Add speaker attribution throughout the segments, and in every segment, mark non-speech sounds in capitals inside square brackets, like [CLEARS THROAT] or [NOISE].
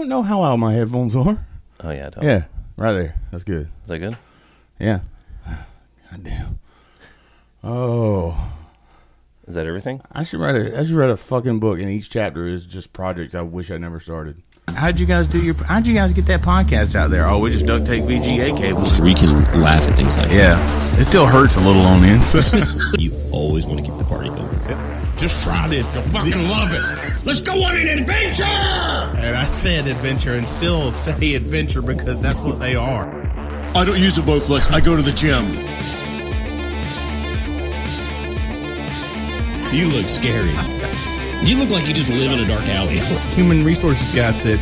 Speaker 1: don't know how loud my headphones are.
Speaker 2: Oh yeah, I don't.
Speaker 1: Yeah, right there. That's good.
Speaker 2: Is that good?
Speaker 1: Yeah. God damn. Oh,
Speaker 2: Is that everything?
Speaker 1: I should write a I should write a fucking book, and each chapter is just projects I wish I never started.
Speaker 3: How'd you guys do your? How'd you guys get that podcast out there? Oh, we just duct tape VGA cables.
Speaker 4: We can laugh at things like that.
Speaker 3: Yeah, it still hurts a little on the
Speaker 4: [LAUGHS]
Speaker 3: inside.
Speaker 4: You always want to keep the party going.
Speaker 5: Just try this. You'll fucking love it. Let's go on an adventure!
Speaker 3: and I said adventure, and still say adventure because that's what they are.
Speaker 5: I don't use a Bowflex. I go to the gym.
Speaker 4: You look scary. You look like you just live in a dark alley.
Speaker 3: Human resources guy said,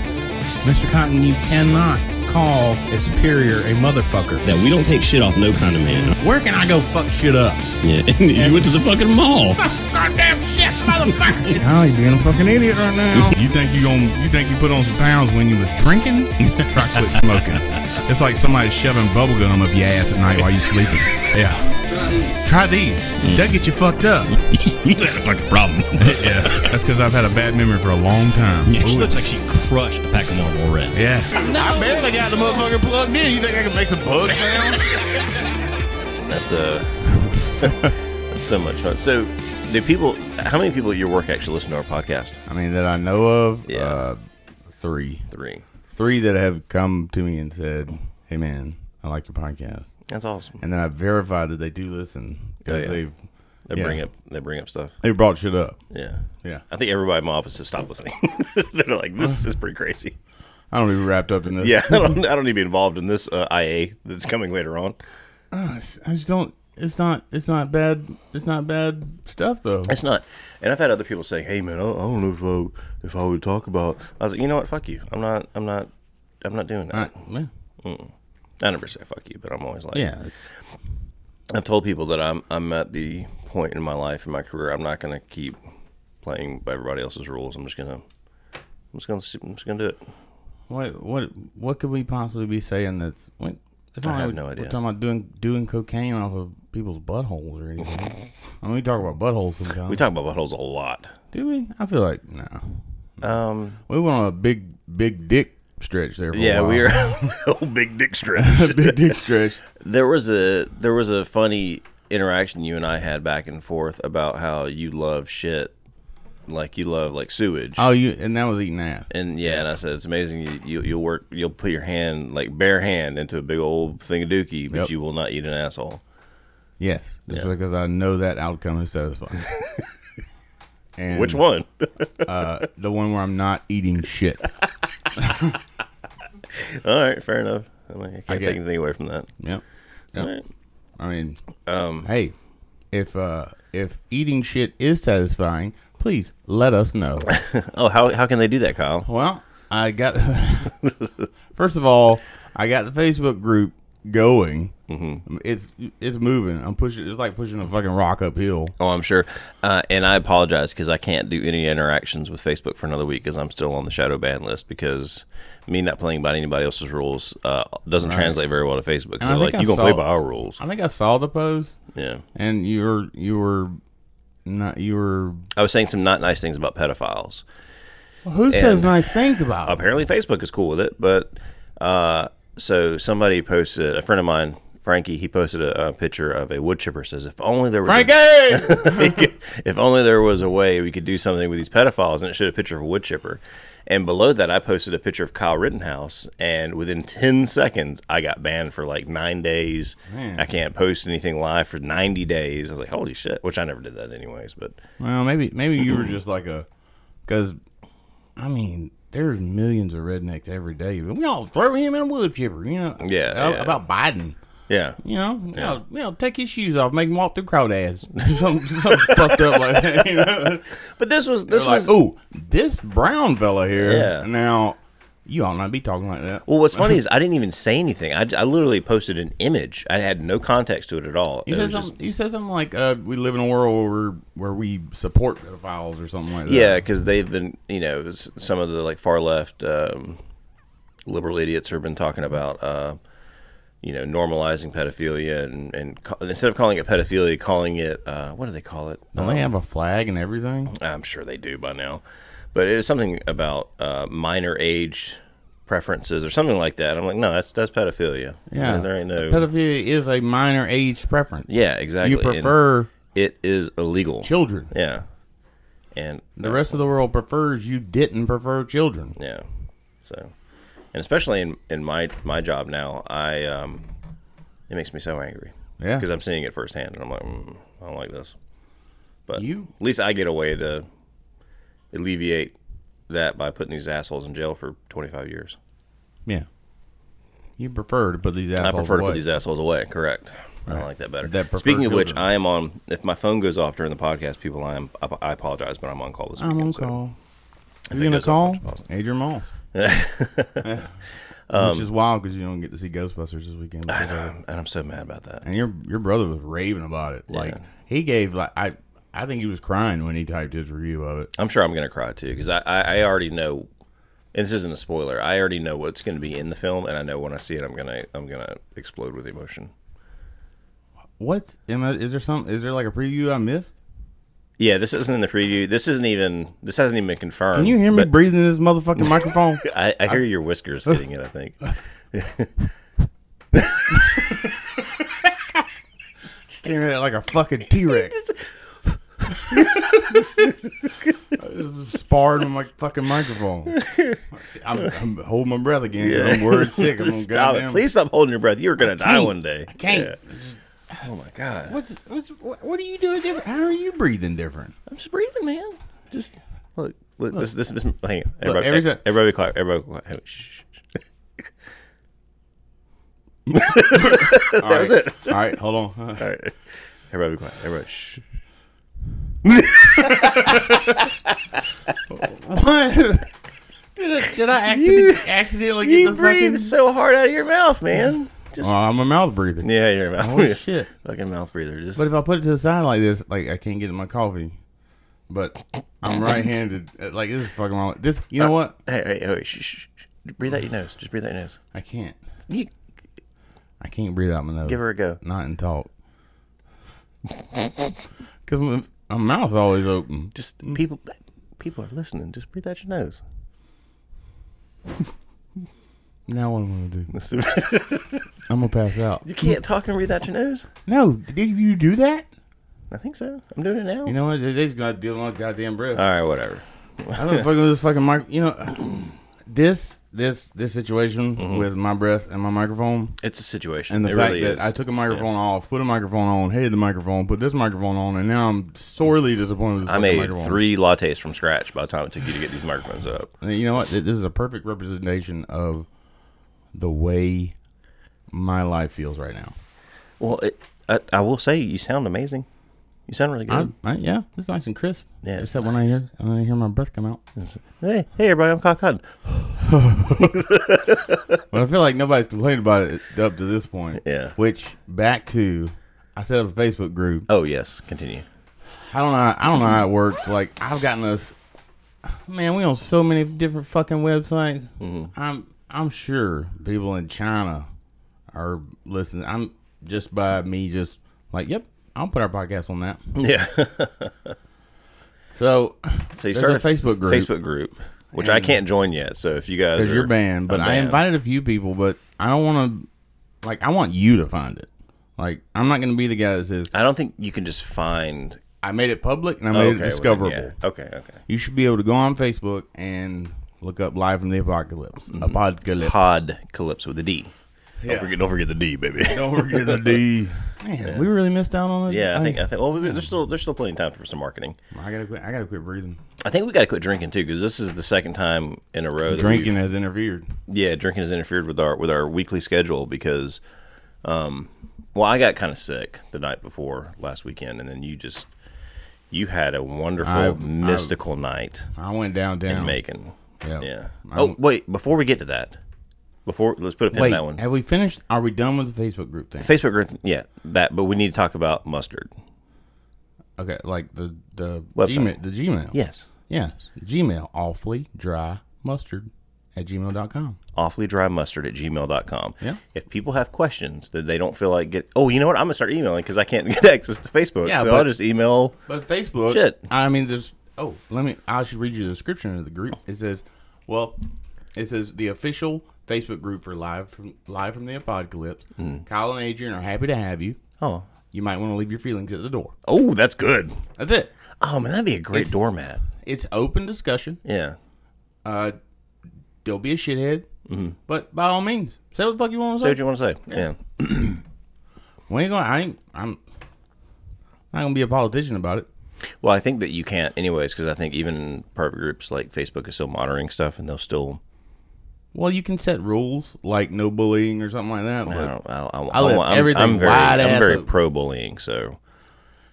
Speaker 3: "Mr. Cotton, you cannot call a superior a motherfucker."
Speaker 4: That we don't take shit off no kind of man.
Speaker 3: Where can I go fuck shit up?
Speaker 4: Yeah. [LAUGHS] And you went to the fucking
Speaker 5: [LAUGHS]
Speaker 4: mall.
Speaker 3: Goddamn shit, motherfucker! oh, you're being a fucking idiot right now.
Speaker 6: [LAUGHS] You think you going you think you put on some pounds when you was drinking? [LAUGHS] Try quit smoking. It's like somebody shoving bubble gum up your ass at night while
Speaker 1: [LAUGHS]
Speaker 6: you sleeping. Yeah. Try these. That get you fucked up.
Speaker 4: [LAUGHS]
Speaker 1: [LAUGHS]
Speaker 4: you had a fucking problem.
Speaker 6: Yeah. That's because I've had a bad memory for a long
Speaker 4: [LAUGHS]
Speaker 6: time.
Speaker 4: Yeah, she
Speaker 6: Ooh,
Speaker 4: looks like she crushed a pack of Marlboro Reds.
Speaker 6: yeah.
Speaker 3: I barely got the motherfucker plugged in. You think I can make some
Speaker 5: [LAUGHS]
Speaker 3: bug sounds?
Speaker 2: That's uh, [LAUGHS] that's so much fun. So, do people? How many people at your work actually listen to our podcast?
Speaker 1: I mean that I know of.
Speaker 2: Yeah.
Speaker 1: Uh, three,
Speaker 2: Three.
Speaker 1: three that have come to me and said, "Hey man, I like your podcast,"
Speaker 2: That's awesome.
Speaker 1: and then I verified that they do listen because
Speaker 2: Oh, yeah.
Speaker 1: they
Speaker 2: They
Speaker 1: Yeah.
Speaker 2: bring up they bring up stuff.
Speaker 1: they brought shit up.
Speaker 2: Yeah.
Speaker 1: Yeah.
Speaker 2: I think everybody in my office has stopped listening. [LAUGHS] They're like, this is pretty crazy.
Speaker 1: I don't even wrapped up in this.
Speaker 2: Yeah, [LAUGHS] I don't, I don't need to be involved in this uh, IA that's coming later on.
Speaker 1: I just don't. It's not. It's not bad. It's not bad stuff though.
Speaker 2: It's not. And I've had other people say, "Hey, man, I, I don't know if I if I would talk about." I was like, "You know what? Fuck you. I'm not. I'm not. I'm not doing that."
Speaker 1: I, yeah.
Speaker 2: I never say fuck you, but I'm always like,
Speaker 1: Yeah, it's-
Speaker 2: I've told people that I'm I'm at the point in my life in my career I'm not going to keep playing by everybody else's rules. I'm just gonna I'm just gonna see- I'm just gonna do it.
Speaker 1: What what what could we possibly be saying that's what? It's
Speaker 2: I have
Speaker 1: we-
Speaker 2: no idea.
Speaker 1: We're talking about doing doing cocaine off of people's buttholes or
Speaker 2: [LAUGHS]
Speaker 1: anything. I mean, we talk about buttholes sometimes.
Speaker 2: We talk about buttholes a lot.
Speaker 1: do we? I feel like no.
Speaker 2: Um,
Speaker 1: We went on a big big dick stretch there. For
Speaker 2: yeah,
Speaker 1: a while.
Speaker 2: we are [LAUGHS] old big
Speaker 1: [LAUGHS]
Speaker 2: dick stretch.
Speaker 1: big dick stretch.
Speaker 2: [LAUGHS] there was a there was a funny interaction you and I had back and forth about how you love shit, like you love like sewage.
Speaker 1: Oh, you and that was eating ass.
Speaker 2: And yeah, and I said it's amazing. You, you you'll work. You'll put your hand like bare hand into a big old thing of dookie, but
Speaker 1: Yep.
Speaker 2: you will not eat an asshole.
Speaker 1: Yes, just
Speaker 2: Yeah.
Speaker 1: because I know that outcome is
Speaker 2: [LAUGHS]
Speaker 1: satisfying. and
Speaker 2: Which one?
Speaker 1: The one where I'm not eating shit.
Speaker 2: All right, fair enough. I, mean, I can't
Speaker 1: get
Speaker 2: take
Speaker 1: it.
Speaker 2: anything away from that.
Speaker 1: yep. Yep.
Speaker 2: All right. [LAUGHS]
Speaker 1: I mean,
Speaker 2: Um,
Speaker 1: hey, if uh if eating shit is satisfying, please let us know.
Speaker 2: oh, how how can they do that, Kyle?
Speaker 1: [LAUGHS] well, I got [LAUGHS] first of all, I got the Facebook group going. Mm-hmm. It's it's moving. I'm pushing. It's like pushing a fucking rock uphill.
Speaker 2: Oh, I'm sure. Uh, and I apologize because I can't do any interactions with Facebook for another week because I'm still on the shadow ban list because me not playing by anybody else's rules uh, doesn't translate very well to Facebook.
Speaker 1: I
Speaker 2: They're
Speaker 1: think
Speaker 2: like,
Speaker 1: I
Speaker 2: you gonna play
Speaker 1: saw-
Speaker 2: by our rules?
Speaker 1: I think I saw the post,
Speaker 2: Yeah.
Speaker 1: and you were you were not you were.
Speaker 2: I was saying some not nice things about pedophiles.
Speaker 1: Who says nice things about? it?
Speaker 2: apparently Facebook is cool with it. But uh, so somebody posted a friend of mine, Frankie. He posted a, a picture of a wood chipper. Says if only there was a- [LAUGHS]
Speaker 1: Frankie.
Speaker 2: if only there was a way we could do something with these pedophiles, and it showed a picture of a wood chipper. And below that, I posted a picture of Kyle Rittenhouse, and within ten seconds, I got banned for like nine days. I can't post anything live for ninety days. I was like, holy shit! Which I never did that anyways, but
Speaker 1: Well, maybe maybe you were just like a, because, I mean, there's millions of rednecks every day. We all throw him in a wood chipper, you know.
Speaker 2: Yeah,
Speaker 1: How
Speaker 2: yeah.
Speaker 1: About Biden,
Speaker 2: yeah.
Speaker 1: you know, we all- we all take his shoes off, make him walk through [LAUGHS] crowdads, something, something fucked up like that. You know?
Speaker 2: But this was this
Speaker 1: Like,
Speaker 2: was
Speaker 1: oh, this brown fella here.
Speaker 2: Yeah.
Speaker 1: Now, you ought not be talking like that.
Speaker 2: Well, what's funny is I didn't even say anything. I, I literally posted an image. I had no context to it at all.
Speaker 1: You
Speaker 2: It
Speaker 1: said,
Speaker 2: was just-
Speaker 1: something, you said something like, uh, "We live in a world where where we support pedophiles or something like that."
Speaker 2: yeah, because they've been, you know, s- some of the like far left um, liberal idiots have been talking about, uh, you know, normalizing pedophilia and and, ca- and instead of calling it pedophilia, calling it uh, what do they call it?
Speaker 1: Don't they have a flag and everything?
Speaker 2: I'm sure they do by now, but it was something about uh, minor age preferences or something like that. I'm like, no, that's that's pedophilia.
Speaker 1: Yeah,
Speaker 2: there, there ain't no.
Speaker 1: pedophilia is a minor age preference.
Speaker 2: yeah, exactly.
Speaker 1: you
Speaker 2: And
Speaker 1: prefer
Speaker 2: it is illegal.
Speaker 1: children.
Speaker 2: Yeah, and
Speaker 1: The rest of the world prefers you didn't prefer children.
Speaker 2: Yeah. So, and especially in, in my my job now, I um, it makes me so angry.
Speaker 1: Yeah.
Speaker 2: Because I'm seeing it firsthand, and I'm like, mm, I don't like this. But
Speaker 1: You-
Speaker 2: at least I get a way to alleviate that by putting these assholes in jail for 25 years.
Speaker 1: Yeah, you prefer to put these assholes.
Speaker 2: I prefer to
Speaker 1: away.
Speaker 2: put these assholes away. Correct. I like that better.
Speaker 1: That prefer
Speaker 2: Speaking of which,
Speaker 1: children.
Speaker 2: I am on. If my phone goes off during the podcast, people, I am. I, I apologize, but I'm on call this
Speaker 1: I'm
Speaker 2: weekend.
Speaker 1: on
Speaker 2: so
Speaker 1: call.
Speaker 2: if
Speaker 1: You're
Speaker 2: it
Speaker 1: gonna
Speaker 2: goes off,
Speaker 1: call
Speaker 2: it's possible.
Speaker 1: Adrian
Speaker 2: [LAUGHS]
Speaker 1: Moss, which is wild because you don't get to see Ghostbusters this weekend.
Speaker 2: Um, I
Speaker 1: because of it.
Speaker 2: know, and I'm so mad about that.
Speaker 1: And your your brother was raving about it. Like
Speaker 2: Yeah.
Speaker 1: he gave like I I think he was crying when he typed his review of it.
Speaker 2: I'm sure I'm going to cry too because I, I, I already know, and this isn't a spoiler. I already know what's going to be in the film, and I know when I see it, I'm gonna I'm gonna explode with emotion.
Speaker 1: What am I, is there some is there like a preview I missed?
Speaker 2: Yeah, this isn't in the preview. This isn't even. This hasn't even been confirmed.
Speaker 1: Can you hear me
Speaker 2: but
Speaker 1: breathing in this motherfucking [LAUGHS] microphone?
Speaker 2: I, I hear your whiskers hitting it.
Speaker 1: [LAUGHS]
Speaker 2: I think.
Speaker 1: Came in like a fucking T [LAUGHS] Rex. Sparring with my fucking microphone. I'm, I'm holding my breath again. 'cause I'm word sick. [LAUGHS] I'm
Speaker 2: [LAUGHS] Stop it!
Speaker 1: goddamn-
Speaker 2: Please stop holding your breath. You're gonna die one day. I
Speaker 1: can't.
Speaker 2: Oh my god!
Speaker 1: What's, what's what, what are you doing different? How are you breathing [LAUGHS] different?
Speaker 2: I'm just breathing, man. Just look. Look. This. This. this hang on. Everybody,
Speaker 1: every time-
Speaker 2: everybody be quiet. Everybody be quiet. Hey, shh, shh, shh.
Speaker 1: All right. That's it. All right, hold on.
Speaker 2: All right. Everybody be quiet. Everybody. Shh.
Speaker 1: [LAUGHS] What? [LAUGHS] did, I, did I accident, accidentally get
Speaker 2: You
Speaker 1: the
Speaker 2: breathe
Speaker 1: fucking?
Speaker 2: so hard out of your mouth, man. Just
Speaker 1: Oh, I'm a mouth breather.
Speaker 2: yeah,
Speaker 1: [LAUGHS]
Speaker 2: your mouth.
Speaker 1: Oh shit!
Speaker 2: Fucking mouth breather. Just
Speaker 1: But if I put it to the side like this, like I can't get my coffee. But
Speaker 2: [LAUGHS]
Speaker 1: I'm right-handed. Uh, Like this is fucking wrong. This, you
Speaker 2: Uh,
Speaker 1: know what?
Speaker 2: hey, hey, hey, shh, shh, shh. Breathe out your nose. Just breathe out your nose.
Speaker 1: I can't.
Speaker 2: You
Speaker 1: I can't breathe out my nose.
Speaker 2: give her a go.
Speaker 1: not and talk. [LAUGHS] Cause my, my mouth's always open.
Speaker 2: Just people, people are listening. Just breathe out your nose. [LAUGHS]
Speaker 1: Now what am I gonna do? [LAUGHS] I'm gonna pass out.
Speaker 2: you can't talk and breathe out your nose.
Speaker 1: No, did you do that?
Speaker 2: I think so. I'm doing it now.
Speaker 1: You know what? They they just gotta deal with my goddamn breath.
Speaker 2: All right, whatever.
Speaker 1: I was fucking with this fucking mic. You know, [CLEARS THROAT] this this this situation
Speaker 2: Mm-hmm.
Speaker 1: with my breath and my microphone,
Speaker 2: It's a situation.
Speaker 1: and the
Speaker 2: it
Speaker 1: fact
Speaker 2: really
Speaker 1: that
Speaker 2: is.
Speaker 1: I took a microphone off, put a microphone on, hated the microphone, put this microphone on, and now I'm sorely disappointed. With this
Speaker 2: I
Speaker 1: fucking
Speaker 2: made
Speaker 1: microphone.
Speaker 2: three lattes from scratch by the time it took you to get these microphones up.
Speaker 1: And You know what? Th- This is a perfect representation of the way my life feels right now.
Speaker 2: Well, it, I, I will say you sound amazing. You sound really good.
Speaker 1: I'm, I, yeah, it's nice and crisp.
Speaker 2: Yeah,
Speaker 1: except when I hear when I hear my breath come out.
Speaker 2: hey, hey, everybody, I'm Cock Hudden.
Speaker 1: But I feel like nobody's complained about it up to this point.
Speaker 2: Yeah.
Speaker 1: Which back to, I set up a Facebook group.
Speaker 2: Oh yes, continue.
Speaker 1: I don't know. How, I don't know how it works. Like I've gotten us, man. We on so many different fucking websites.
Speaker 2: Mm-hmm.
Speaker 1: I'm I'm sure people in China are listening. I'm just by me just like, yep, I'll put our podcast on that. [LAUGHS]
Speaker 2: Yeah.
Speaker 1: So
Speaker 2: So you
Speaker 1: There's a
Speaker 2: started
Speaker 1: Facebook group.
Speaker 2: Facebook group, which I can't join yet. So if you guys
Speaker 1: because
Speaker 2: are
Speaker 1: you're banned, but
Speaker 2: I'm
Speaker 1: I invited a few people, but I don't want to. Like I want you to find it. Like I'm not gonna be the guy that says
Speaker 2: I don't think you can just find.
Speaker 1: I made it public and I made
Speaker 2: Okay,
Speaker 1: it
Speaker 2: well,
Speaker 1: discoverable.
Speaker 2: yeah. Okay, okay.
Speaker 1: You should be able to go on Facebook and look up Live from the Apocalypse.
Speaker 2: Mm-hmm.
Speaker 1: Apocalypse.
Speaker 2: Pod Calypso with a D. Don't forget, don't forget the D, baby.
Speaker 1: Don't forget the D. [LAUGHS] Man, we really missed out on it.
Speaker 2: yeah, I think I think. Well, we- there's still there's still plenty of time for some marketing.
Speaker 1: I gotta quit. I gotta quit breathing.
Speaker 2: I think we got to quit drinking too, because this is the second time in a row. That
Speaker 1: Drinking has interfered.
Speaker 2: we've- yeah, drinking has interfered with our with our weekly schedule because, um, well, I got kind of sick the night before last weekend, and then you just you had a wonderful
Speaker 1: I- I-
Speaker 2: mystical night.
Speaker 1: I went downtown.
Speaker 2: in Macon.
Speaker 1: Yeah.
Speaker 2: Yeah.
Speaker 1: I
Speaker 2: Oh
Speaker 1: don't-
Speaker 2: wait, before we get to that, before let's put a pin
Speaker 1: Wait,
Speaker 2: in that one.
Speaker 1: have we finished? Are we done with the Facebook group thing?
Speaker 2: Facebook group, yeah, that. But we need to talk about mustard.
Speaker 1: okay, like the the
Speaker 2: Website.
Speaker 1: Gmail. The Gmail.
Speaker 2: Yes,
Speaker 1: Yes. Gmail. Awfully dry mustard at gmail.com.
Speaker 2: awfully dry mustard at gmail.com.
Speaker 1: Yeah.
Speaker 2: If people have questions that they don't feel like get, oh, you know what? I'm gonna start emailing because I can't [LAUGHS] get access to Facebook.
Speaker 1: Yeah,
Speaker 2: so
Speaker 1: but-
Speaker 2: I'll just email.
Speaker 1: But Facebook,
Speaker 2: Shit.
Speaker 1: I mean, there's. Oh, let me. I should read you the description of the group. It says, "Well, It says the official Facebook group for live from live from the apocalypse.
Speaker 2: Hmm.
Speaker 1: Kyle and Adrian are happy to have you.
Speaker 2: Oh,
Speaker 1: You might want to leave your feelings at the door.
Speaker 2: oh, that's good.
Speaker 1: That's it.
Speaker 2: Oh man, that'd be a great
Speaker 1: It's-
Speaker 2: doormat.
Speaker 1: It's open discussion.
Speaker 2: Yeah.
Speaker 1: Uh, don't be a shithead, but by all means, say what the fuck you want to
Speaker 2: Mm-hmm. Say
Speaker 1: say.
Speaker 2: what you want to say. Yeah.
Speaker 1: We ain't going. I ain't. I'm. I'm not gonna be a politician about it.
Speaker 2: Well, I think that you can't, anyways, because I think even in private groups like Facebook is still monitoring stuff, and they'll still.
Speaker 1: Well, you can set rules like no bullying or something like that.
Speaker 2: I
Speaker 1: But
Speaker 2: don't. I, I,
Speaker 1: I left
Speaker 2: am
Speaker 1: everything
Speaker 2: I'm very,
Speaker 1: wide
Speaker 2: I'm
Speaker 1: ass
Speaker 2: very
Speaker 1: open.
Speaker 2: pro bullying, so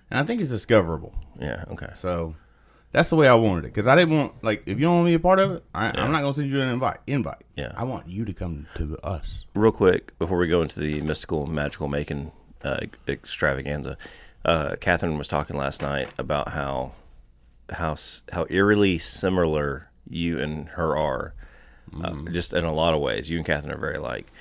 Speaker 1: and I think it's discoverable.
Speaker 2: yeah. Okay.
Speaker 1: So that's the way I wanted it because I didn't want like if you don't want to be a part of it, I, I'm not gonna send you an invite. Invite.
Speaker 2: Yeah.
Speaker 1: I want you to come to us.
Speaker 2: real quick before we go into the mystical magical making uh, extravaganza uh, catherine was talking last night about how how s- how eerily similar you and her are uh, just in a lot of ways you and catherine are very like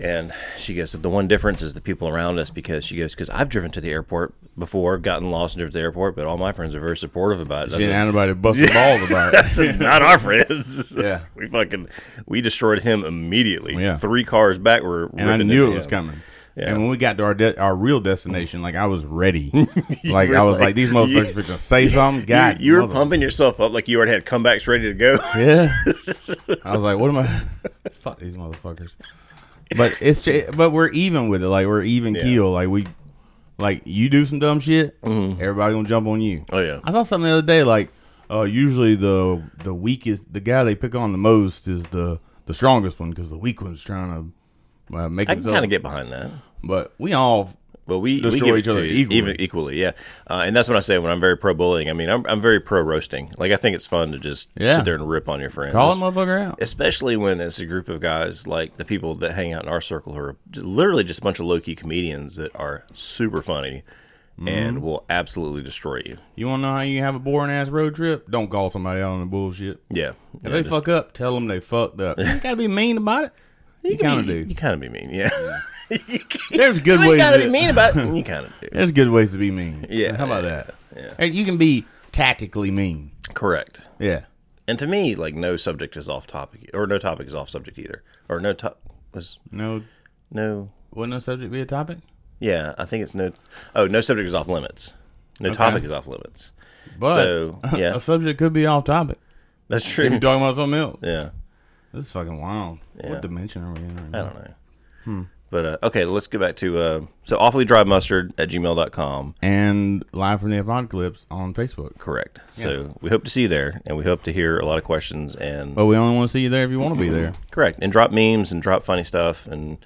Speaker 2: and she goes the one difference is the people around us because she goes because i've driven to the airport before gotten lost and driven to the airport but all my friends are very supportive about it I
Speaker 1: She
Speaker 2: said,
Speaker 1: and anybody
Speaker 2: [LAUGHS]
Speaker 1: busting balls about it. [LAUGHS]
Speaker 2: that's not our friends.
Speaker 1: Yeah.
Speaker 2: [LAUGHS] we fucking we destroyed him immediately.
Speaker 1: Yeah.
Speaker 2: three cars back were
Speaker 1: and I
Speaker 2: ripping
Speaker 1: knew
Speaker 2: into
Speaker 1: it was
Speaker 2: him.
Speaker 1: coming.
Speaker 2: Yeah.
Speaker 1: And when we got to our de- our real destination, like I was
Speaker 2: [LAUGHS]
Speaker 1: ready. like I was like, these motherfuckers are gonna say something.
Speaker 2: You-
Speaker 1: God,
Speaker 2: you, were
Speaker 1: mother-
Speaker 2: pumping yourself up like you already had comebacks ready to go.
Speaker 1: [LAUGHS] Yeah. I was like, what am I? [LAUGHS] Fuck these motherfuckers. But it's j- but we're even with it. Like we're even
Speaker 2: Yeah.
Speaker 1: keel. Like we, like you do some dumb shit,
Speaker 2: Mm-hmm.
Speaker 1: everybody gonna jump on you.
Speaker 2: [LAUGHS] Oh, yeah.
Speaker 1: I saw something the other day. Like, uh, usually the the weakest, the guy they pick on the most is the the strongest one because the weak one's trying to uh, make
Speaker 2: I can
Speaker 1: himself.
Speaker 2: kind of get behind that.
Speaker 1: But we all
Speaker 2: But we we
Speaker 1: Destroy
Speaker 2: give it
Speaker 1: each other
Speaker 2: to you,
Speaker 1: equally.
Speaker 2: even equally, yeah. Uh, and that's what I say when I'm very pro bullying. I mean, I'm, I'm very pro roasting. Like I think it's fun to just
Speaker 1: Yeah.
Speaker 2: sit there and rip on your friends.
Speaker 1: call that motherfucker out.
Speaker 2: especially when it's a group of guys like the people that hang out in our circle who are j- literally just a bunch of low key comedians that are super funny
Speaker 1: Mm-hmm.
Speaker 2: and will absolutely destroy you.
Speaker 1: You want to know how you have a boring ass road trip? Don't call somebody out on the bullshit.
Speaker 2: Yeah,
Speaker 1: If
Speaker 2: Yeah,
Speaker 1: they
Speaker 2: just-
Speaker 1: fuck up, tell them they fucked
Speaker 2: [LAUGHS]
Speaker 1: up. You ain't gotta be mean about it. You, kind of
Speaker 2: you,
Speaker 1: do.
Speaker 2: kind of be mean. Yeah,
Speaker 1: [LAUGHS] There's
Speaker 2: [LAUGHS]
Speaker 1: good ways. To,
Speaker 2: about. it. You kind of do.
Speaker 1: There's good ways to be mean.
Speaker 2: Yeah,
Speaker 1: How about
Speaker 2: yeah,
Speaker 1: that? Hey, You can be tactically mean.
Speaker 2: Correct.
Speaker 1: Yeah.
Speaker 2: And to me, like no subject is off topic, or no topic is off subject either, or no top was
Speaker 1: No.
Speaker 2: no.
Speaker 1: Wouldn't a subject be a topic?
Speaker 2: Yeah, I think it's no. Oh, no subject is off limits. No topic is off limits.
Speaker 1: But [LAUGHS]
Speaker 2: So, yeah.
Speaker 1: a subject could be off
Speaker 2: [LAUGHS]
Speaker 1: topic.
Speaker 2: That's
Speaker 1: If
Speaker 2: true.
Speaker 1: you're talking about something else,
Speaker 2: Yeah.
Speaker 1: this is fucking wild.
Speaker 2: Yeah. Oh.
Speaker 1: What dimension are we in? Right
Speaker 2: I
Speaker 1: now?
Speaker 2: don't know.
Speaker 1: Hmm.
Speaker 2: But uh, okay, let's go back to uh, so awfully dry mustard at gmail.com.
Speaker 1: And live from the apocalypse on Facebook.
Speaker 2: Correct. So we hope to see you there, and we hope to hear a lot of questions and
Speaker 1: But we only want to see you there if you want to be
Speaker 2: [COUGHS]
Speaker 1: there.
Speaker 2: correct and drop memes and drop funny stuff and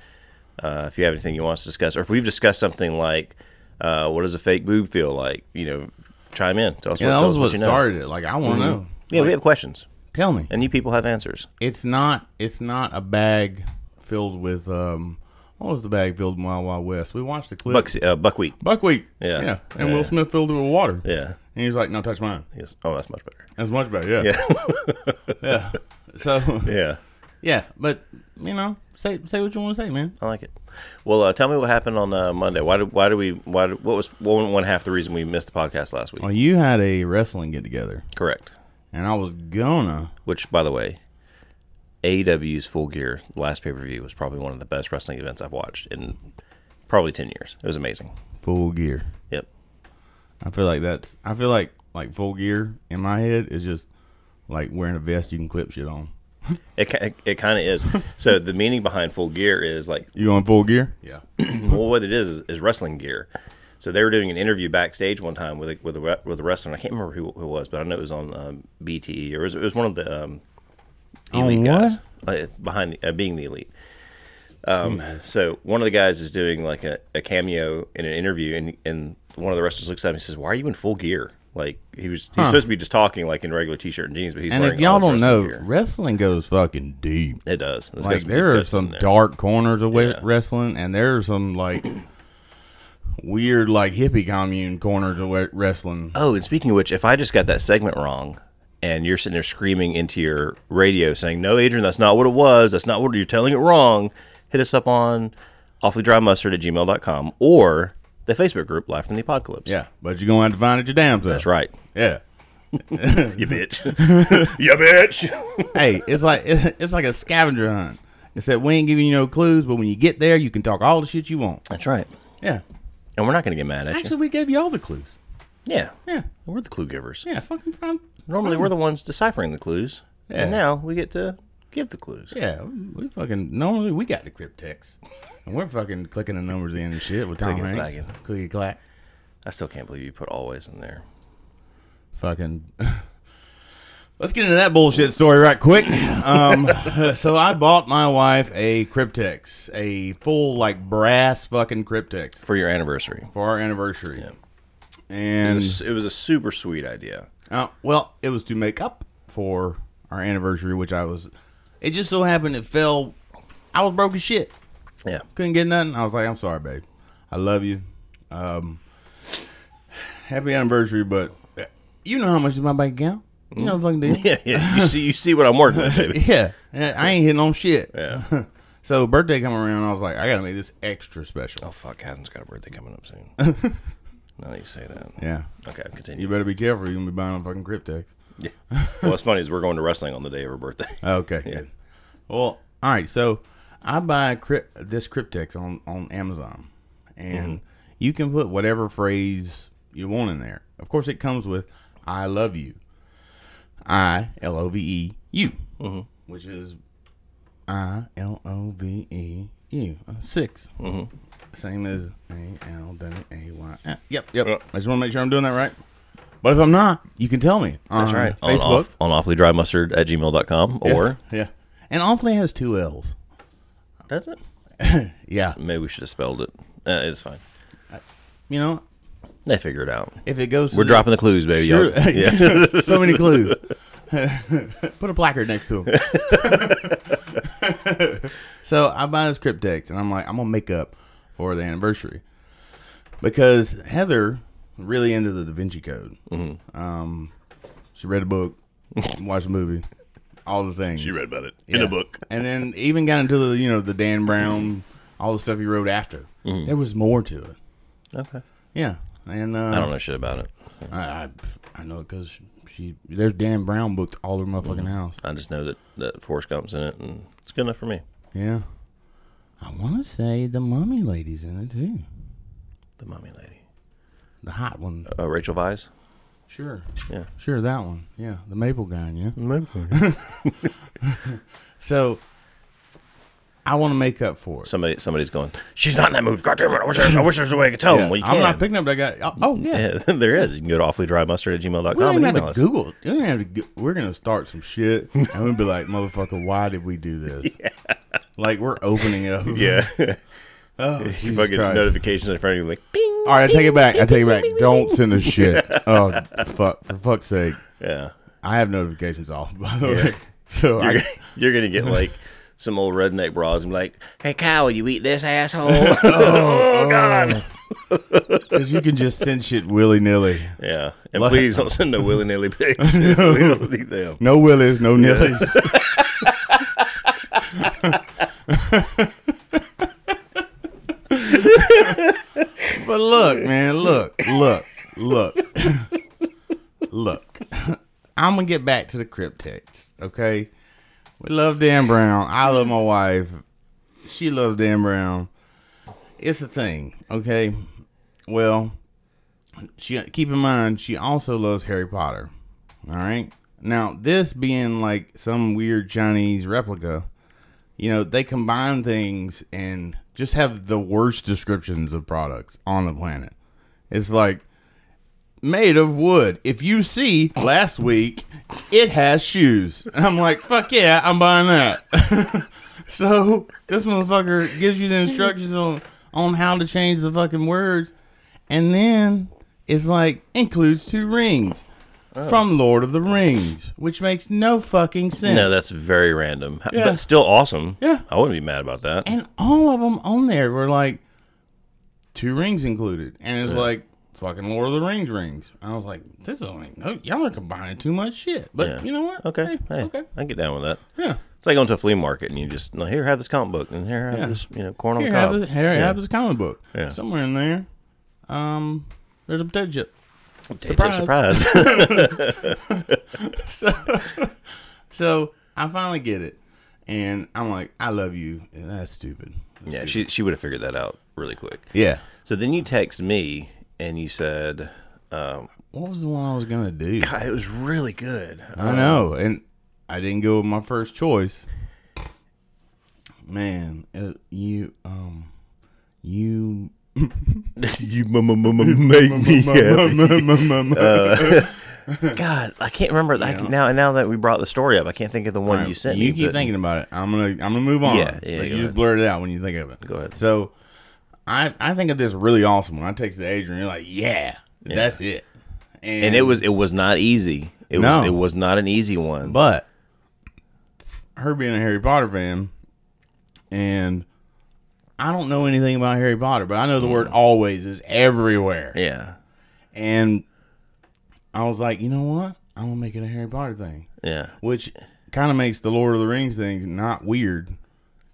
Speaker 2: uh, if you have anything you want us to discuss or if we've discussed something like uh, what does a fake boob feel like, you know, chime in. Tell us.
Speaker 1: Yeah,
Speaker 2: what,
Speaker 1: that
Speaker 2: tell
Speaker 1: was
Speaker 2: us
Speaker 1: what
Speaker 2: you know. Mm-hmm.
Speaker 1: started it. Like I want to know.
Speaker 2: Yeah, we have questions,
Speaker 1: Tell me.
Speaker 2: and you people have answers.
Speaker 1: it's not it's not a bag filled with um what was the bag filled in Wild Wild West? We watched the clip.
Speaker 2: Bucks, uh, buckwheat.
Speaker 1: Buckwheat.
Speaker 2: Yeah.
Speaker 1: Yeah. And
Speaker 2: Yeah.
Speaker 1: Will Smith filled it with water.
Speaker 2: Yeah.
Speaker 1: And he's like, No, touch mine.
Speaker 2: Yes. Oh, that's much better.
Speaker 1: That's much better, yeah. Yeah. [LAUGHS] So
Speaker 2: Yeah.
Speaker 1: [LAUGHS] yeah, but you know, say say what you want to say, man.
Speaker 2: I like it. Well, uh, tell me what happened on uh, Monday. Why did why do we why did, what was one one half the reason we missed the podcast last week?
Speaker 1: Well, you had a wrestling get together
Speaker 2: Correct.
Speaker 1: and I was gonna
Speaker 2: Which, by the way, AEW's Full Gear last pay per view was probably one of the best wrestling events I've watched in probably ten years. It was amazing.
Speaker 1: full gear.
Speaker 2: Yep.
Speaker 1: I feel like that's I feel like like full gear in my head is just like wearing a vest you can clip shit on.
Speaker 2: It ki- it, it kind of is. so the meaning behind Full Gear is like
Speaker 1: You on full gear? Yeah.
Speaker 2: well, what it is, is is wrestling gear. So they were doing an interview backstage one time with a, with a re- with a wrestler. and I can't remember who, who it was, but I know it was on um, BTE or it was, it was one of the um, elite
Speaker 1: On
Speaker 2: guys uh, behind the, uh, being the elite. Um,
Speaker 1: Hmm.
Speaker 2: so one of the guys is doing like a, a cameo in an interview, and and one of the wrestlers looks at him and says, "Why are you in full gear?" Like he was, he was supposed to be just talking like in regular t-shirt and jeans, but he's
Speaker 1: And
Speaker 2: wearing
Speaker 1: if y'all
Speaker 2: all
Speaker 1: don't
Speaker 2: his
Speaker 1: know,
Speaker 2: wrestling gear.
Speaker 1: wrestling goes fucking deep.
Speaker 2: it does. This
Speaker 1: like
Speaker 2: guy's
Speaker 1: there
Speaker 2: big
Speaker 1: are
Speaker 2: guts in
Speaker 1: some
Speaker 2: there.
Speaker 1: dark corners of we-
Speaker 2: Yeah.
Speaker 1: wrestling, and there are some like weird, like hippie commune corners of we- wrestling.
Speaker 2: Oh, and speaking of which, if I just got that segment wrong and you're sitting there screaming into your radio saying, No, Adrian, that's not what it was. That's not what you're telling it wrong. Hit us up on awfully dry mustard at gmail.com or the Facebook group Live from the Apocalypse.
Speaker 1: Yeah, but you're gonna have to find it your damn self.
Speaker 2: That's right.
Speaker 1: Yeah,
Speaker 2: you bitch. you
Speaker 1: [LAUGHS]
Speaker 2: bitch.
Speaker 1: hey, it's like [LAUGHS] it's, it's like a scavenger hunt. Except we ain't giving you no clues, but when you get there, you can talk all the shit you want.
Speaker 2: [LAUGHS] That's right.
Speaker 1: Yeah.
Speaker 2: And we're not going to get mad at
Speaker 1: Actually, we gave you all the clues.
Speaker 2: you. Yeah.
Speaker 1: Yeah.
Speaker 2: We're the clue givers.
Speaker 1: Yeah. Fucking fun.
Speaker 2: Normally, we're the ones deciphering the clues.
Speaker 1: Yeah.
Speaker 2: And now we get to give the clues.
Speaker 1: Yeah. We fucking normally we got the cryptex, and we're fucking clicking the numbers in and shit with Tom
Speaker 2: Clicking,
Speaker 1: Hanks. Clicky clack.
Speaker 2: I still can't believe you put always in there.
Speaker 1: fucking [LAUGHS] let's get into that bullshit story right quick um [LAUGHS] so i bought my wife a cryptex a full like brass fucking cryptex
Speaker 2: For your anniversary.
Speaker 1: for our anniversary
Speaker 2: It
Speaker 1: and
Speaker 2: was, a, it was a super sweet idea.
Speaker 1: uh, well it was to make up for our anniversary which i was it just so happened it fell i was broke as shit
Speaker 2: Yeah.
Speaker 1: couldn't get nothing. I was like, I'm sorry, babe. I love you. Um, happy anniversary, but uh, you know how much is my bank account. You know the fucking deal.
Speaker 2: [LAUGHS] Yeah, yeah. You see, you see what I'm working with, baby.
Speaker 1: Yeah, yeah, I ain't hitting on shit.
Speaker 2: Yeah.
Speaker 1: [LAUGHS] So birthday come around, I was like, I gotta make this extra special.
Speaker 2: [LAUGHS] Oh fuck, Adam's got a birthday coming up soon. now [LAUGHS] that you say that.
Speaker 1: Yeah,
Speaker 2: Okay, continue.
Speaker 1: you better be careful. You're gonna be buying a fucking cryptex.
Speaker 2: Yeah. well, what's funny is we're going to wrestling on the day of her birthday. [LAUGHS]
Speaker 1: Okay. Good. Well, all right. So I buy crypt, this cryptex on on Amazon, and
Speaker 2: Mm-hmm.
Speaker 1: you can put whatever phrase you want in there. Of course, it comes with "I love you," I L O V E U,
Speaker 2: Mm-hmm.
Speaker 1: which is I L O V E U uh, 6
Speaker 2: Mm-hmm.
Speaker 1: Same as A L W A Y. Uh, Yep, yep.
Speaker 2: Yep.
Speaker 1: I just want to make sure I'm doing that right. But if I'm not, you can tell me.
Speaker 2: That's
Speaker 1: on
Speaker 2: right. On,
Speaker 1: Facebook.
Speaker 2: off, on awfully dry mustard at gmail.com or
Speaker 1: Yeah. yeah. And awfully has two L's.
Speaker 2: does it?
Speaker 1: Yeah.
Speaker 2: Maybe we should have spelled it. Uh, it's fine.
Speaker 1: You know,
Speaker 2: They figure it out.
Speaker 1: if it goes to
Speaker 2: We're
Speaker 1: the-
Speaker 2: dropping the clues, baby.
Speaker 1: Sure.
Speaker 2: y'all. Yeah.
Speaker 1: [LAUGHS] so many clues. Put a placard next to him. [LAUGHS] so I buy this cryptex and I'm like, I'm gonna make up for the anniversary because Heather really into the Da Vinci Code. Um,
Speaker 2: Mm-hmm.
Speaker 1: she read a book, watched a movie, all the things
Speaker 2: [LAUGHS] you read about it in
Speaker 1: Yeah.
Speaker 2: a book.
Speaker 1: and then even got into the you know the Dan Brown, all the stuff he wrote after.
Speaker 2: Mm-hmm.
Speaker 1: There was more to it.
Speaker 2: Okay.
Speaker 1: Yeah, and uh,
Speaker 2: I don't know shit about it.
Speaker 1: I, I, I know it because she there's Dan Brown books all over my
Speaker 2: Mm-hmm.
Speaker 1: fucking house.
Speaker 2: I just know that, that Forrest Gump's in it, and it's good enough for me.
Speaker 1: Yeah, I want to say the mummy lady's in it too,
Speaker 2: The Mummy Lady.
Speaker 1: the hot one.
Speaker 2: Uh, Rachel Vise?
Speaker 1: Sure,
Speaker 2: Yeah.
Speaker 1: sure that one. Yeah, the maple guy. Yeah, [LAUGHS] so I want to make up for it.
Speaker 2: Somebody, somebody's going, she's not in that movie. God damn it. I wish, I, I wish there was a way I could tell
Speaker 1: Yeah,
Speaker 2: them. Well, you
Speaker 1: I'm
Speaker 2: can.
Speaker 1: not picking up that guy. Oh, oh yeah.
Speaker 2: [LAUGHS] Yeah, there is. You can go to awfullydrymustard at gmail.com
Speaker 1: We don't
Speaker 2: and
Speaker 1: even
Speaker 2: email
Speaker 1: have
Speaker 2: us.
Speaker 1: to Google. it. We don't have to go- we're gonna start some shit, and we'll be like, "Motherfucker, why did we do
Speaker 2: [LAUGHS]
Speaker 1: this?" Like we're opening up.
Speaker 2: Yeah.
Speaker 1: [LAUGHS] Oh,
Speaker 2: you
Speaker 1: Jesus
Speaker 2: fucking
Speaker 1: Christ.
Speaker 2: notifications in front of you like, bing.
Speaker 1: All right, I take it back. I take it back. Don't send us
Speaker 2: [LAUGHS]
Speaker 1: shit. Oh fuck! For fuck's sake,
Speaker 2: Yeah.
Speaker 1: I have notifications off. By the way, [LAUGHS] so
Speaker 2: You're,
Speaker 1: I,
Speaker 2: gonna- you're going to
Speaker 1: [LAUGHS]
Speaker 2: get like some old redneck bras and be like, hey, Kyle, will you eat this asshole?
Speaker 1: [LAUGHS]
Speaker 2: oh, God.
Speaker 1: because you can just send shit willy nilly.
Speaker 2: Yeah. And please don't send no
Speaker 1: [LAUGHS]
Speaker 2: willy nilly pics. we don't need them.
Speaker 1: No willies, no nillies. but look, man, look, look, look, look. I'm gonna get back to the cryptex, okay? We love Dan Brown. I love my wife. She loves Dan Brown. It's a thing, okay? Well, she keep in mind she also loves Harry Potter. All right. Now, this being like some weird Chinese replica, you know, they combine things and just have the worst descriptions of products on the planet. It's like made of wood. If you see last week, it has shoes. And I'm like, fuck yeah, I'm buying that. [LAUGHS] so this motherfucker gives you the instructions on on how to change the fucking words, and then it's like includes two rings from Lord of the Rings, which makes no fucking sense.
Speaker 2: No, that's very random. H-
Speaker 1: Yeah.
Speaker 2: But still awesome.
Speaker 1: Yeah.
Speaker 2: I wouldn't be mad about that.
Speaker 1: and all of them on there were like two rings included, and it's like fucking Lord of the Rings rings. And I was like, this don't make no. Y'all are combining too much shit. But
Speaker 2: Yeah.
Speaker 1: you know what?
Speaker 2: okay. Hey,
Speaker 1: okay,
Speaker 2: I can get down with that.
Speaker 1: yeah.
Speaker 2: It's like going to a flea market and you just, no, here, have this comic book and here, have
Speaker 1: Yeah.
Speaker 2: this, you know, corn on
Speaker 1: Here,
Speaker 2: the cob.
Speaker 1: have this, here
Speaker 2: Yeah.
Speaker 1: have this comic book.
Speaker 2: Yeah.
Speaker 1: Somewhere in there, um, there's a potato chip.
Speaker 2: Surprise! Surprise!
Speaker 1: [LAUGHS] So I finally get it, and I'm like, I love you. And that's stupid. That's
Speaker 2: yeah,
Speaker 1: stupid.
Speaker 2: she she would have figured that out really quick.
Speaker 1: yeah.
Speaker 2: So then you text me and you said, um,
Speaker 1: What was the one I was gonna do?
Speaker 2: God, "It was really good."
Speaker 1: [LAUGHS] I know, and I didn't go with my first choice. Man, uh, you um, you [LAUGHS]
Speaker 2: you m- m- m- make
Speaker 1: [LAUGHS]
Speaker 2: me happy. God, I can't remember. I can, now now that we brought the story up, I can't think of the one Uh, you sent me.
Speaker 1: keep
Speaker 2: but-
Speaker 1: thinking about it. I'm gonna I'm gonna move on.
Speaker 2: Yeah, yeah,
Speaker 1: Like,
Speaker 2: go
Speaker 1: you
Speaker 2: ahead.
Speaker 1: just blurt it out when you think of it.
Speaker 2: Go ahead.
Speaker 1: So, I I think of this really awesome one. I text Adrian. You're like, yeah, that's it. And,
Speaker 2: and it was it was not easy. It
Speaker 1: No.
Speaker 2: was it was not an easy one.
Speaker 1: But her being a Harry Potter fan, and I don't know anything about Harry Potter, but I know the word always is everywhere.
Speaker 2: Mm. yeah,
Speaker 1: And I was like, you know what? I'm going to make it a Harry Potter thing,
Speaker 2: yeah,
Speaker 1: which kind of makes the Lord of the Rings thing not weird.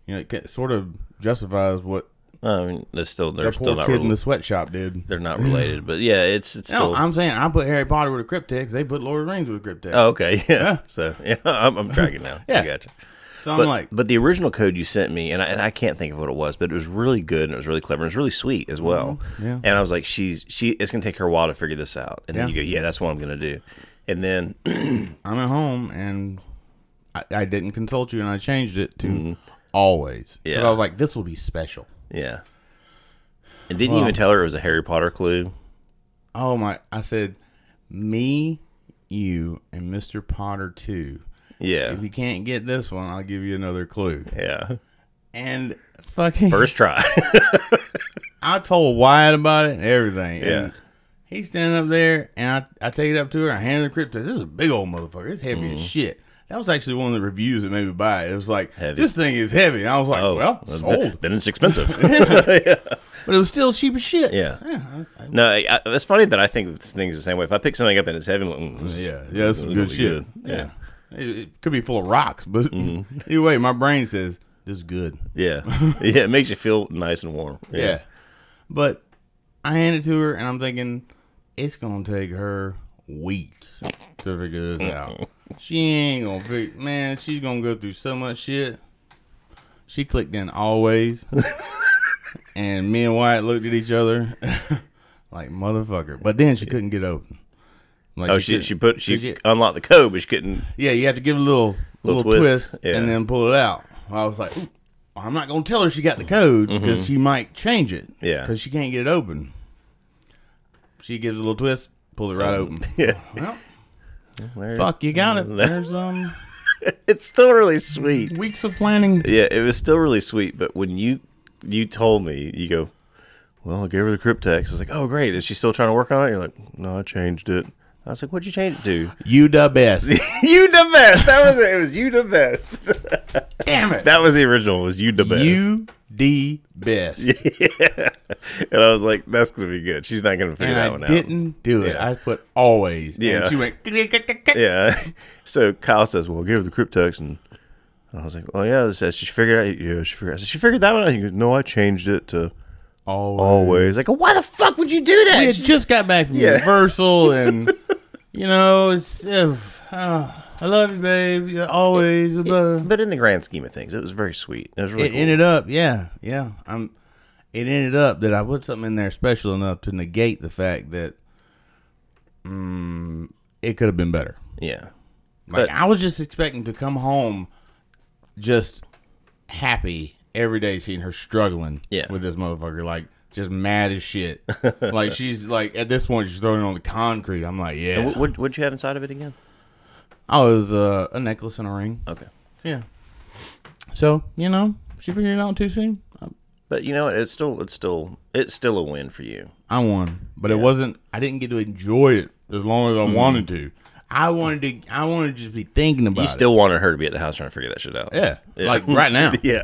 Speaker 1: You know, it ca- sort of justifies what
Speaker 2: I mean, they're still they're
Speaker 1: that
Speaker 2: still
Speaker 1: poor
Speaker 2: not
Speaker 1: kid
Speaker 2: rel-
Speaker 1: in the sweatshop did.
Speaker 2: they're
Speaker 1: [LAUGHS]
Speaker 2: not related, but yeah, it's it's
Speaker 1: No,
Speaker 2: still.
Speaker 1: I'm saying I put Harry Potter with a cryptex. They put Lord of the Rings with a cryptex.
Speaker 2: oh, okay, [LAUGHS] yeah. So yeah, I'm, I'm tracking now.
Speaker 1: Yeah.
Speaker 2: I gotcha.
Speaker 1: so I'm
Speaker 2: But,
Speaker 1: like,
Speaker 2: but the original code you sent me, and I, and I can't think of what it was, but it was really good and it was really clever and it was really sweet as well.
Speaker 1: Mm-hmm. yeah.
Speaker 2: And I was like, she's she. It's gonna take her a while to figure this out. And then
Speaker 1: Yeah.
Speaker 2: you go, yeah, that's what I'm gonna do. And then [CLEARS THROAT]
Speaker 1: I'm at home and I, I didn't consult you and I changed it to always. 'Cause
Speaker 2: Yeah.
Speaker 1: I was like, this will be special.
Speaker 2: yeah, and didn't you even tell her it was a Harry Potter clue?
Speaker 1: Oh my! I said, me, you, and Mister Potter too.
Speaker 2: Yeah,
Speaker 1: If you can't get this one, I'll give you another clue.
Speaker 2: yeah.
Speaker 1: And fucking,
Speaker 2: First
Speaker 1: [LAUGHS]
Speaker 2: try.
Speaker 1: I told Wyatt about it and everything.
Speaker 2: Yeah.
Speaker 1: And he's standing up there, and I, I take it up to her. I hand her the crypto. This is a big old motherfucker. It's heavy as shit. That was actually one of the reviews that made me buy it. It was like,
Speaker 2: Heavy.
Speaker 1: this thing is heavy. And I was like,
Speaker 2: Oh,
Speaker 1: well,
Speaker 2: th-
Speaker 1: sold.
Speaker 2: Then
Speaker 1: [LAUGHS]
Speaker 2: it's expensive. [LAUGHS]
Speaker 1: But it was still cheap as shit.
Speaker 2: yeah.
Speaker 1: I was- I-
Speaker 2: No, I, I, it's funny that I think this thing's the same way. If I pick something up and it's heavy, I'm like, mm, this-
Speaker 1: Yeah, yeah, that's some
Speaker 2: It'll
Speaker 1: good
Speaker 2: be
Speaker 1: shit.
Speaker 2: good.
Speaker 1: Yeah, It, it could be full of rocks, but
Speaker 2: Mm-hmm.
Speaker 1: [LAUGHS] either way, my brain says this is good.
Speaker 2: yeah, [LAUGHS] yeah, it makes you feel nice and warm.
Speaker 1: Yeah. but I hand it to her, and I'm thinking it's gonna take her weeks to figure this out.
Speaker 2: [LAUGHS]
Speaker 1: She ain't gonna fig Man, she's gonna go through so much shit. She clicked in
Speaker 2: [LAUGHS]
Speaker 1: always, and me and Wyatt looked at each other [LAUGHS] like motherfucker. But then she couldn't get open. Like
Speaker 2: Oh, she
Speaker 1: couldn't-
Speaker 2: she put she
Speaker 1: couldn't-
Speaker 2: unlocked the code, but she couldn't.
Speaker 1: Yeah, you have to give it a little little,
Speaker 2: Little
Speaker 1: twist,
Speaker 2: twist, yeah.
Speaker 1: and then pull it out. I was like, "Ooh, I'm not gonna tell her she got the code because she might change it.
Speaker 2: Mm-hmm. Yeah.
Speaker 1: because she can't get it open. She gives it a little twist, pull it right
Speaker 2: [LAUGHS]
Speaker 1: open.
Speaker 2: [LAUGHS] Yeah,
Speaker 1: Well,
Speaker 2: There-
Speaker 1: fuck, you got it.
Speaker 2: [LAUGHS]
Speaker 1: There's um
Speaker 2: It's still really sweet.
Speaker 1: weeks of planning.
Speaker 2: Yeah, it was still really sweet. But when you you told me, you go, well, I gave her the cryptex. I was like, oh great, is she still trying to work on it? You're like, no, I changed it. I was like, what'd you change it to?
Speaker 1: You the best.
Speaker 2: [LAUGHS] you the best. That was it. It was you the best.
Speaker 1: Damn it.
Speaker 2: [LAUGHS] that was the original. Was you the
Speaker 1: [LAUGHS]
Speaker 2: best?
Speaker 1: You the
Speaker 2: [LAUGHS]
Speaker 1: best.
Speaker 2: And I was like, that's gonna be good. She's not gonna figure
Speaker 1: And
Speaker 2: that
Speaker 1: I
Speaker 2: one out.
Speaker 1: didn't do it. I put always.
Speaker 2: Yeah.
Speaker 1: And she went.
Speaker 2: Yeah. [LAUGHS] So Kyle says, "Well, give her the cryptex," and I was like, "Oh yeah." I said, she figured out. Yeah, she figured. I said, she figured that one out. He goes, "No, I changed it to
Speaker 1: Always.
Speaker 2: always." Like, why the fuck would you do
Speaker 1: We
Speaker 2: that?
Speaker 1: had just got back from [LAUGHS]
Speaker 2: Yeah.
Speaker 1: Universal, and you know, it's uh, uh, I love you, babe. you always. blah.
Speaker 2: but in the grand scheme of things, it was very sweet. It was really
Speaker 1: It
Speaker 2: cool.
Speaker 1: ended up, yeah, yeah. I'm. It ended up that I put something in there special enough to negate the fact that, mm, it could have been better.
Speaker 2: yeah.
Speaker 1: Like
Speaker 2: But-
Speaker 1: I was just expecting to come home, just happy every day, seeing her struggling
Speaker 2: Yeah.
Speaker 1: with this motherfucker, like just mad as shit. [LAUGHS] like she's like at this point, she's throwing it on the concrete. I'm like, yeah.
Speaker 2: And what would what'd you have inside of it again?
Speaker 1: I was uh, a necklace and a ring.
Speaker 2: Okay.
Speaker 1: Yeah. So you know, she figured it out too soon. I,
Speaker 2: But you know what? It's still it's still it's still a win for you.
Speaker 1: I won, but it wasn't. I didn't get to enjoy it as long as I wanted to. I wanted to. I wanted to just be thinking about
Speaker 2: Mm. You still wanted her to be at the house trying to figure that shit out.
Speaker 1: it. Yeah.
Speaker 2: [LAUGHS]
Speaker 1: Like right now.
Speaker 2: Yeah.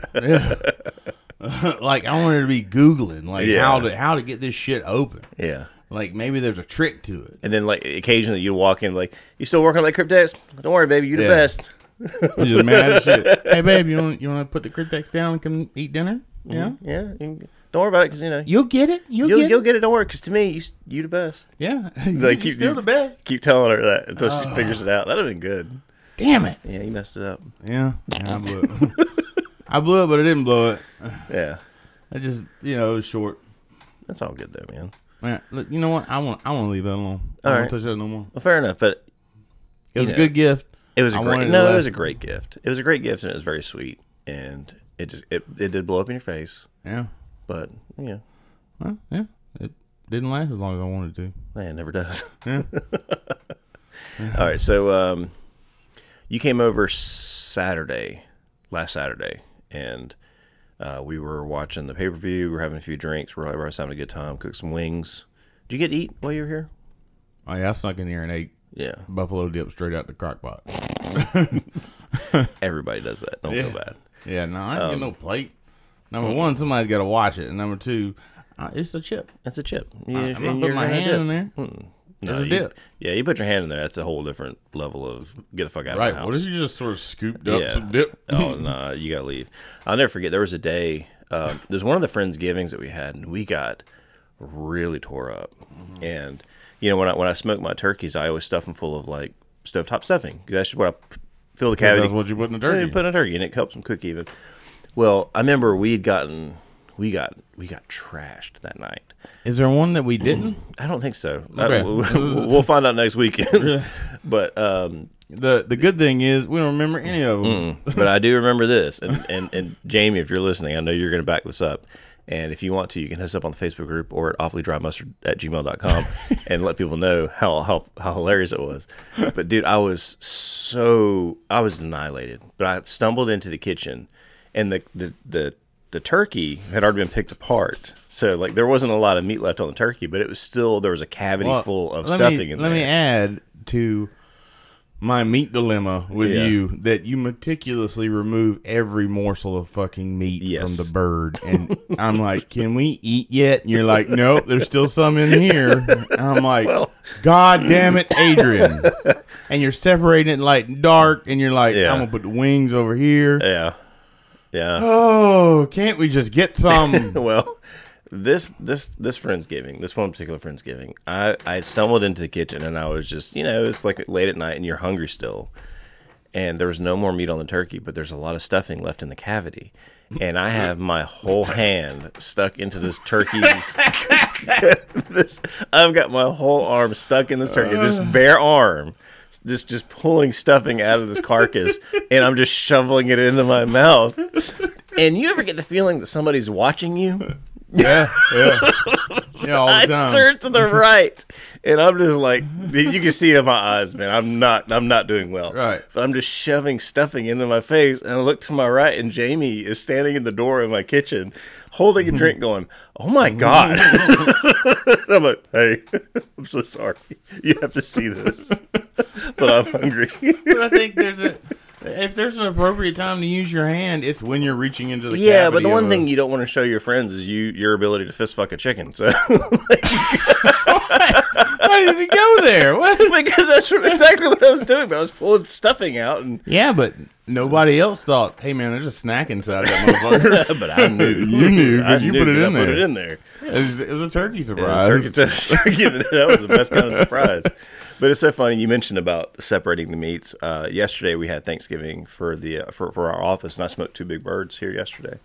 Speaker 1: Like I wanted to be googling like
Speaker 2: Yeah.
Speaker 1: how to how to get this shit open.
Speaker 2: yeah.
Speaker 1: Like maybe there's a trick to
Speaker 2: [LAUGHS]
Speaker 1: it.
Speaker 2: And then like occasionally you walk in like you still working on that cryptex? Don't worry, baby, you the
Speaker 1: Yeah.
Speaker 2: best.
Speaker 1: I'm just mad as shit. Hey babe, you want you want to put the cryptex down and come eat dinner? Yeah.
Speaker 2: Yeah. you- Don't worry about it because you know
Speaker 1: You'll get it. You'll,
Speaker 2: Mm-hmm. you'll,
Speaker 1: get
Speaker 2: you'll
Speaker 1: it.
Speaker 2: get it. Don't worry because to me you you the best.
Speaker 1: Yeah.
Speaker 2: [LAUGHS] Like
Speaker 1: You're still the best. Oh.
Speaker 2: Keep telling her that until she figures it out. That'd have been good.
Speaker 1: Damn it.
Speaker 2: Yeah, you messed it up.
Speaker 1: Yeah. I blew
Speaker 2: [LAUGHS]
Speaker 1: it. I blew it, but I didn't blow it.
Speaker 2: Yeah,
Speaker 1: I just, you know, it was short.
Speaker 2: that's all good though, man.
Speaker 1: Man, look, you know what? I want I want to leave that alone. I
Speaker 2: All
Speaker 1: don't
Speaker 2: right.
Speaker 1: want to touch that no more.
Speaker 2: Well, fair enough, but
Speaker 1: It was
Speaker 2: know.
Speaker 1: a good gift.
Speaker 2: It was a
Speaker 1: I wanted
Speaker 2: great.
Speaker 1: to
Speaker 2: No, it was
Speaker 1: laugh.
Speaker 2: a great gift. It was a great gift, and it was very sweet. And it just it, it did blow up in your face,
Speaker 1: Yeah.
Speaker 2: but you know,
Speaker 1: Well, yeah. It didn't last as long as I wanted to.
Speaker 2: man, it never does. [LAUGHS] All right, so um, you came over Saturday, last Saturday, and uh, we were watching the pay per view. We were having a few drinks. We were everybody was having a good time. Cooked some wings. Did you get to eat while you were here?
Speaker 1: Oh, yeah, I snuck in here and ate
Speaker 2: Yeah,
Speaker 1: buffalo dip straight out the crock pot.
Speaker 2: everybody does that. Don't feel bad.
Speaker 1: Yeah, no, I didn't get no plate. Number one, somebody's got to watch it, and number two, uh, it's a chip.
Speaker 2: That's a chip.
Speaker 1: I'm not putting my hand in there. It's a
Speaker 2: Mm. you-
Speaker 1: dip.
Speaker 2: Yeah, you put your hand in there. That's a whole different level of get the fuck out of
Speaker 1: Right.
Speaker 2: my house.
Speaker 1: What if you just sort of scooped up some dip? [LAUGHS]
Speaker 2: oh no, you gotta leave. I'll never forget. There was a day.
Speaker 1: [LAUGHS]
Speaker 2: Um, there's one of the friends' givings that we had, and we got really tore up. And you know, when I when I smoke my turkeys, I always stuff them full of like stovetop stuffing. That's just what I p- fill the cavity.
Speaker 1: That's what you put in the
Speaker 2: Yeah,
Speaker 1: turkey.
Speaker 2: you put in a turkey, and it helps them cook even. Well, I remember we'd gotten we got we got trashed that night.
Speaker 1: Is there one that we didn't?
Speaker 2: I don't think so.
Speaker 1: Okay. [LAUGHS]
Speaker 2: I- we'll, we'll find out next weekend. [LAUGHS] but um,
Speaker 1: the The good thing is we don't remember any of them.
Speaker 2: but I do remember this, and, and and Jamie, if you're listening, I know you're going to back this up. And if you want to, you can hit us up on the Facebook group or at awfullydrymustard
Speaker 1: [LAUGHS]
Speaker 2: at gmail.com and let people know how, how how hilarious it was. But dude, I was so I was annihilated. But I stumbled into the kitchen, and the the the the turkey had already been picked apart, so like there wasn't a lot of meat left on the turkey, but it was still there was a cavity
Speaker 1: Well,
Speaker 2: full of
Speaker 1: let
Speaker 2: stuffing
Speaker 1: Me,
Speaker 2: in
Speaker 1: let
Speaker 2: there.
Speaker 1: me add to my meat dilemma with
Speaker 2: Yeah.
Speaker 1: you that you meticulously remove every morsel of fucking meat
Speaker 2: Yes.
Speaker 1: from the bird, and I'm like, "Can we eat yet?" And you're like, "Nope, there's still some in here." And I'm like, "God damn it,
Speaker 2: [LAUGHS]
Speaker 1: Adrian!" and you're separating it like dark, and you're like,
Speaker 2: Yeah.
Speaker 1: "I'm gonna put the wings over here."
Speaker 2: yeah,
Speaker 1: [LAUGHS]
Speaker 2: yeah.
Speaker 1: Oh, can't we just get some?
Speaker 2: [LAUGHS] well, this this this friendsgiving, this one particular friendsgiving, I I stumbled into the kitchen and I was just you know it's like late at night and you're hungry still, and there was no more meat on the turkey, but there's a lot of stuffing left in the cavity, and I have my whole hand stuck into this turkey's. [LAUGHS] this I've got my whole arm stuck in this turkey, this bare arm. Just, just pulling stuffing out of this carcass, and I'm just shoveling it into my mouth. And you ever get the feeling that somebody's watching you?
Speaker 1: yeah, yeah, yeah, all the
Speaker 2: I
Speaker 1: time.
Speaker 2: turn
Speaker 1: [LAUGHS]
Speaker 2: to the right, and I'm just like, you can see it in my eyes, man. I'm not, I'm not doing well.
Speaker 1: Right.
Speaker 2: But I'm just shoving stuffing into my face, and I look to my right, and Jamie is standing in the door of my kitchen, holding a drink, going,
Speaker 1: [LAUGHS]
Speaker 2: "Oh my god!" [LAUGHS] And I'm like, "Hey, [LAUGHS] I'm so sorry. You have to see
Speaker 1: [LAUGHS]
Speaker 2: this, but I'm hungry."
Speaker 1: but I think there's a if there's an appropriate time to use your hand, it's when you're reaching into the
Speaker 2: Yeah, but
Speaker 1: cavity
Speaker 2: the
Speaker 1: of
Speaker 2: one
Speaker 1: a-
Speaker 2: thing you don't want to show your friends is you your ability to fist fuck a chicken. So
Speaker 1: [LAUGHS] why did it go there? What?
Speaker 2: [LAUGHS] because that's what- exactly what I was doing, but I was pulling stuffing out, and
Speaker 1: Yeah, but nobody else thought. Hey, man, there's a snack inside that motherfucker. [LAUGHS]
Speaker 2: but I knew
Speaker 1: You knew, 'cause
Speaker 2: I
Speaker 1: you put it
Speaker 2: 'cause I
Speaker 1: in
Speaker 2: Put
Speaker 1: there.
Speaker 2: it in there.
Speaker 1: [LAUGHS] it, was, it was a turkey
Speaker 2: It
Speaker 1: surprise.
Speaker 2: was turkey toast. [LAUGHS] Turkey. that was the best kind of surprise. But it's so funny. You mentioned about separating the meats. Uh, yesterday we had Thanksgiving for the uh, for, for our office, and I smoked two big birds here yesterday,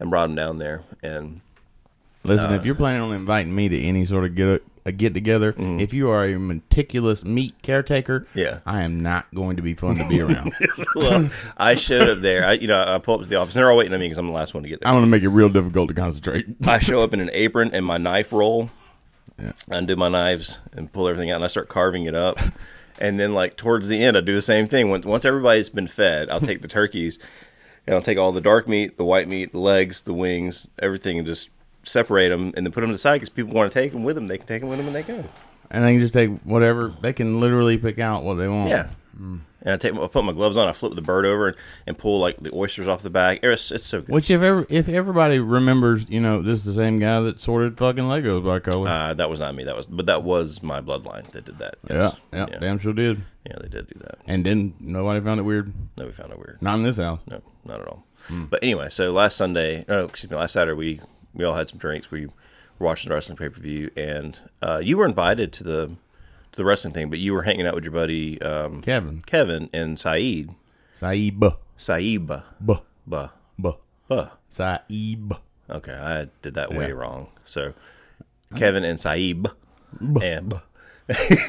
Speaker 2: and brought them down there. And [LAUGHS]
Speaker 1: Listen, if you're planning on inviting me to any sort of get a get together, if you are a meticulous meat caretaker,
Speaker 2: Yeah.
Speaker 1: I am not going to be fun to be around. [LAUGHS]
Speaker 2: well, I showed up there. I you know I pulled up to the office, and they're all waiting on me because I'm the last one to get there.
Speaker 1: I'm going to make it real difficult to concentrate.
Speaker 2: I show up in an apron and my knife roll, undo my knives and pull everything out, and I start carving it up. And then, like towards the end, I do the same thing. Once once everybody's been fed, I'll take the turkeys and I'll take all the dark meat, the white meat, the legs, the wings, everything, and just separate them and then put them to the side because people want to take them with them. They can take them with them when they
Speaker 1: Hmm.
Speaker 2: go.
Speaker 1: And they can just take whatever. They can literally pick out what they want.
Speaker 2: Yeah.
Speaker 1: Hmm.
Speaker 2: And I take my, I put my gloves on. I flip the bird over and, and pull like the oysters off the back. It's, it's so good.
Speaker 1: Which if ever if everybody remembers, you know, this is the same guy that sorted fucking Legos by color.
Speaker 2: Uh, that was not me. That was but that was my bloodline that did that.
Speaker 1: yeah,
Speaker 2: Yes.
Speaker 1: yeah,
Speaker 2: yeah,
Speaker 1: damn sure did.
Speaker 2: yeah. They did do that.
Speaker 1: And then nobody found it weird.
Speaker 2: No, we found it weird.
Speaker 1: Not in this house.
Speaker 2: No, not at all. But anyway, so last Sunday, oh, excuse me, last Saturday we we all had some drinks. We were watching the wrestling pay per view, and uh, you were invited to the to the wrestling thing, but you were hanging out with your buddy um,
Speaker 1: Kevin.
Speaker 2: Kevin and Saeed.
Speaker 1: Saib.
Speaker 2: Saeed.
Speaker 1: Buh.
Speaker 2: Buh.
Speaker 1: Buh.
Speaker 2: Buh.
Speaker 1: Saib.
Speaker 2: Okay, I did that way
Speaker 1: Yeah. Oh.
Speaker 2: wrong. So Kevin and Saeed. And [LAUGHS]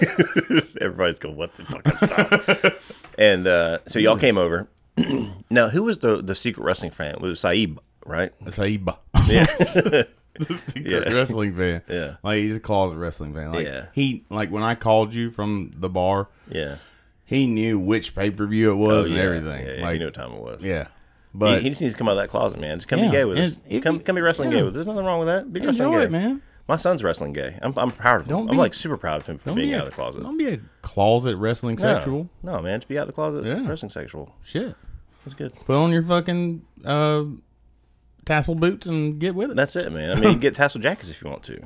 Speaker 2: everybody's going, what the fucking stop? and uh, so y'all came over. [CLEARS THROAT] now, who was the the secret wrestling fan? It was Saeed, right?
Speaker 1: Saib. [LAUGHS]
Speaker 2: Yes.
Speaker 1: secret wrestling fan.
Speaker 2: Yeah.
Speaker 1: Like he's a closet wrestling fan. Like
Speaker 2: Yeah.
Speaker 1: he like when I called you from the bar,
Speaker 2: yeah. Oh,
Speaker 1: he knew which pay per view it was and
Speaker 2: yeah.
Speaker 1: everything.
Speaker 2: Yeah, yeah,
Speaker 1: like
Speaker 2: you knew what time it was.
Speaker 1: yeah.
Speaker 2: He,
Speaker 1: But
Speaker 2: he just needs to come out of that closet, man. Just come
Speaker 1: Yeah,
Speaker 2: be gay with
Speaker 1: and
Speaker 2: us.
Speaker 1: if
Speaker 2: Come,
Speaker 1: you-
Speaker 2: come be wrestling
Speaker 1: yeah.
Speaker 2: gay with us. There's nothing wrong with that. Be wrestling
Speaker 1: enjoy
Speaker 2: gay.
Speaker 1: it, man.
Speaker 2: My son's wrestling gay. I'm, I'm proud of him.
Speaker 1: Don't
Speaker 2: I'm
Speaker 1: be-
Speaker 2: like super proud of him for
Speaker 1: Don't
Speaker 2: being
Speaker 1: be a,
Speaker 2: out of the closet.
Speaker 1: Don't be a closet wrestling
Speaker 2: No.
Speaker 1: sexual.
Speaker 2: No, man. Just be out of the closet.
Speaker 1: Yeah.
Speaker 2: Wrestling sexual.
Speaker 1: Shit.
Speaker 2: That's good.
Speaker 1: Put on your fucking uh, tassel boots and get with it.
Speaker 2: That's it, man. I mean, you
Speaker 1: [LAUGHS]
Speaker 2: can get tassel jackets if you want to.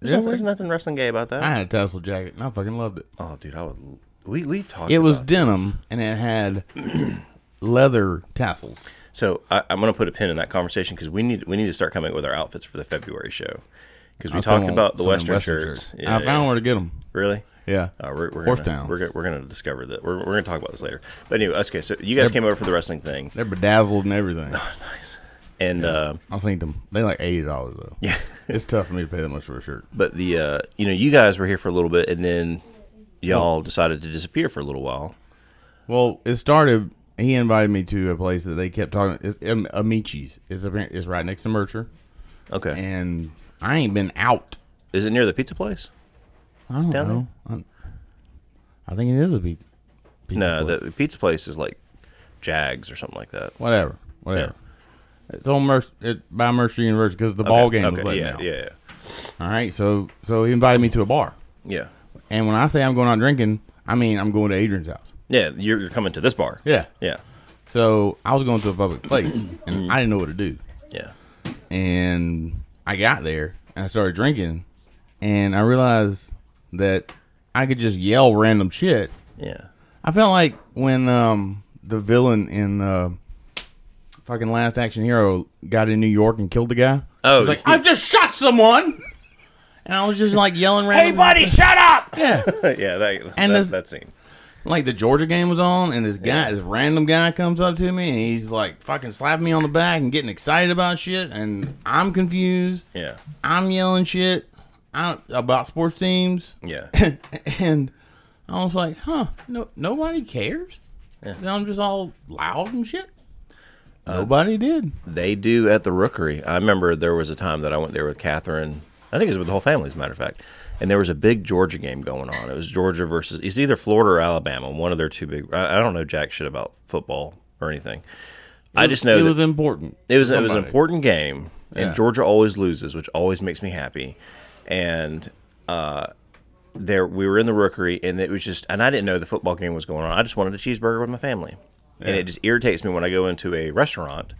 Speaker 2: There's, no-
Speaker 1: Yeah.
Speaker 2: there's nothing wrestling gay about that.
Speaker 1: I had a tassel jacket and I fucking loved it.
Speaker 2: oh, dude, I would. l- We we've talked.
Speaker 1: It was
Speaker 2: about
Speaker 1: denim and it had [CLEARS THROAT] leather tassels.
Speaker 2: this. so. I, I'm gonna put a pin in that conversation because we need we need to start coming up with our outfits for the February show because we
Speaker 1: I
Speaker 2: talked
Speaker 1: found-
Speaker 2: about the
Speaker 1: found
Speaker 2: Western, shirts.
Speaker 1: shirt. I found where to get them.
Speaker 2: Really?
Speaker 1: Yeah,
Speaker 2: Uh, we're we're
Speaker 1: Fourth
Speaker 2: gonna,
Speaker 1: Town.
Speaker 2: We're, gonna- we're gonna discover that. We're, we're gonna talk about this later. But anyway, okay. So you guys came over for the wrestling thing,
Speaker 1: They're bedazzled and everything.
Speaker 2: and uh, [LAUGHS]
Speaker 1: I seen them. They like eighty dollars though. Yeah, it's tough for me to pay that much for a shirt.
Speaker 2: but the uh, you know you guys were here for a little bit, and then y'all decided to disappear for a little while.
Speaker 1: Well, it started. He invited me to a place that they kept talking. It's um, Amici's. It's apparent. It's right next to Mercer,
Speaker 2: Okay.
Speaker 1: and I ain't been out.
Speaker 2: Is it near the pizza place?
Speaker 1: I don't
Speaker 2: Down
Speaker 1: know. I, I think it is a pizza. pizza
Speaker 2: no,
Speaker 1: place.
Speaker 2: the pizza place is like Jags or something like that.
Speaker 1: whatever, whatever. It's on Mercer it, by Mercer University because the ball game was letting
Speaker 2: yeah,
Speaker 1: out.
Speaker 2: yeah, yeah,
Speaker 1: All right, so so he invited me to a bar.
Speaker 2: yeah,
Speaker 1: And when I say I'm going out drinking, I mean I'm going to Adrian's house.
Speaker 2: yeah. You're, you're coming to this bar.
Speaker 1: Yeah.
Speaker 2: yeah,
Speaker 1: So I was going to a public [COUGHS] place and I didn't know what to do.
Speaker 2: yeah.
Speaker 1: And I got there and I started drinking and I realized that I could just yell random shit.
Speaker 2: yeah. [LAUGHS]
Speaker 1: I felt like when um, the villain in uh, fucking Last Action Hero got in New York and killed the guy.
Speaker 2: Oh,
Speaker 1: He's like, I've just shot someone. [LAUGHS] And I was just like yelling random. Hey, buddy, shut up. Yeah.
Speaker 2: yeah. That,
Speaker 1: And
Speaker 2: that,
Speaker 1: this-
Speaker 2: that scene.
Speaker 1: [LAUGHS] like the Georgia game was on, and this guy, this random guy, comes up to me and he's like fucking slapping me on the back and getting excited about shit, and I'm confused.
Speaker 2: Yeah,
Speaker 1: I'm yelling shit out about sports teams,
Speaker 2: yeah,
Speaker 1: [LAUGHS] and I was like, huh, no, nobody cares. Then I'm just all loud and shit.
Speaker 2: Uh,
Speaker 1: Nobody did.
Speaker 2: they do at the Rookery. I remember there was a time that I went there with Catherine. I think it was with the whole family, as a matter of fact. And there was a big Georgia game going on. It was Georgia versus it's either Florida or Alabama, one of their two big. I, I don't know jack shit about football or anything. I just know
Speaker 1: it
Speaker 2: that-
Speaker 1: was important.
Speaker 2: It was it was an
Speaker 1: Somebody.
Speaker 2: important game, and
Speaker 1: Yeah.
Speaker 2: Georgia always loses, which always makes me happy. And uh, there we were in the Rookery, and it was just, and I didn't know the football game was going on. I just wanted a cheeseburger with my family, and it just irritates me when I go into a restaurant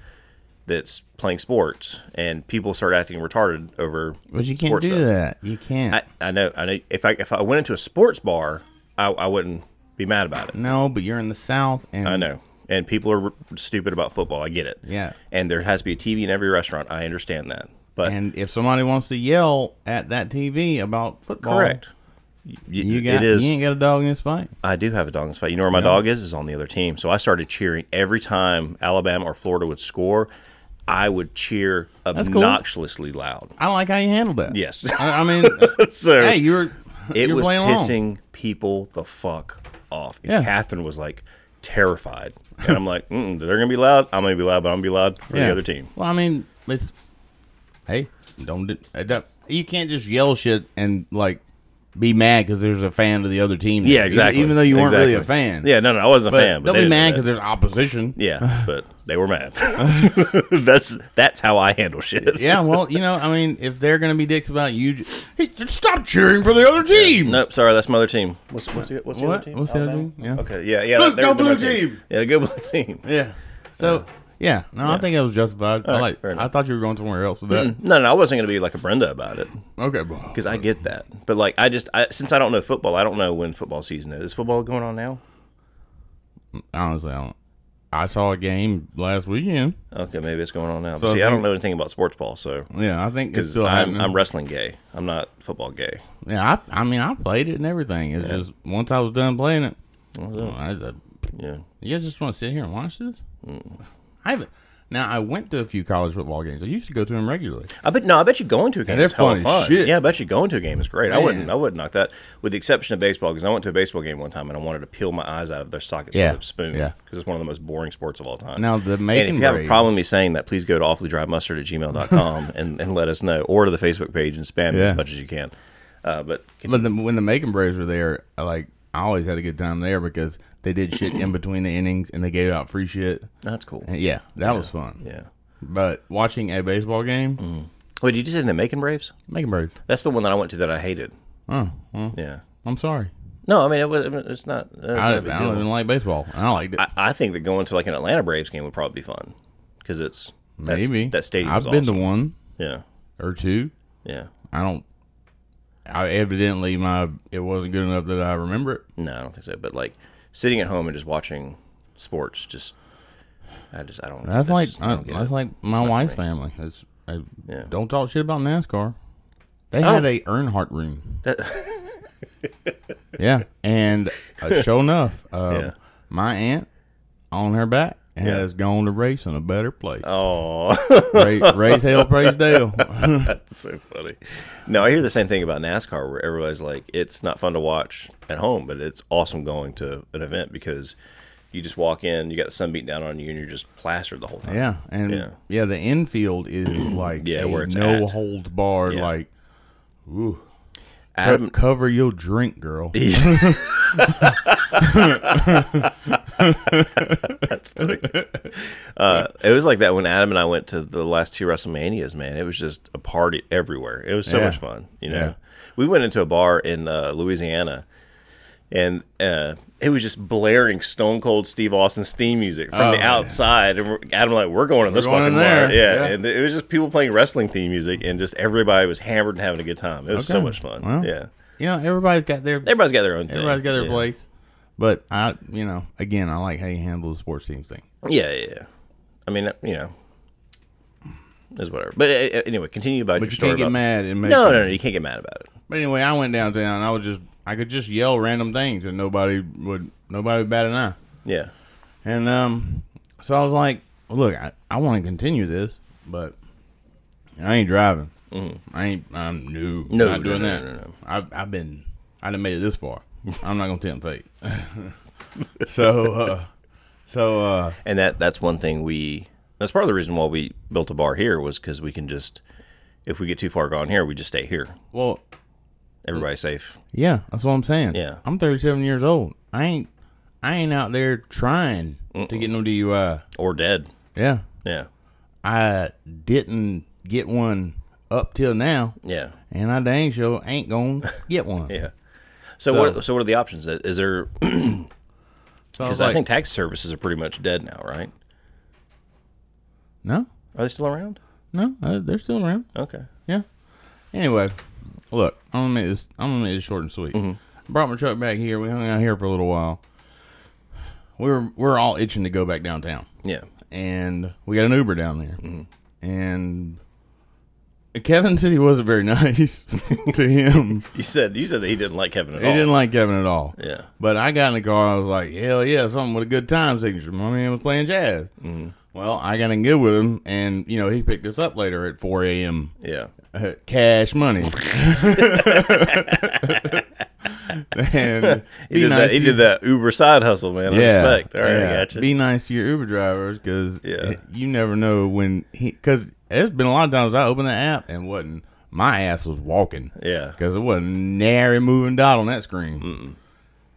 Speaker 2: that's playing sports and people start acting retarded over.
Speaker 1: But you can't
Speaker 2: sports
Speaker 1: do
Speaker 2: stuff.
Speaker 1: that. You can't.
Speaker 2: I, I know. I know. If I if I went into a sports bar, I, I wouldn't be mad about it.
Speaker 1: no, but you're in the South, and
Speaker 2: I know. And people are r- stupid about football. I get it.
Speaker 1: Yeah.
Speaker 2: And there has to be a TV in every restaurant. I understand that. But
Speaker 1: And if somebody wants to yell at that TV about football,
Speaker 2: correct. Y-
Speaker 1: You got
Speaker 2: it is.
Speaker 1: you ain't got a dog in this fight.
Speaker 2: I do have a dog in this fight. You know where my dog is? Is on the other team. So I started cheering every time Alabama or Florida would score. I would cheer
Speaker 1: cool.
Speaker 2: obnoxiously loud.
Speaker 1: I like how you handled that.
Speaker 2: Yes.
Speaker 1: I, I mean,
Speaker 2: [LAUGHS] so
Speaker 1: hey, you were
Speaker 2: it
Speaker 1: you were
Speaker 2: was
Speaker 1: playing along.
Speaker 2: pissing people the fuck off. And
Speaker 1: Yeah.
Speaker 2: Catherine was like terrified, and I'm like, Mm-mm, they're gonna be loud. I'm gonna be loud, but I'm gonna be loud for
Speaker 1: Yeah.
Speaker 2: the other team.
Speaker 1: Well, I mean, it's hey, don't di- uh, that- you can't just yell shit and like be mad because there's a fan of the other team.
Speaker 2: Yeah,
Speaker 1: Even-
Speaker 2: exactly.
Speaker 1: Even, though you weren't really a
Speaker 2: Exactly.
Speaker 1: fan.
Speaker 2: Yeah, no, no, I wasn't a
Speaker 1: but
Speaker 2: fan. But
Speaker 1: don't
Speaker 2: they
Speaker 1: be mad
Speaker 2: did
Speaker 1: because
Speaker 2: that.
Speaker 1: there's opposition. [LAUGHS]
Speaker 2: yeah, but they were mad. [LAUGHS] that's that's how I handle shit.
Speaker 1: Yeah, well, you know, I mean, if they're gonna be dicks about you, j- hey, just stop cheering for the other team.
Speaker 2: Nope, sorry, that's my other team. What's what's the, what's the
Speaker 1: What?
Speaker 2: other team?
Speaker 1: What's the other
Speaker 2: Alabama?
Speaker 1: team? Yeah.
Speaker 2: Okay. Yeah. Yeah.
Speaker 1: Look,
Speaker 2: they're-
Speaker 1: go
Speaker 2: they're my
Speaker 1: blue team.
Speaker 2: Yeah, go blue [LAUGHS] team.
Speaker 1: Yeah. So yeah, no, I think it was justified. I
Speaker 2: right,
Speaker 1: like.
Speaker 2: fair enough.
Speaker 1: I thought you were going somewhere else with that.
Speaker 2: No, no, I wasn't gonna be like a Brenda about it
Speaker 1: Okay, bro.
Speaker 2: because Mm-hmm. I get that. But like, I just I, since I don't know football, I don't know when football season is. Is football going on now?
Speaker 1: Honestly, I don't. I saw a game last weekend.
Speaker 2: Okay, maybe it's going on now.
Speaker 1: So
Speaker 2: See,
Speaker 1: I
Speaker 2: I don't
Speaker 1: think-
Speaker 2: know anything about sports ball, so
Speaker 1: Yeah, I think it's
Speaker 2: because
Speaker 1: still
Speaker 2: I'm,
Speaker 1: happening.
Speaker 2: I'm wrestling gay. I'm not football gay.
Speaker 1: yeah, I, I mean, I played it and everything. It's just once I was done playing it, I was like,
Speaker 2: Yeah.
Speaker 1: you guys just want to sit here and watch this?
Speaker 2: Mm.
Speaker 1: I haven't. Now I went to a few college football games. I used to go to them regularly.
Speaker 2: I bet no. I bet you going to a game
Speaker 1: they're
Speaker 2: is hella
Speaker 1: fun as
Speaker 2: fun.
Speaker 1: shit.
Speaker 2: Yeah, I bet you going to a game is great. I wouldn't.
Speaker 1: Man.
Speaker 2: I wouldn't knock that, with the exception of baseball, because I went to a baseball game one time and I wanted to peel my eyes out of their sockets
Speaker 1: Yeah.
Speaker 2: with a spoon.
Speaker 1: Yeah.
Speaker 2: because it's one of the most boring sports of all time.
Speaker 1: Now, the
Speaker 2: and
Speaker 1: Macon
Speaker 2: if you have a
Speaker 1: Braves-
Speaker 2: problem with me saying that, please go to awfullydrymustard at
Speaker 1: [LAUGHS]
Speaker 2: gmail.com and and let us know, or to the Facebook page and spam it
Speaker 1: Yeah.
Speaker 2: as much as you can. Uh, but
Speaker 1: But the, when the Macon Braves were there, I, like I always had a good time there because they did shit in between the innings and they gave out free shit.
Speaker 2: that's cool.
Speaker 1: And yeah, that was fun.
Speaker 2: Yeah. Mm.
Speaker 1: But watching a baseball game,
Speaker 2: Wait, did you say the Macon Braves?
Speaker 1: Macon Braves.
Speaker 2: That's the one that I went to that I hated. Oh, yeah.
Speaker 1: I'm sorry,
Speaker 2: No, I mean it was. I mean, It's not. It's
Speaker 1: I,
Speaker 2: not a
Speaker 1: I
Speaker 2: big
Speaker 1: don't
Speaker 2: deal.
Speaker 1: even like baseball. I liked it.
Speaker 2: I, I think that going to like an Atlanta Braves game would probably be fun because it's that's-
Speaker 1: Maybe
Speaker 2: that stadium.
Speaker 1: I've
Speaker 2: is
Speaker 1: been
Speaker 2: awesome.
Speaker 1: to one
Speaker 2: Yeah,
Speaker 1: or two.
Speaker 2: yeah.
Speaker 1: I don't. I evidently my it wasn't good enough that I remember it.
Speaker 2: No, I don't think so. But like sitting at home and just watching sports, just I just I don't.
Speaker 1: That's like
Speaker 2: I
Speaker 1: uh,
Speaker 2: don't get
Speaker 1: that's
Speaker 2: it.
Speaker 1: like my
Speaker 2: not for
Speaker 1: wife's
Speaker 2: me.
Speaker 1: family. It's I
Speaker 2: Yeah.
Speaker 1: don't talk shit about NASCAR. They
Speaker 2: Oh.
Speaker 1: had a Earnhardt room.
Speaker 2: That- [LAUGHS]
Speaker 1: Yeah, and uh, sure
Speaker 2: [LAUGHS]
Speaker 1: enough, uh,
Speaker 2: Yeah.
Speaker 1: my aunt on her back has gone to race in a better place. [LAUGHS]
Speaker 2: oh,
Speaker 1: Ray, race hell, praise
Speaker 2: [LAUGHS]
Speaker 1: Dale.
Speaker 2: that's so funny. No, I hear the same thing about NASCAR where everybody's like, it's not fun to watch at home, but it's awesome going to an event because you just walk in, you got the sun beating down on you, and you're just plastered the whole time.
Speaker 1: yeah, and
Speaker 2: Yeah.
Speaker 1: yeah. the infield
Speaker 2: [CLEARS THROAT]
Speaker 1: is like
Speaker 2: Yeah,
Speaker 1: a
Speaker 2: where it's
Speaker 1: no
Speaker 2: at.
Speaker 1: holds barred.
Speaker 2: Yeah.
Speaker 1: Like
Speaker 2: Adam,
Speaker 1: co- cover your drink,
Speaker 2: [LAUGHS]
Speaker 1: girl.
Speaker 2: Uh, it was like that when Adam and I went to the last two WrestleManias. Man, it was just a party everywhere. It was so
Speaker 1: Yeah.
Speaker 2: much fun. You know,
Speaker 1: Yeah.
Speaker 2: we went into a bar in uh, Louisiana, and uh, it was just blaring Stone Cold Steve Austin's theme music from the outside. And we're- Adam and I, we're going to this
Speaker 1: Oh, going
Speaker 2: fucking
Speaker 1: in there.
Speaker 2: bar, yeah.
Speaker 1: Yeah.
Speaker 2: And it was just people playing wrestling theme music, and just everybody was hammered and having a good time. It was so
Speaker 1: Okay.
Speaker 2: much fun.
Speaker 1: Well.
Speaker 2: yeah,
Speaker 1: You know, everybody's got their
Speaker 2: everybody's got their own. thing.
Speaker 1: everybody's got their
Speaker 2: yeah.
Speaker 1: place. But I, you know, again, I like how you handle the sports teams thing.
Speaker 2: Yeah, yeah, yeah. I mean, you know, is whatever. But uh, uh, anyway, continue about your
Speaker 1: But you
Speaker 2: story.
Speaker 1: can't get
Speaker 2: about-
Speaker 1: mad and make
Speaker 2: No, no, no, you can't get mad about it.
Speaker 1: But anyway, I went downtown. and I was just I could just yell random things and nobody would nobody would bat an eye.
Speaker 2: Yeah,
Speaker 1: And um, so I was like, well, look, I, I want to continue this, but I ain't driving. I ain't. I'm new.
Speaker 2: Mm-hmm. No,
Speaker 1: not
Speaker 2: no,
Speaker 1: doing
Speaker 2: no,
Speaker 1: that.
Speaker 2: no, no.
Speaker 1: I've I've been. I done made it this
Speaker 2: [LAUGHS]
Speaker 1: far. I'm not gonna tempt fate. [LAUGHS] so, uh, so uh,
Speaker 2: and that that's one thing we. That's part of the reason why we built a bar here was because we can just, if we get too far gone here, we just stay here.
Speaker 1: well, Mm.
Speaker 2: Everybody's safe.
Speaker 1: yeah, that's what I'm saying.
Speaker 2: Yeah.
Speaker 1: I'm 37 years old. I ain't. I ain't out there trying to get no DUI.
Speaker 2: or dead.
Speaker 1: Yeah,
Speaker 2: Yeah,
Speaker 1: I didn't get one up till now,
Speaker 2: yeah,
Speaker 1: and I dang sure ain't
Speaker 2: [LAUGHS]
Speaker 1: gonna get one.
Speaker 2: yeah. So,
Speaker 1: So-
Speaker 2: what? So what are the options? Is is there?
Speaker 1: So I was
Speaker 2: Because I
Speaker 1: like,
Speaker 2: think tax services are pretty much dead now, right?
Speaker 1: no,
Speaker 2: Are they still around?
Speaker 1: no, uh, they're still around.
Speaker 2: Okay.
Speaker 1: Yeah. Anyway, look, I'm gonna make this. I'm gonna make this short and sweet.
Speaker 2: Mm-hmm.
Speaker 1: Brought my truck back here. We hung out here for a little while. We were we are all itching to go back downtown,
Speaker 2: Yeah.
Speaker 1: and we got an Uber down there,
Speaker 2: Mm-hmm.
Speaker 1: and Kevin said he wasn't very [LAUGHS] nice to him.
Speaker 2: You said you said that he didn't like Kevin at
Speaker 1: He
Speaker 2: all.
Speaker 1: didn't like Kevin at all.
Speaker 2: Oh. Yeah.
Speaker 1: But I got in the car. I was like, hell yeah, something with a good time signature. My man was playing jazz.
Speaker 2: Mm-hmm.
Speaker 1: Mm. Well, I got in good with him, and you know he picked us up later at 4 a.m.
Speaker 2: Yeah.
Speaker 1: Uh, cash
Speaker 2: [LAUGHS]
Speaker 1: money. and [LAUGHS]
Speaker 2: He did, that, he did that Uber side hustle, man. I respect. All right, I gotcha.
Speaker 1: Be nice to your Uber drivers because
Speaker 2: Yeah.
Speaker 1: you never know when he. Because there's been a lot of times I opened the app and wasn't my ass was walking.
Speaker 2: Yeah.
Speaker 1: because it wasn't nary moving dot on that screen.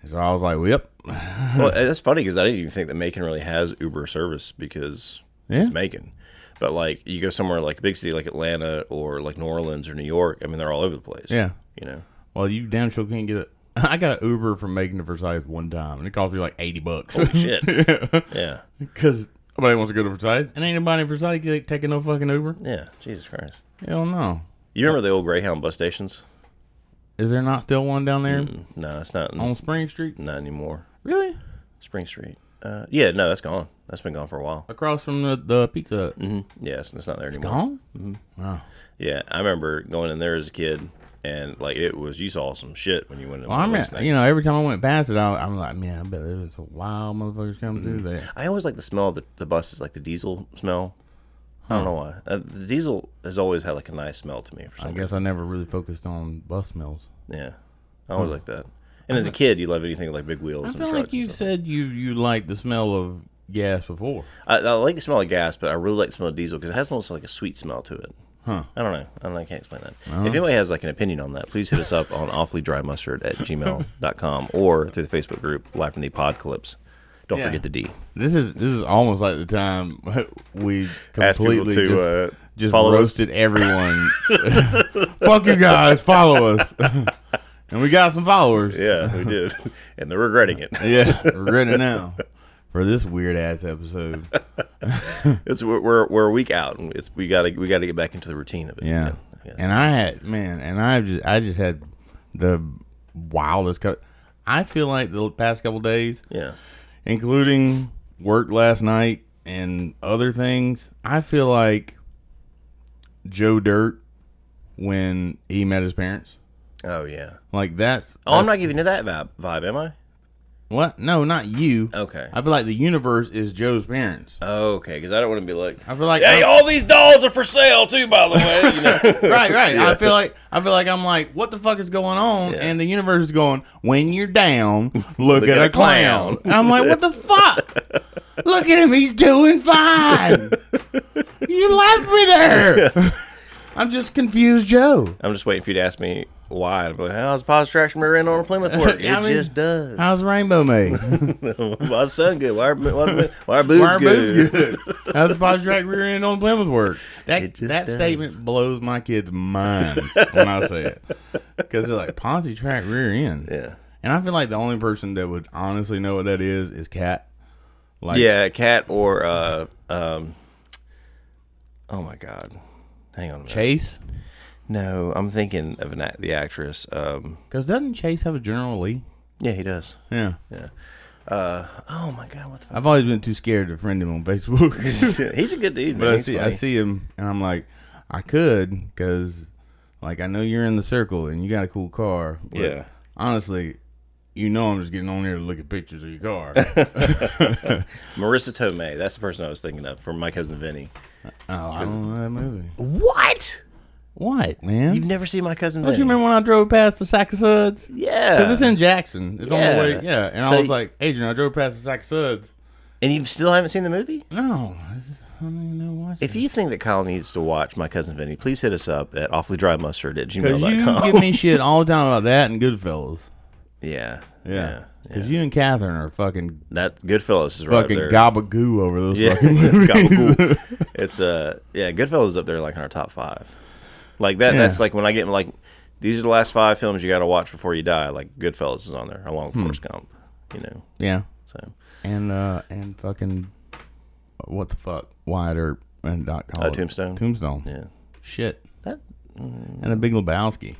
Speaker 1: So I was like, well, "Yep, Hmm.
Speaker 2: well, that's funny because I didn't even think that Macon really has Uber service because
Speaker 1: Yeah.
Speaker 2: it's Macon. But like you go somewhere like a big city like Atlanta or like New Orleans or New York, I mean they're all over the place.
Speaker 1: yeah."
Speaker 2: You know.
Speaker 1: Well, you damn sure can't get it. [LAUGHS] I got an Uber from Macon to Versailles one time, and it cost me like eighty bucks.
Speaker 2: Oh,
Speaker 1: [LAUGHS]
Speaker 2: Shit. yeah.
Speaker 1: Because nobody wants to go to Versailles, and ain't nobody in Versailles get- taking no fucking Uber.
Speaker 2: Yeah. Jesus Christ.
Speaker 1: Hell no.
Speaker 2: You remember the old Greyhound bus stations?
Speaker 1: Is
Speaker 2: Mm.
Speaker 1: there not still one down there
Speaker 2: No, it's not
Speaker 1: on Spring Street?
Speaker 2: not anymore.
Speaker 1: Really?
Speaker 2: Spring Street. Uh, yeah, no, that's gone. That's been gone for a while. Mm-hmm.
Speaker 1: across from the, the Pizza Hut.
Speaker 2: Yeah, it's, it's not there anymore.
Speaker 1: Gone?
Speaker 2: Yeah, I remember going in there as a kid, and like it was you saw some shit when you went in.
Speaker 1: Well,
Speaker 2: one
Speaker 1: I
Speaker 2: of
Speaker 1: mean,
Speaker 2: those things.
Speaker 1: you know, every time I went past it, I, I'm like, man, I bet there's a wild motherfuckers coming through there.
Speaker 2: I always like the smell of the, the buses, like the diesel smell. I don't know why. Uh, the diesel has always had like a nice smell to me for
Speaker 1: Hmm. I
Speaker 2: some
Speaker 1: guess I never really focused on bus smells.
Speaker 2: reason. Yeah, I always like that. And as a kid, you love anything with, like big wheels
Speaker 1: Hmm. I
Speaker 2: and
Speaker 1: feel
Speaker 2: trucks.
Speaker 1: like
Speaker 2: and
Speaker 1: you
Speaker 2: stuff.
Speaker 1: said you you like the smell of gas before.
Speaker 2: I, I like the smell of gas, but I really like the smell of diesel because it has almost like a sweet smell to it.
Speaker 1: Huh.
Speaker 2: I don't know. I, don't know. I can't explain that. If anybody has like an opinion on that, please hit us up on awfullydrymustard at gmail.com or through the Facebook group Live from the Apocalypse. Don't
Speaker 1: Yeah.
Speaker 2: forget the D.
Speaker 1: This is this is almost like the time [LAUGHS] we
Speaker 2: Ask people
Speaker 1: completely
Speaker 2: to,
Speaker 1: just,
Speaker 2: uh,
Speaker 1: just
Speaker 2: follow us.
Speaker 1: roasted everyone. [LAUGHS] Fuck you guys, follow us, [LAUGHS] and we got some followers.
Speaker 2: Yeah,
Speaker 1: [LAUGHS]
Speaker 2: we did. and they're regretting it.
Speaker 1: yeah, regretting now for this weird ass episode.
Speaker 2: It's we're we're, we're a week out, and it's we gotta we gotta get back into the routine of it.
Speaker 1: Yeah.
Speaker 2: yeah.
Speaker 1: And I had man, and I just I just had the wildest cut. I feel like the past couple days,
Speaker 2: yeah.
Speaker 1: including work last night and other things, I feel like Joe Dirt when he met his parents.
Speaker 2: Oh yeah.
Speaker 1: Like that's
Speaker 2: Oh, I'm
Speaker 1: that's-
Speaker 2: not giving you that vibe, vibe, am I?
Speaker 1: what? No, not you.
Speaker 2: Okay.
Speaker 1: I feel like the universe is Joe's parents.
Speaker 2: Oh, okay, because I don't want to be like,
Speaker 1: I feel like
Speaker 2: hey, all these dolls are for sale too. By the way,
Speaker 1: [LAUGHS]
Speaker 2: you know?
Speaker 1: right, right. I feel like I feel like I'm like, what the fuck is going on? And the universe is going, when you're down, look, at, a clown. And I'm like, what the fuck? look at him, he's doing fine. you left me there. [LAUGHS] I'm just confused, Joe.
Speaker 2: I'm just waiting for you to ask me why. I'd be like, how's positive traction ran on a Plymouth
Speaker 1: [LAUGHS]
Speaker 2: work? It
Speaker 1: I mean-
Speaker 2: just does.
Speaker 1: How's Rainbow made?
Speaker 2: Why is sun good? Why are, why are, why are boobs
Speaker 1: Why are
Speaker 2: good?
Speaker 1: boobs good? How's the Bob's Drag rear end on Plymouth work? That
Speaker 2: It just
Speaker 1: that
Speaker 2: does.
Speaker 1: statement blows my kids' minds when I say it because they're like Ponzi track rear end.
Speaker 2: [LAUGHS] Yeah.
Speaker 1: And I feel like the only person that would honestly know what that is is Cat. Like,
Speaker 2: Yeah, cat or uh, um, oh my god, hang on. A minute.
Speaker 1: Chase.
Speaker 2: No, I'm thinking of an act, the actress. Um,
Speaker 1: Because doesn't Chase have a General Lee?
Speaker 2: yeah, he does.
Speaker 1: Yeah.
Speaker 2: Oh my god, [LAUGHS] what the
Speaker 1: I've always been too scared to friend him on Facebook. [LAUGHS]
Speaker 2: fuck? He's a good dude, man.
Speaker 1: but I
Speaker 2: He's
Speaker 1: see, I
Speaker 2: funny.
Speaker 1: see him, and I'm like, I could because, like, I know you're in the circle and you got a cool car. but
Speaker 2: Yeah.
Speaker 1: Honestly, you know I'm just getting on there to look at pictures of your
Speaker 2: [LAUGHS]
Speaker 1: car.
Speaker 2: Marissa Tomei. That's the person I was thinking of from My Cousin Vinny.
Speaker 1: oh, I don't know that movie.
Speaker 2: What?
Speaker 1: What, man?
Speaker 2: You've never seen My Cousin
Speaker 1: don't
Speaker 2: Vinny?
Speaker 1: you remember when I drove past the sack of suds? Because
Speaker 2: Yeah.
Speaker 1: it's in Jackson. It's on the way.
Speaker 2: Yeah.
Speaker 1: Yeah. And
Speaker 2: So
Speaker 1: I was
Speaker 2: you-
Speaker 1: like, Adrian, I drove past the sack of suds.
Speaker 2: and you still haven't seen the movie?
Speaker 1: No. This is, I don't even know why.
Speaker 2: [LAUGHS] If you think that Kyle needs to watch My Cousin Vinny, please hit us up at awfullydrymustard at
Speaker 1: Because you
Speaker 2: gmail.com.
Speaker 1: give me shit all the time about that and Goodfellas.
Speaker 2: yeah.
Speaker 1: Yeah.
Speaker 2: [LAUGHS] yeah.
Speaker 1: Because you and Catherine are fucking
Speaker 2: That Goodfellas is right
Speaker 1: fucking
Speaker 2: up there.
Speaker 1: gabagoo over those [LAUGHS]
Speaker 2: [LAUGHS] yeah.
Speaker 1: fucking movies.
Speaker 2: Gabagool.
Speaker 1: [LAUGHS]
Speaker 2: it's uh yeah, Goodfellas is up there like in our top five. Like that
Speaker 1: Yeah.
Speaker 2: that's like when I get like these are the last five films you gotta watch before you die, like Goodfellas is on there, along
Speaker 1: Hmm.
Speaker 2: with Forrest Gump. You know.
Speaker 1: yeah.
Speaker 2: So
Speaker 1: And uh and fucking what the fuck? Wyatt Earp and Doc
Speaker 2: uh,
Speaker 1: Holliday.
Speaker 2: Tombstone.
Speaker 1: Tombstone.
Speaker 2: Yeah.
Speaker 1: Shit.
Speaker 2: That mm.
Speaker 1: And the Big Lebowski.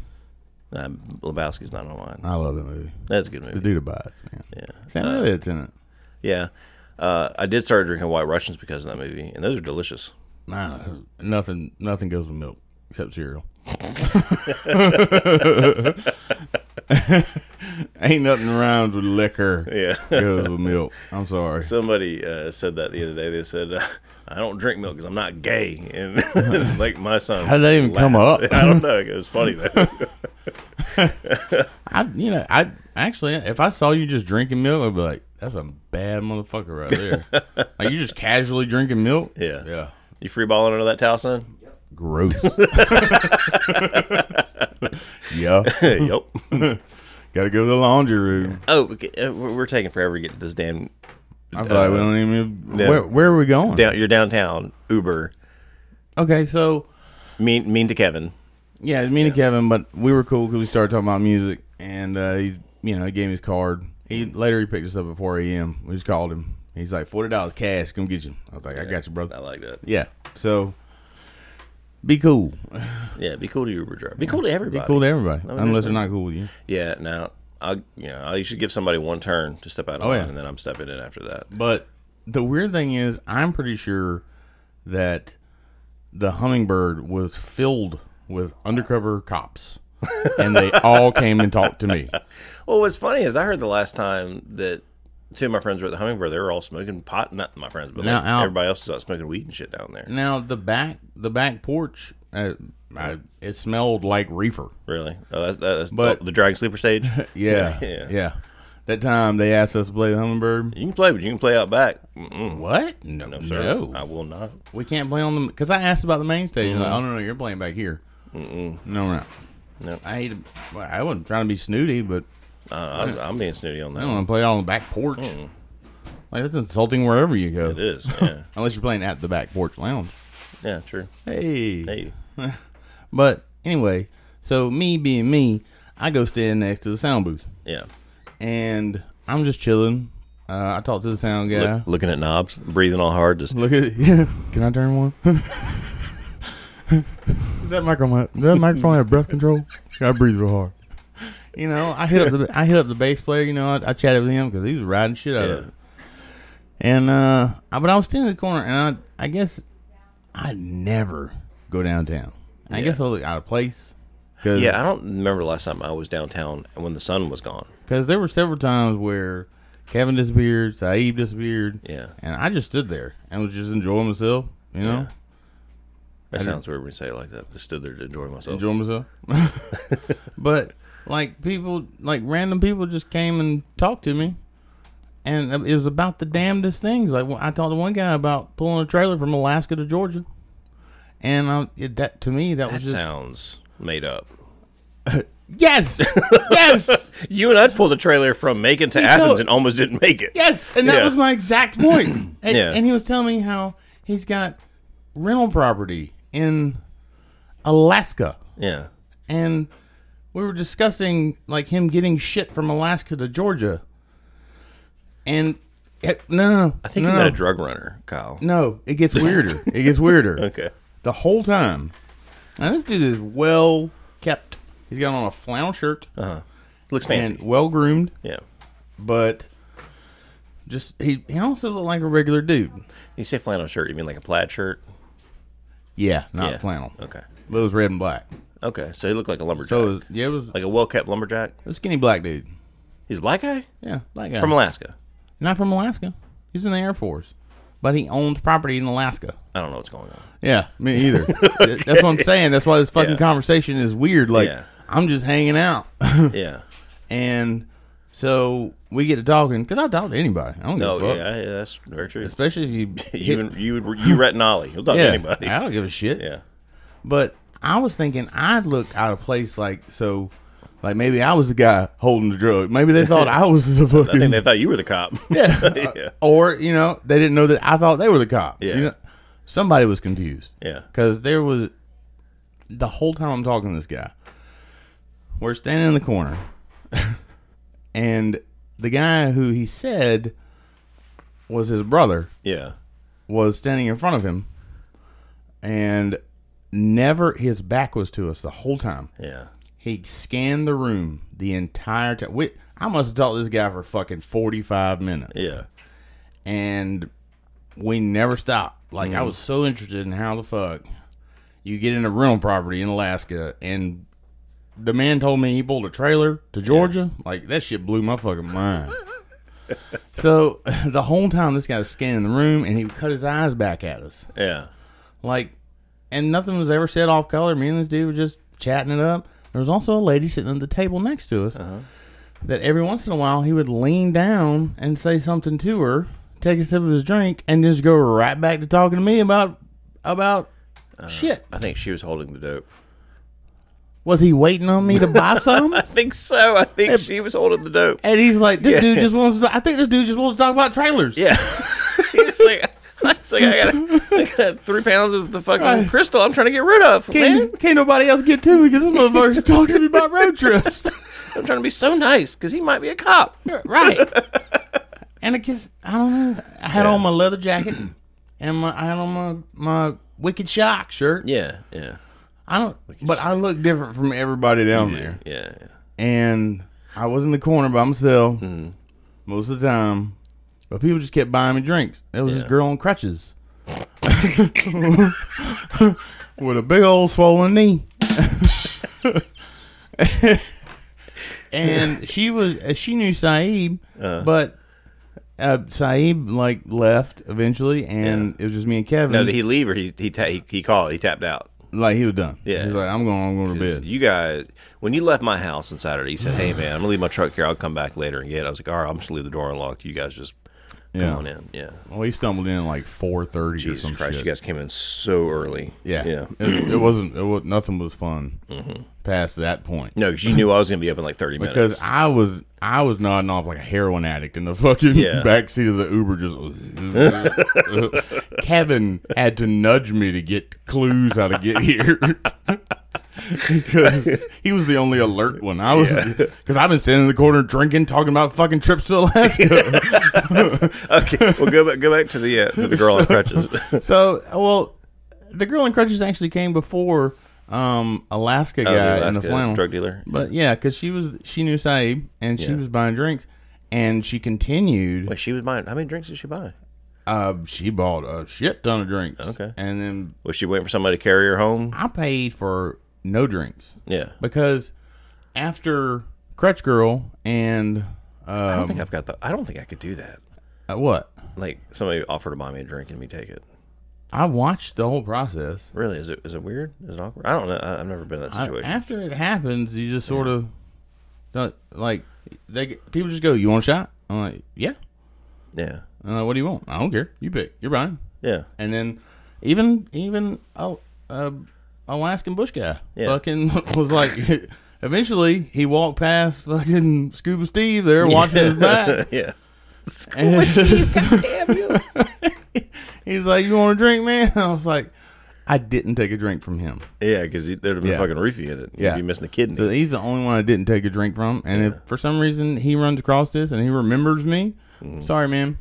Speaker 2: uh, Lebowski's not on mine.
Speaker 1: I love that movie.
Speaker 2: That's a good
Speaker 1: The
Speaker 2: movie.
Speaker 1: dude abides, man.
Speaker 2: Yeah. Uh,
Speaker 1: Sam Elliott's in it.
Speaker 2: Yeah. Uh, I did start drinking White Russians because of that movie, and those are delicious.
Speaker 1: Nah, nothing nothing goes with milk except cereal. [LAUGHS] Ain't nothing rhymes with liquor.
Speaker 2: Yeah.
Speaker 1: goes with milk. I'm sorry.
Speaker 2: Somebody uh, said that the other day. They said, uh, [LAUGHS] "I don't drink milk because I'm not gay," and [LAUGHS] like my son.
Speaker 1: How'd that even come
Speaker 2: laughed.
Speaker 1: up?
Speaker 2: [LAUGHS] I don't know. It
Speaker 1: [LAUGHS]
Speaker 2: was funny though.
Speaker 1: I, you know, I actually, if I saw you just drinking milk, I'd be like, "That's a bad motherfucker right there." [LAUGHS] like you just casually drinking milk.
Speaker 2: Yeah.
Speaker 1: yeah,
Speaker 2: you free balling under that towel, son?
Speaker 1: gross. [LAUGHS] yeah,
Speaker 2: yep.
Speaker 1: got to go to the laundry room.
Speaker 2: [LAUGHS] Oh, okay. uh, we're we're taking forever to get to this damn
Speaker 1: I feel like we don't even.
Speaker 2: yeah.
Speaker 1: Where, where are we going?
Speaker 2: down. You're downtown Uber.
Speaker 1: Okay, so
Speaker 2: Mean mean to Kevin.
Speaker 1: yeah, it's me and Kevin, but we were cool because we started talking about music, and uh, he, you know, he gave me his card. He later he picked us up at 4 a.m. We just called him. He's like forty dollars cash. Come get you. I was like, I got you, brother.
Speaker 2: I like that.
Speaker 1: Yeah. So be cool.
Speaker 2: Yeah, be cool to Uber driver. Be cool to
Speaker 1: Be
Speaker 2: everybody.
Speaker 1: cool to everybody.
Speaker 2: I mean,
Speaker 1: unless
Speaker 2: there's
Speaker 1: they're
Speaker 2: no-
Speaker 1: not cool with you.
Speaker 2: Yeah. Now I, you know, you should give somebody one turn to step out of
Speaker 1: Oh,
Speaker 2: line,
Speaker 1: yeah.
Speaker 2: and then I'm stepping in after that.
Speaker 1: But the weird thing is, I'm pretty sure that the hummingbird was filled with undercover cops, and they all came and talked to me.
Speaker 2: Well, what's funny is I heard the last time that two of my friends were at the Hummingbird, they were all smoking pot. Not my friends, but
Speaker 1: Now,
Speaker 2: like,
Speaker 1: Al-
Speaker 2: everybody else was out smoking weed and shit down there.
Speaker 1: Now the back, the back porch, uh, I, it smelled like reefer.
Speaker 2: Really? Oh, that's, that's
Speaker 1: But-
Speaker 2: oh, the Dragon Sleeper stage.
Speaker 1: [LAUGHS] Yeah,
Speaker 2: [LAUGHS] Yeah.
Speaker 1: yeah. That time they asked us to play the hummingbird.
Speaker 2: you can play, but you can play out back. Mm-mm.
Speaker 1: What? No,
Speaker 2: No,
Speaker 1: no,
Speaker 2: sir, I Mm-hmm. will not.
Speaker 1: we can't play on them because I asked about the main stage. and Like, oh no, no, you're playing back here. Mm-mm. No, we're not.
Speaker 2: No.
Speaker 1: I hate. well, I wasn't trying to be snooty, but
Speaker 2: Uh, I'm, I'm being snooty on that.
Speaker 1: I don't want to play out on the back porch. Like that's insulting wherever you go, [LAUGHS]
Speaker 2: It is. Yeah.
Speaker 1: unless you're playing at the back porch lounge.
Speaker 2: yeah. True.
Speaker 1: Hey.
Speaker 2: Hey.
Speaker 1: But anyway, so me being me, I go stand next to the sound booth,
Speaker 2: Yeah.
Speaker 1: and I'm just chilling. Uh, I talk to the sound
Speaker 2: Look-
Speaker 1: guy.
Speaker 2: looking at knobs, breathing all hard. Just
Speaker 1: Look at it. [LAUGHS] Yeah. Can I turn one? Is that microphone? Does that microphone have breath control? I breathe real hard. You know, I hit up the I hit up the bass player. You know, I, I chatted with him because he was riding shit out of
Speaker 2: Yeah.
Speaker 1: it. And uh, I, but I was standing in the corner, and I I guess I never go downtown. I guess I look out of place. Cause,
Speaker 2: yeah. I don't remember the last time I was downtown when the sun was gone.
Speaker 1: because there were several times where Kevin disappeared, Saeed disappeared.
Speaker 2: Yeah.
Speaker 1: and I just stood there and was just enjoying myself. You know.
Speaker 2: Yeah. That sounds weird when you say it like that. Just stood there to enjoy myself.
Speaker 1: enjoy
Speaker 2: [LAUGHS]
Speaker 1: myself. [LAUGHS] but like people, like random people, just came and talked to me, and it was about the damnedest things. Like I talked to one guy about pulling a trailer from Alaska to Georgia, and I, it, that to me that,
Speaker 2: that
Speaker 1: was just
Speaker 2: sounds made up. [LAUGHS]
Speaker 1: yes, yes,
Speaker 2: You and I pulled a trailer from Macon to
Speaker 1: We
Speaker 2: Athens
Speaker 1: told-
Speaker 2: and almost didn't make it.
Speaker 1: yes, and that
Speaker 2: Yeah.
Speaker 1: was my exact point.
Speaker 2: [COUGHS]
Speaker 1: And,
Speaker 2: Yeah.
Speaker 1: and he was telling me how he's got rental property in Alaska.
Speaker 2: Yeah.
Speaker 1: and we were discussing like him getting shit from Alaska to Georgia. And it, no, no, no,
Speaker 2: I think
Speaker 1: no,
Speaker 2: you met
Speaker 1: no.
Speaker 2: a drug runner, Kyle.
Speaker 1: No, it
Speaker 2: [LAUGHS]
Speaker 1: gets weirder. it gets weirder.
Speaker 2: Okay.
Speaker 1: The whole time. Now this dude is well kept. He's got on a flannel shirt
Speaker 2: Looks Oh, fancy.
Speaker 1: and well groomed,
Speaker 2: yeah.
Speaker 1: but just he, he also looked like a regular dude.
Speaker 2: You say flannel shirt, you mean like a plaid shirt?
Speaker 1: Yeah, not
Speaker 2: Yeah.
Speaker 1: flannel.
Speaker 2: Okay.
Speaker 1: But it was red and black.
Speaker 2: Okay. So he looked like a lumberjack.
Speaker 1: So it was, yeah, it was
Speaker 2: like a well kept lumberjack.
Speaker 1: a skinny black dude.
Speaker 2: He's a black guy?
Speaker 1: Yeah, black guy
Speaker 2: From Alaska.
Speaker 1: Not from Alaska. He's in the Air Force, but he owns property in Alaska.
Speaker 2: I don't know what's [LAUGHS] going on.
Speaker 1: Yeah, me
Speaker 2: [LAUGHS]
Speaker 1: either. That's what I'm saying. That's why this fucking
Speaker 2: Yeah.
Speaker 1: conversation is weird. Like
Speaker 2: Yeah.
Speaker 1: I'm just hanging out, [LAUGHS]
Speaker 2: Yeah.
Speaker 1: and so we get to talking because I talk to anybody. I don't
Speaker 2: No,
Speaker 1: give a fuck.
Speaker 2: Oh, yeah, yeah, that's very true.
Speaker 1: Especially if you,
Speaker 2: [LAUGHS] You and you would you retinoli. You'll talk
Speaker 1: yeah,
Speaker 2: to anybody.
Speaker 1: I don't give a shit.
Speaker 2: Yeah.
Speaker 1: But I was thinking I'd look out of place. Like so, like maybe I was the guy holding the drug. Maybe they thought I was the fucking.
Speaker 2: [LAUGHS] I think they thought you were the cop.
Speaker 1: Yeah.
Speaker 2: [LAUGHS] Yeah.
Speaker 1: Or, you know, they didn't know that I thought they were the cop.
Speaker 2: Yeah.
Speaker 1: You know, somebody was confused.
Speaker 2: Yeah.
Speaker 1: Because there was the whole time I'm talking to this guy, we're standing in the corner, [LAUGHS] and the guy who he said was his brother
Speaker 2: yeah.
Speaker 1: was standing in front of him, and never his back was to us the whole time.
Speaker 2: Yeah.
Speaker 1: He scanned the room the entire time. We, I must have talked to this guy for fucking 45 minutes
Speaker 2: Yeah.
Speaker 1: and we never stopped. Like I was so interested in how the fuck you get in a rental property in Alaska, and the man told me he pulled a trailer to Georgia. Like that shit blew my fucking mind. so [LAUGHS] the whole time this guy was scanning the room, and he would cut his eyes back at us,
Speaker 2: Yeah.
Speaker 1: like, and nothing was ever said off color. Me and this dude were just chatting it up. There was also a lady sitting at the table next to us
Speaker 2: Uh-huh.
Speaker 1: that every once in a while he would lean down and say something to her, take a sip of his drink, and just go right back to talking to me about about
Speaker 2: Uh-huh.
Speaker 1: shit.
Speaker 2: I think she was holding the dope.
Speaker 1: Was he waiting on me to
Speaker 2: [LAUGHS]
Speaker 1: buy some?
Speaker 2: I think so. I think she was holding the dope.
Speaker 1: And he's like, this
Speaker 2: Yeah.
Speaker 1: dude just wants. To, I think this dude just wants to talk about trailers.
Speaker 2: [LAUGHS] Yeah. He's like, it's like I got, I got three pounds of the fucking
Speaker 1: Right.
Speaker 2: crystal I'm trying to get rid of, man.
Speaker 1: Can't, can't nobody else get to me because this motherfucker's talking to me about road trips.
Speaker 2: I'm trying to be so nice because he might be a cop.
Speaker 1: right. [LAUGHS] And I guess I don't know. I had on my leather jacket and my I had on my my Wicked Shock shirt.
Speaker 2: Yeah, yeah,
Speaker 1: I don't, but I look different from everybody down there.
Speaker 2: yeah, yeah.
Speaker 1: And I was in the corner by myself
Speaker 2: Mm-hmm.
Speaker 1: most of the time, but people just kept buying me drinks. It was this girl on crutches [LAUGHS] with a big old swollen knee. [LAUGHS] and she was she knew Saeed, but uh, Saeed like left eventually, and it was just me and Kevin.
Speaker 2: No, did he leave or he he ta- he, he called? He tapped out.
Speaker 1: like he was done.
Speaker 2: Yeah.
Speaker 1: he was like I'm going. I'm going to bed.
Speaker 2: You guys, when you left my house on Saturday, you said, "Hey man, I'm gonna leave my truck here. I'll come back later and get it." I was like, "All right, I'm just gonna leave the door unlocked. You guys just come
Speaker 1: Yeah.
Speaker 2: on in." Yeah.
Speaker 1: Well, he stumbled in at like four thirty or
Speaker 2: Jesus
Speaker 1: some
Speaker 2: Christ,
Speaker 1: shit.
Speaker 2: you guys came in so early.
Speaker 1: yeah,
Speaker 2: Yeah. Mm-hmm.
Speaker 1: It, it wasn't. It was nothing was fun past that point
Speaker 2: No, because you knew I was gonna be up in like 30
Speaker 1: because
Speaker 2: minutes. [LAUGHS]
Speaker 1: I was I was nodding off like a heroin addict in the [LAUGHS] fucking
Speaker 2: Yeah.
Speaker 1: back seat of the Uber. Just [LAUGHS] Kevin had to nudge me to get clues how to get here. [LAUGHS] Because he was the only alert one. I was because I've been sitting in the corner drinking, talking about fucking trips to
Speaker 2: [LAUGHS]
Speaker 1: Alaska.
Speaker 2: okay, well go back go back to the uh, to the
Speaker 1: [LAUGHS]
Speaker 2: girl on crutches. [LAUGHS] Oh,
Speaker 1: So, well, the girl in crutches actually came before um, Alaska
Speaker 2: Oh,
Speaker 1: guy
Speaker 2: the
Speaker 1: in the
Speaker 2: Alaska
Speaker 1: flannel
Speaker 2: drug dealer.
Speaker 1: But yeah, because she was she knew Saeed and she
Speaker 2: Yeah.
Speaker 1: was buying drinks, and she continued.
Speaker 2: Wait, she was buying. How many drinks did she buy?
Speaker 1: Uh, she bought a shit ton of drinks.
Speaker 2: Okay.
Speaker 1: and then
Speaker 2: Was she waiting for somebody to carry her home?
Speaker 1: I paid for no drinks
Speaker 2: Yeah.
Speaker 1: because after Crutch Girl and
Speaker 2: I
Speaker 1: uh,
Speaker 2: don't think I've got the. I don't think I could do that.
Speaker 1: what
Speaker 2: Like somebody offered to buy me a drink and me take it.
Speaker 1: I watched the whole process.
Speaker 2: Really? Is it is it weird? Is it awkward? I don't know. I, I've never been in that
Speaker 1: I-
Speaker 2: situation.
Speaker 1: after it happens, you just sort of don't like they get- people just go, "You want a shot?" I'm like, "Yeah."
Speaker 2: yeah.
Speaker 1: I'm like, "What do you want?" I don't care. You pick. You're buying.
Speaker 2: Yeah. [LAUGHS]
Speaker 1: And then even even oh, uh, Alaskan bush guy
Speaker 2: Yeah.
Speaker 1: fucking [LAUGHS] was like. Eventually, he walked past fucking Scuba Steve there watching his
Speaker 2: [LAUGHS]
Speaker 1: back.
Speaker 2: yeah.
Speaker 1: He's like, "You want a drink, man?" [LAUGHS] I was like, "I didn't take a drink from him."
Speaker 2: Yeah, because there'd have been
Speaker 1: Yeah.
Speaker 2: fucking roofie in it.
Speaker 1: Yeah.
Speaker 2: You'd be missing a kidney.
Speaker 1: So he's the only one I didn't take a drink from. And if for some reason he runs across this and he remembers me, sorry, man.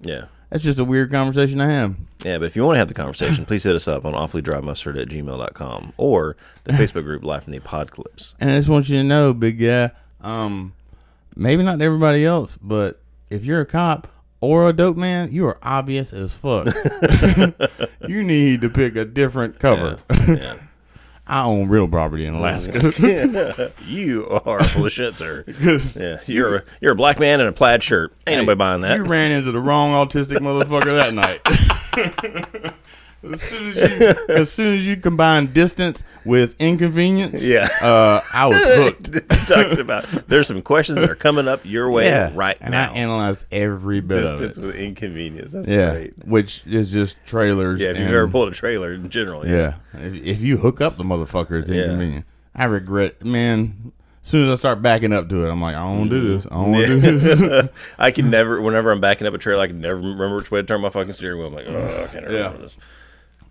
Speaker 2: yeah.
Speaker 1: That's just a weird conversation I have.
Speaker 2: Yeah, but if you want to have the conversation, please hit us up on awfullydrymustard at gmail.com or the Facebook group Life in the Apocalypse.
Speaker 1: And I just want you to know, big guy, um, maybe not to everybody else, but if you're a cop or a dope man, you are obvious as
Speaker 2: [LAUGHS]
Speaker 1: fuck. you need to pick a different cover. [LAUGHS]
Speaker 2: Yeah. [LAUGHS]
Speaker 1: I own real property in Alaska.
Speaker 2: You are full of shit,
Speaker 1: [LAUGHS]
Speaker 2: sir.
Speaker 1: 'Cause
Speaker 2: Yeah, you're a, you're a black man in a plaid shirt. Ain't nobody buying
Speaker 1: [LAUGHS]
Speaker 2: that. [LAUGHS]
Speaker 1: You ran into the wrong autistic motherfucker that night. [LAUGHS] as, soon as, you, as soon as you combine distance with inconvenience,
Speaker 2: Yeah.
Speaker 1: uh, I was
Speaker 2: [LAUGHS]
Speaker 1: hooked.
Speaker 2: Talking about there's some questions that are coming up your way right
Speaker 1: and
Speaker 2: now.
Speaker 1: I analyzed every bit
Speaker 2: Distance
Speaker 1: of it.
Speaker 2: with inconvenience. That's
Speaker 1: Yeah,
Speaker 2: great.
Speaker 1: which is just trailers.
Speaker 2: Yeah, if you've
Speaker 1: and-
Speaker 2: ever pulled a trailer in general.
Speaker 1: Yeah, if, if you hook up the motherfucker, it's
Speaker 2: Yeah.
Speaker 1: inconvenient. I regret, man. As soon as I start backing up to it, I'm like, I don't do this. I don't want to do
Speaker 2: [LAUGHS]
Speaker 1: this. [LAUGHS]
Speaker 2: I can never, whenever I'm backing up a trailer, I can never remember which way to turn my fucking steering wheel. I'm like, oh, I can't remember
Speaker 1: Yeah.
Speaker 2: this.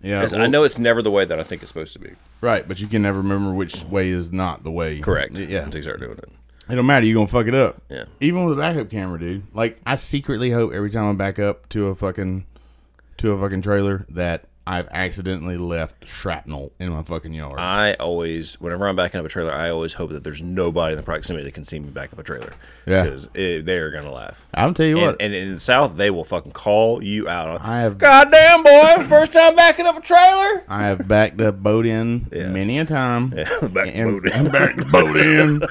Speaker 1: Yeah,
Speaker 2: 'Cause I
Speaker 1: well-
Speaker 2: know it's never the way that I think it's supposed to be.
Speaker 1: Right, but you can never remember which way is not the way.
Speaker 2: Correct.
Speaker 1: Yeah.
Speaker 2: Until you start doing it.
Speaker 1: It don't matter. You're going to fuck it up.
Speaker 2: Yeah.
Speaker 1: Even with a backup camera, dude. Like, I secretly hope every time I back up to a fucking to a fucking trailer that I've accidentally left shrapnel in my fucking yard.
Speaker 2: I always, whenever I'm backing up a trailer, I always hope that there's nobody in the proximity that can see me back up a trailer.
Speaker 1: Yeah.
Speaker 2: Because they are going to laugh.
Speaker 1: I'll tell you
Speaker 2: And,
Speaker 1: what.
Speaker 2: and in the South, they will fucking call you out on.
Speaker 1: I have-
Speaker 2: Goddamn, boy. First time backing up a trailer.
Speaker 1: I have backed up boat in
Speaker 2: Yeah.
Speaker 1: many a time.
Speaker 2: [LAUGHS] Back
Speaker 1: And-
Speaker 2: booted.
Speaker 1: and backed the boat in,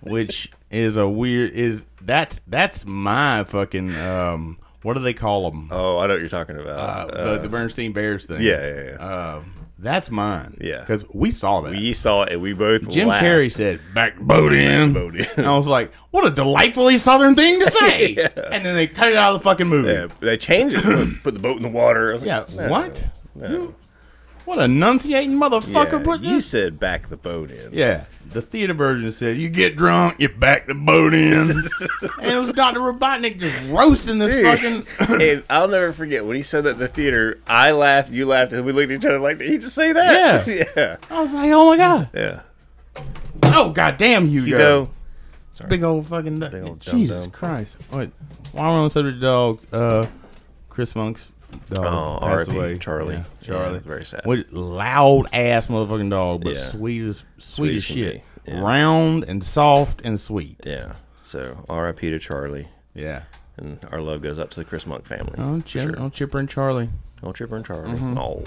Speaker 1: which is a weird is that's that's my fucking um what do they call them?
Speaker 2: [LAUGHS] Oh, I know what you're talking about. Uh,
Speaker 1: the, the Bernstein Bears thing.
Speaker 2: yeah, yeah, yeah.
Speaker 1: Um, that's mine.
Speaker 2: Yeah.
Speaker 1: Because we saw that.
Speaker 2: we saw it and we both
Speaker 1: Jim
Speaker 2: laughed.
Speaker 1: Carrey said, back boat in.
Speaker 2: Boat in.
Speaker 1: And I was like, what a delightfully southern thing
Speaker 2: [LAUGHS]
Speaker 1: to say. And then they cut it out of the fucking movie.
Speaker 2: Yeah,
Speaker 1: Yeah.
Speaker 2: they changed it. Put- Put the boat in the water. I was like,
Speaker 1: what? You- What enunciating motherfucker
Speaker 2: yeah,
Speaker 1: put
Speaker 2: you
Speaker 1: this?
Speaker 2: said back the boat in.
Speaker 1: Yeah. The theater version said, you get drunk, you back the boat in. [LAUGHS] and it was Dr. Robotnik just roasting this
Speaker 2: Dude,
Speaker 1: fucking.
Speaker 2: [LAUGHS] and I'll never forget when he said that in the theater. I laughed, you laughed, and we looked at each other like, "Did he just say that?"
Speaker 1: Yeah.
Speaker 2: [LAUGHS] yeah,
Speaker 1: I was like, oh my God.
Speaker 2: yeah.
Speaker 1: Oh, goddamn, Hugo.
Speaker 2: You go.
Speaker 1: Big old fucking du-
Speaker 2: old dumb
Speaker 1: Jesus
Speaker 2: dumb.
Speaker 1: Christ! Wait, while we're on the subject of dogs, uh, Chris Monk's dog
Speaker 2: Oh,
Speaker 1: passed
Speaker 2: R.I.P.,
Speaker 1: away.
Speaker 2: Charlie.
Speaker 1: Yeah,
Speaker 2: Yeah,
Speaker 1: Charlie,
Speaker 2: very sad.
Speaker 1: What loud ass motherfucking dog, but
Speaker 2: Yeah.
Speaker 1: sweet as sweet, as
Speaker 2: can
Speaker 1: shit.
Speaker 2: be.
Speaker 1: round and soft and sweet.
Speaker 2: Yeah. So R.I.P. to Charlie,
Speaker 1: Yeah.
Speaker 2: and our love goes out to the Chris Monk family.
Speaker 1: Oh, Mm-hmm. Chip,
Speaker 2: Sure.
Speaker 1: oh, Chipper and Charlie.
Speaker 2: Oh, Chipper and Charlie. Oh,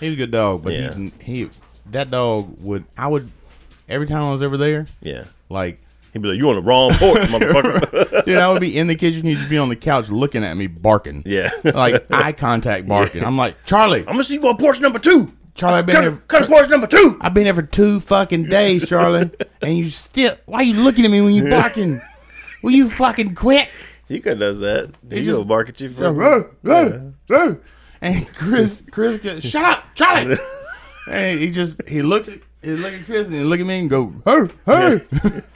Speaker 1: He was a good dog, but
Speaker 2: Yeah.
Speaker 1: he he that dog would I would every time I was over there,
Speaker 2: yeah.
Speaker 1: like
Speaker 2: He'd be like, "You on the
Speaker 1: [LAUGHS]
Speaker 2: wrong porch, motherfucker." [LAUGHS]
Speaker 1: dude, I would be in the kitchen, he'd be on the couch looking at me barking.
Speaker 2: yeah.
Speaker 1: [LAUGHS]
Speaker 2: [LAUGHS]
Speaker 1: Like eye contact barking. I'm like, Charlie,
Speaker 2: I'm gonna see you on porch number two.
Speaker 1: Charlie, I've been
Speaker 2: Cut,
Speaker 1: here
Speaker 2: cut porch number two.
Speaker 1: I've been here for two fucking days, Charlie. and you still why you looking at me when
Speaker 2: [LAUGHS]
Speaker 1: you barking? Will you fucking quit?
Speaker 2: You could does that. He
Speaker 1: just-
Speaker 2: just bark at you for.
Speaker 1: And Chris, Chris,
Speaker 2: [LAUGHS]
Speaker 1: goes, shut up, Charlie. and he just he looks at he look at Chris and he look at me and go, hey, hey. [LAUGHS]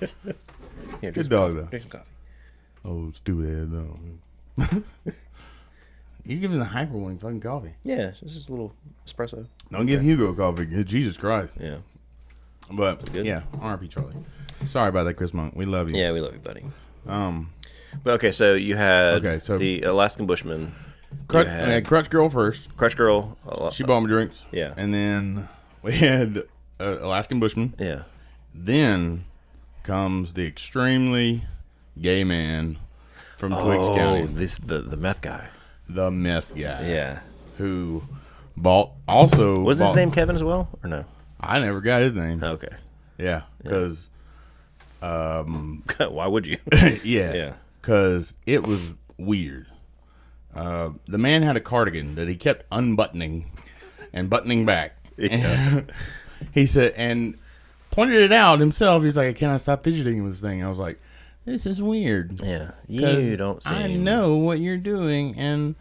Speaker 2: Here,
Speaker 1: Good
Speaker 2: drink,
Speaker 1: dog though.
Speaker 2: [LAUGHS] drink some coffee.
Speaker 1: Oh, stupid ass though. [LAUGHS] you give him the hyper one fucking coffee.
Speaker 2: Yeah, it's just a little espresso.
Speaker 1: Don't give Hugo coffee. Good Jesus Christ.
Speaker 2: Yeah.
Speaker 1: But
Speaker 2: Good.
Speaker 1: yeah, R.P. Charlie. Sorry about that, Chris Monk. We love you.
Speaker 2: Yeah, we love you, buddy.
Speaker 1: Um,
Speaker 2: But okay, so you had
Speaker 1: Okay, so-
Speaker 2: the Alaskan Bushman,
Speaker 1: crutch,
Speaker 2: You had-
Speaker 1: we had Crutch Girl first.
Speaker 2: Crush Girl. Ala-
Speaker 1: She bought me drinks.
Speaker 2: Yeah.
Speaker 1: And then we had uh, Alaskan Bushman.
Speaker 2: yeah.
Speaker 1: Then comes the extremely gay man from Twiggs
Speaker 2: Oh,
Speaker 1: County,
Speaker 2: this the the meth guy.
Speaker 1: the meth guy,
Speaker 2: Yeah.
Speaker 1: who bought also
Speaker 2: Was his
Speaker 1: bought-
Speaker 2: name Oh. Kevin as well, or no?
Speaker 1: I never got his name.
Speaker 2: Okay. [LAUGHS]
Speaker 1: Yeah, because
Speaker 2: Why would you?
Speaker 1: [LAUGHS] yeah,
Speaker 2: Yeah.
Speaker 1: because it was weird. Uh, the man had a cardigan that he kept unbuttoning and buttoning back.
Speaker 2: [LAUGHS]
Speaker 1: And [LAUGHS] he said and pointed it out himself. He's like, "Can I stop fidgeting with this thing?" I was like, "This is weird."
Speaker 2: yeah.
Speaker 1: 'Cause
Speaker 2: You don't. Seem,
Speaker 1: I know what you're doing, and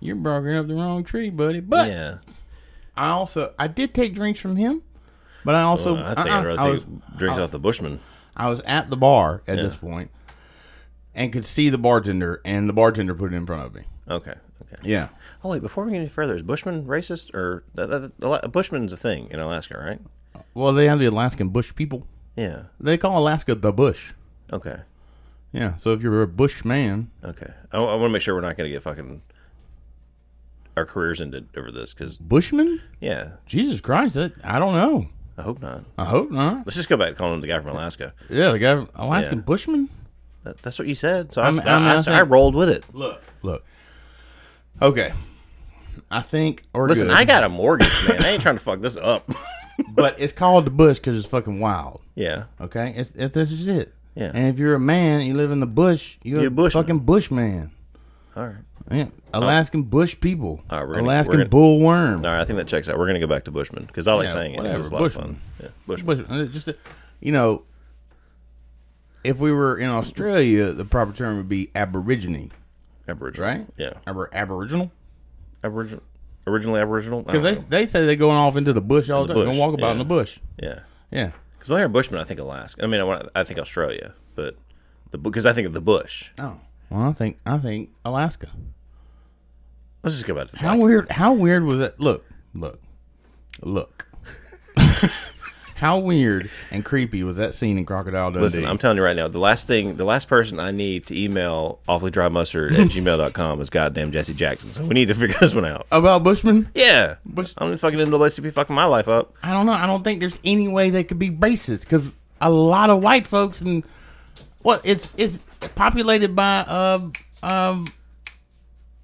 Speaker 1: you're barking up the wrong tree, buddy. But
Speaker 2: Yeah.
Speaker 1: I also I did take drinks from him, but I also
Speaker 2: Well, I think I'd
Speaker 1: uh-uh,
Speaker 2: rather
Speaker 1: I, was,
Speaker 2: take drinks off the Bushman.
Speaker 1: I was at the bar at this point and could see the bartender, and the bartender put it in front of me.
Speaker 2: Okay. Okay.
Speaker 1: Yeah,
Speaker 2: Oh wait, before we get any further, is Bushman racist or that, that, that- Ala- Bushman's a thing in Alaska, right?
Speaker 1: well, they have the Alaskan bush people.
Speaker 2: Yeah.
Speaker 1: They call Alaska the bush.
Speaker 2: Okay.
Speaker 1: Yeah, so if you're a bush man,
Speaker 2: Okay. I, want to make sure we're not going to get fucking our careers ended over this because
Speaker 1: bushman,
Speaker 2: yeah,
Speaker 1: Jesus Christ, that, I don't know.
Speaker 2: I hope not.
Speaker 1: I hope not.
Speaker 2: Let's just go back to calling him the guy from Alaska.
Speaker 1: Yeah, the guy Alaskan
Speaker 2: Yeah.
Speaker 1: bushman.
Speaker 2: That, that's what you said, so I,
Speaker 1: I'm-
Speaker 2: I,
Speaker 1: I'm-
Speaker 2: I-
Speaker 1: I
Speaker 2: so
Speaker 1: think-
Speaker 2: I rolled with it.
Speaker 1: Look, look. Okay, I think or
Speaker 2: Listen,
Speaker 1: good,
Speaker 2: I got a mortgage, man. I ain't trying to fuck this up. [LAUGHS]
Speaker 1: but it's called the bush because it's fucking wild.
Speaker 2: yeah.
Speaker 1: Okay, it's, it, this is it.
Speaker 2: Yeah.
Speaker 1: And if you're a man, and you live in the bush. You're,
Speaker 2: You're
Speaker 1: a
Speaker 2: a bushman.
Speaker 1: fucking bushman.
Speaker 2: All right.
Speaker 1: Yeah. Alaskan bush people.
Speaker 2: All right, we're gonna-
Speaker 1: Alaskan
Speaker 2: Oh, we're gonna-
Speaker 1: bull worm.
Speaker 2: All right. I think that checks out. We're going to go back to Bushman because I like
Speaker 1: Yeah,
Speaker 2: saying it.
Speaker 1: whatever,
Speaker 2: It's a lot
Speaker 1: Bushman.
Speaker 2: of fun. Yeah. Bushman.
Speaker 1: Bush- uh, just, uh, you know, if we were in Australia, the proper term would be aborigine,
Speaker 2: Aboriginal.
Speaker 1: right?
Speaker 2: Yeah.
Speaker 1: Aber- aboriginal,
Speaker 2: Aboriginal. Originally Aboriginal. I
Speaker 1: because
Speaker 2: don't
Speaker 1: they they say they're going off into the bush all the
Speaker 2: the
Speaker 1: time, going
Speaker 2: bush,
Speaker 1: walk about in
Speaker 2: yeah.
Speaker 1: the bush.
Speaker 2: know. yeah.
Speaker 1: Yeah.
Speaker 2: Because when I hear Bushman, I think Alaska. I mean, I, want, I think Australia, but the because I think of the bush.
Speaker 1: Oh. Well, I think I think Alaska.
Speaker 2: Let's just go back to the
Speaker 1: How weird? How weird was that? Look, look, look. [LAUGHS] how weird and creepy was that scene in Crocodile Dundee?
Speaker 2: Listen, I'm telling you right now, the last thing, the last person I need to email awfully dry [LAUGHS] mustard at gmail.com is goddamn Jesse Jackson. So we need to figure [LAUGHS] this one out.
Speaker 1: about Bushman.
Speaker 2: Yeah.
Speaker 1: Bush-
Speaker 2: I'm fucking NAACP fucking my life up.
Speaker 1: I don't know. I don't think there's any way they could be racist because a lot of white folks and well, it's it's populated by um um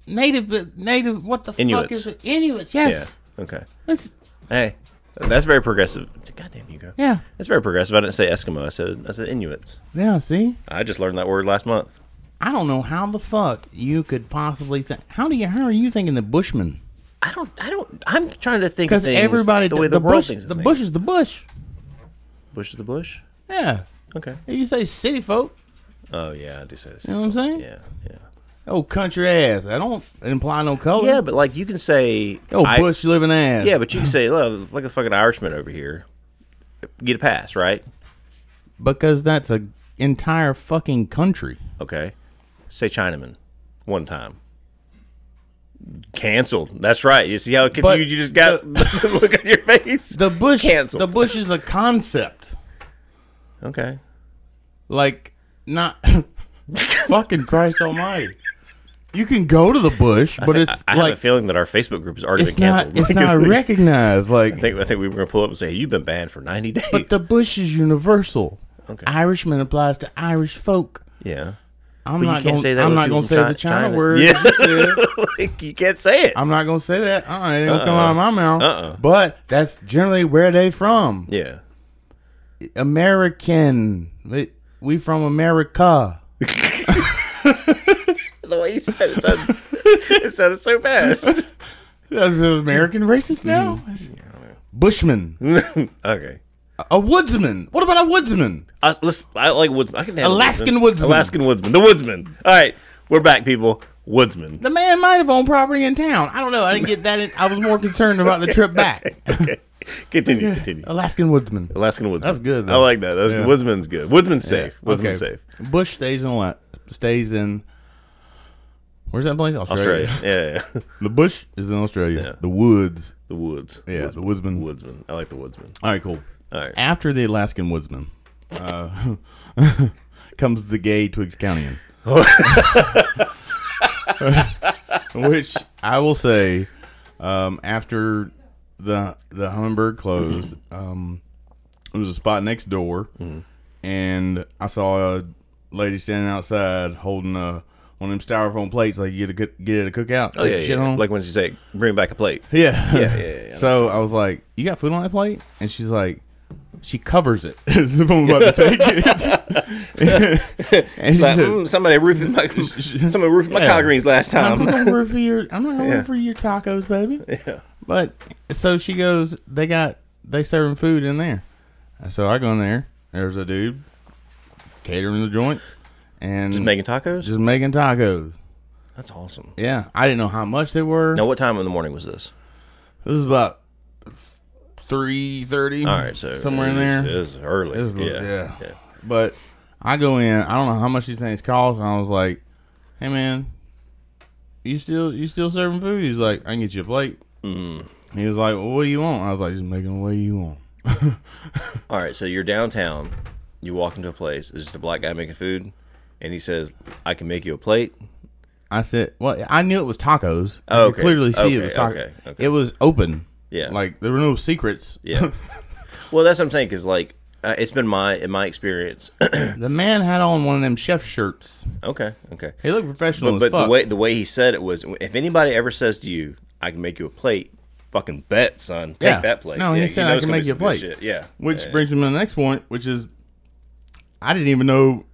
Speaker 1: native native what the fuck
Speaker 2: Inuits.
Speaker 1: is it? Inuits? Yes.
Speaker 2: Yeah. Okay.
Speaker 1: It's
Speaker 2: Hey, that's very progressive. Goddamn, Hugo.
Speaker 1: yeah
Speaker 2: That's very progressive. I didn't say Eskimo. I said I said Inuits.
Speaker 1: yeah. See,
Speaker 2: I just learned that word last month.
Speaker 1: I don't know how the fuck you could possibly think. How do you? How are you thinking the Bushman?
Speaker 2: I don't. I don't. I'm trying to think of
Speaker 1: Because
Speaker 2: things
Speaker 1: everybody,
Speaker 2: the way the, world
Speaker 1: bush,
Speaker 2: thinks. of
Speaker 1: the
Speaker 2: things.
Speaker 1: bush is the bush.
Speaker 2: Bush is the bush.
Speaker 1: Yeah,
Speaker 2: Okay.
Speaker 1: If you say city folk.
Speaker 2: Oh yeah, I do say this.
Speaker 1: You know what I'm saying?
Speaker 2: Yeah, yeah.
Speaker 1: Oh, country ass. I don't imply no color.
Speaker 2: Yeah, but like you can say
Speaker 1: oh,
Speaker 2: I-
Speaker 1: bush living ass.
Speaker 2: Yeah, but you can say look, like a fucking Irishman over here. Get a pass, right?
Speaker 1: because that's a entire fucking country.
Speaker 2: Okay. Say Chinaman one time. Canceled. That's right. You see how confused
Speaker 1: But
Speaker 2: you just got the [LAUGHS] look on your face?
Speaker 1: The bush.
Speaker 2: Canceled.
Speaker 1: The bush is a concept.
Speaker 2: okay.
Speaker 1: [LAUGHS] Like not. fucking Christ Almighty. You can go to the bush, but it's
Speaker 2: I have a
Speaker 1: like
Speaker 2: feeling that our Facebook group has already
Speaker 1: it's
Speaker 2: been
Speaker 1: not
Speaker 2: canceled. [LAUGHS]
Speaker 1: it's
Speaker 2: Like, I
Speaker 1: not
Speaker 2: think-
Speaker 1: recognized. Like
Speaker 2: I think I think we were gonna pull up and say you've been banned for ninety days.
Speaker 1: but the bush is universal.
Speaker 2: Okay.
Speaker 1: Irishman applies to Irish folk.
Speaker 2: yeah, [LAUGHS]
Speaker 1: I'm
Speaker 2: But you
Speaker 1: not
Speaker 2: can't
Speaker 1: gonna,
Speaker 2: say that
Speaker 1: I'm
Speaker 2: with
Speaker 1: not
Speaker 2: people
Speaker 1: gonna say
Speaker 2: from
Speaker 1: the
Speaker 2: China-
Speaker 1: China,
Speaker 2: China.
Speaker 1: word.
Speaker 2: Yeah.
Speaker 1: that you said.
Speaker 2: [LAUGHS] like you can't say it.
Speaker 1: I'm not gonna say that. Uh, it ain't gonna come out of my mouth.
Speaker 2: Uh-uh.
Speaker 1: But that's generally where they from.
Speaker 2: yeah,
Speaker 1: American. They- We from America.
Speaker 2: the way you said it [LAUGHS] sounded, it sounded so bad.
Speaker 1: That's an American racist now.
Speaker 2: Mm-hmm. Mm.
Speaker 1: Bushman,
Speaker 2: [LAUGHS] Okay,
Speaker 1: a woodsman. What about a woodsman?
Speaker 2: I, listen, I like woods. I can handle
Speaker 1: Alaskan woodsman.
Speaker 2: Alaskan woodsman. The woodsman. All right, we're back, people.
Speaker 1: [LAUGHS]
Speaker 2: Woodsman.
Speaker 1: The man might have owned property in town. I don't know. I didn't get that. In, I was more concerned about the trip
Speaker 2: [LAUGHS]
Speaker 1: back.
Speaker 2: Continue. Continue.
Speaker 1: Alaskan woodsman.
Speaker 2: Alaskan woodsman.
Speaker 1: That's good,
Speaker 2: I
Speaker 1: though.
Speaker 2: like that. That's,
Speaker 1: Yeah.
Speaker 2: Woodsman's good. Woodsman's safe. Woodsman's safe.
Speaker 1: Bush stays in what? Stays in. Where's that place? Australia.
Speaker 2: Australia.
Speaker 1: [LAUGHS]
Speaker 2: Yeah, yeah.
Speaker 1: The bush is in Australia. The woods.
Speaker 2: The woods.
Speaker 1: Yeah, the
Speaker 2: Woodsman.
Speaker 1: woodsman.
Speaker 2: Woodsman. I like the woodsman.
Speaker 1: All right, cool.
Speaker 2: All right.
Speaker 1: After the Alaskan woodsman uh, [LAUGHS] comes the gay Twiggs
Speaker 2: [LAUGHS]
Speaker 1: Countyan. Which I will say, um, after the the Hummingbird closed, um, there was a spot next door,
Speaker 2: Mm.
Speaker 1: and I saw a lady standing outside holding a, one of them styrofoam plates like you get a cook- get at a cookout.
Speaker 2: Oh yeah,
Speaker 1: shit
Speaker 2: yeah. yeah.
Speaker 1: on.
Speaker 2: Like when she say, "Bring back a plate."
Speaker 1: Yeah.
Speaker 2: Yeah,
Speaker 1: [LAUGHS]
Speaker 2: yeah, yeah, yeah.
Speaker 1: So I was like, "You got food on that plate?" And she's like, "She covers it [LAUGHS] as if I'm
Speaker 2: [LAUGHS]
Speaker 1: about to take it." [LAUGHS] and [LAUGHS] she
Speaker 2: Like,
Speaker 1: said,
Speaker 2: "Mm, somebody roofing
Speaker 1: [LAUGHS]
Speaker 2: my somebody roofing my
Speaker 1: Yeah.
Speaker 2: collard greens last
Speaker 1: "I'm
Speaker 2: time.
Speaker 1: not going for your I'm not going
Speaker 2: Yeah.
Speaker 1: for your tacos, baby."
Speaker 2: yeah.
Speaker 1: But so she goes, "They got they serving food in there." And so I go in there. There's a dude catering the joint and
Speaker 2: [LAUGHS] Just making tacos.
Speaker 1: just making tacos.
Speaker 2: That's awesome.
Speaker 1: Yeah, I didn't know how much they were.
Speaker 2: Now, what time in the morning was this?
Speaker 1: This is about three thirty.
Speaker 2: All right, so
Speaker 1: somewhere in
Speaker 2: it was-
Speaker 1: there.
Speaker 2: It was early.
Speaker 1: It was-
Speaker 2: yeah.
Speaker 1: yeah.
Speaker 2: yeah.
Speaker 1: But I go in. I don't know how much these things cost. And I was like, "Hey, man, you still you still serving food?" He's like, "I can get you a plate."
Speaker 2: Mm.
Speaker 1: He was like, well, "What do you want?" I was like, "Just make it the way you want."
Speaker 2: All right, so you're downtown. You walk into a place. It's just a black guy making food, and he says, "I can make you a plate."
Speaker 1: I said, "Well, I knew it was tacos. I
Speaker 2: Oh,
Speaker 1: could
Speaker 2: okay.
Speaker 1: clearly see it
Speaker 2: Okay,
Speaker 1: was tacos.
Speaker 2: okay, okay.
Speaker 1: It was open.
Speaker 2: Yeah.
Speaker 1: like there were no secrets. [LAUGHS]
Speaker 2: Yeah. well, that's what I'm saying. Cause like, uh, it's been my in my experience. [CLEARS THROAT]
Speaker 1: The man had on one of them chef shirts.
Speaker 2: okay. Okay.
Speaker 1: He looked professional
Speaker 2: But, but
Speaker 1: as fuck.
Speaker 2: the way the way he said it was, if anybody ever says to you, "I can make you a plate," fucking bet, son, take
Speaker 1: Yeah.
Speaker 2: that plate.
Speaker 1: No, he
Speaker 2: Yeah,
Speaker 1: said,
Speaker 2: know
Speaker 1: "I
Speaker 2: it's
Speaker 1: can
Speaker 2: gonna
Speaker 1: make
Speaker 2: be
Speaker 1: you a
Speaker 2: some good
Speaker 1: plate."
Speaker 2: shit. Yeah,
Speaker 1: Which
Speaker 2: Yeah.
Speaker 1: brings me to the next point, which is I didn't even know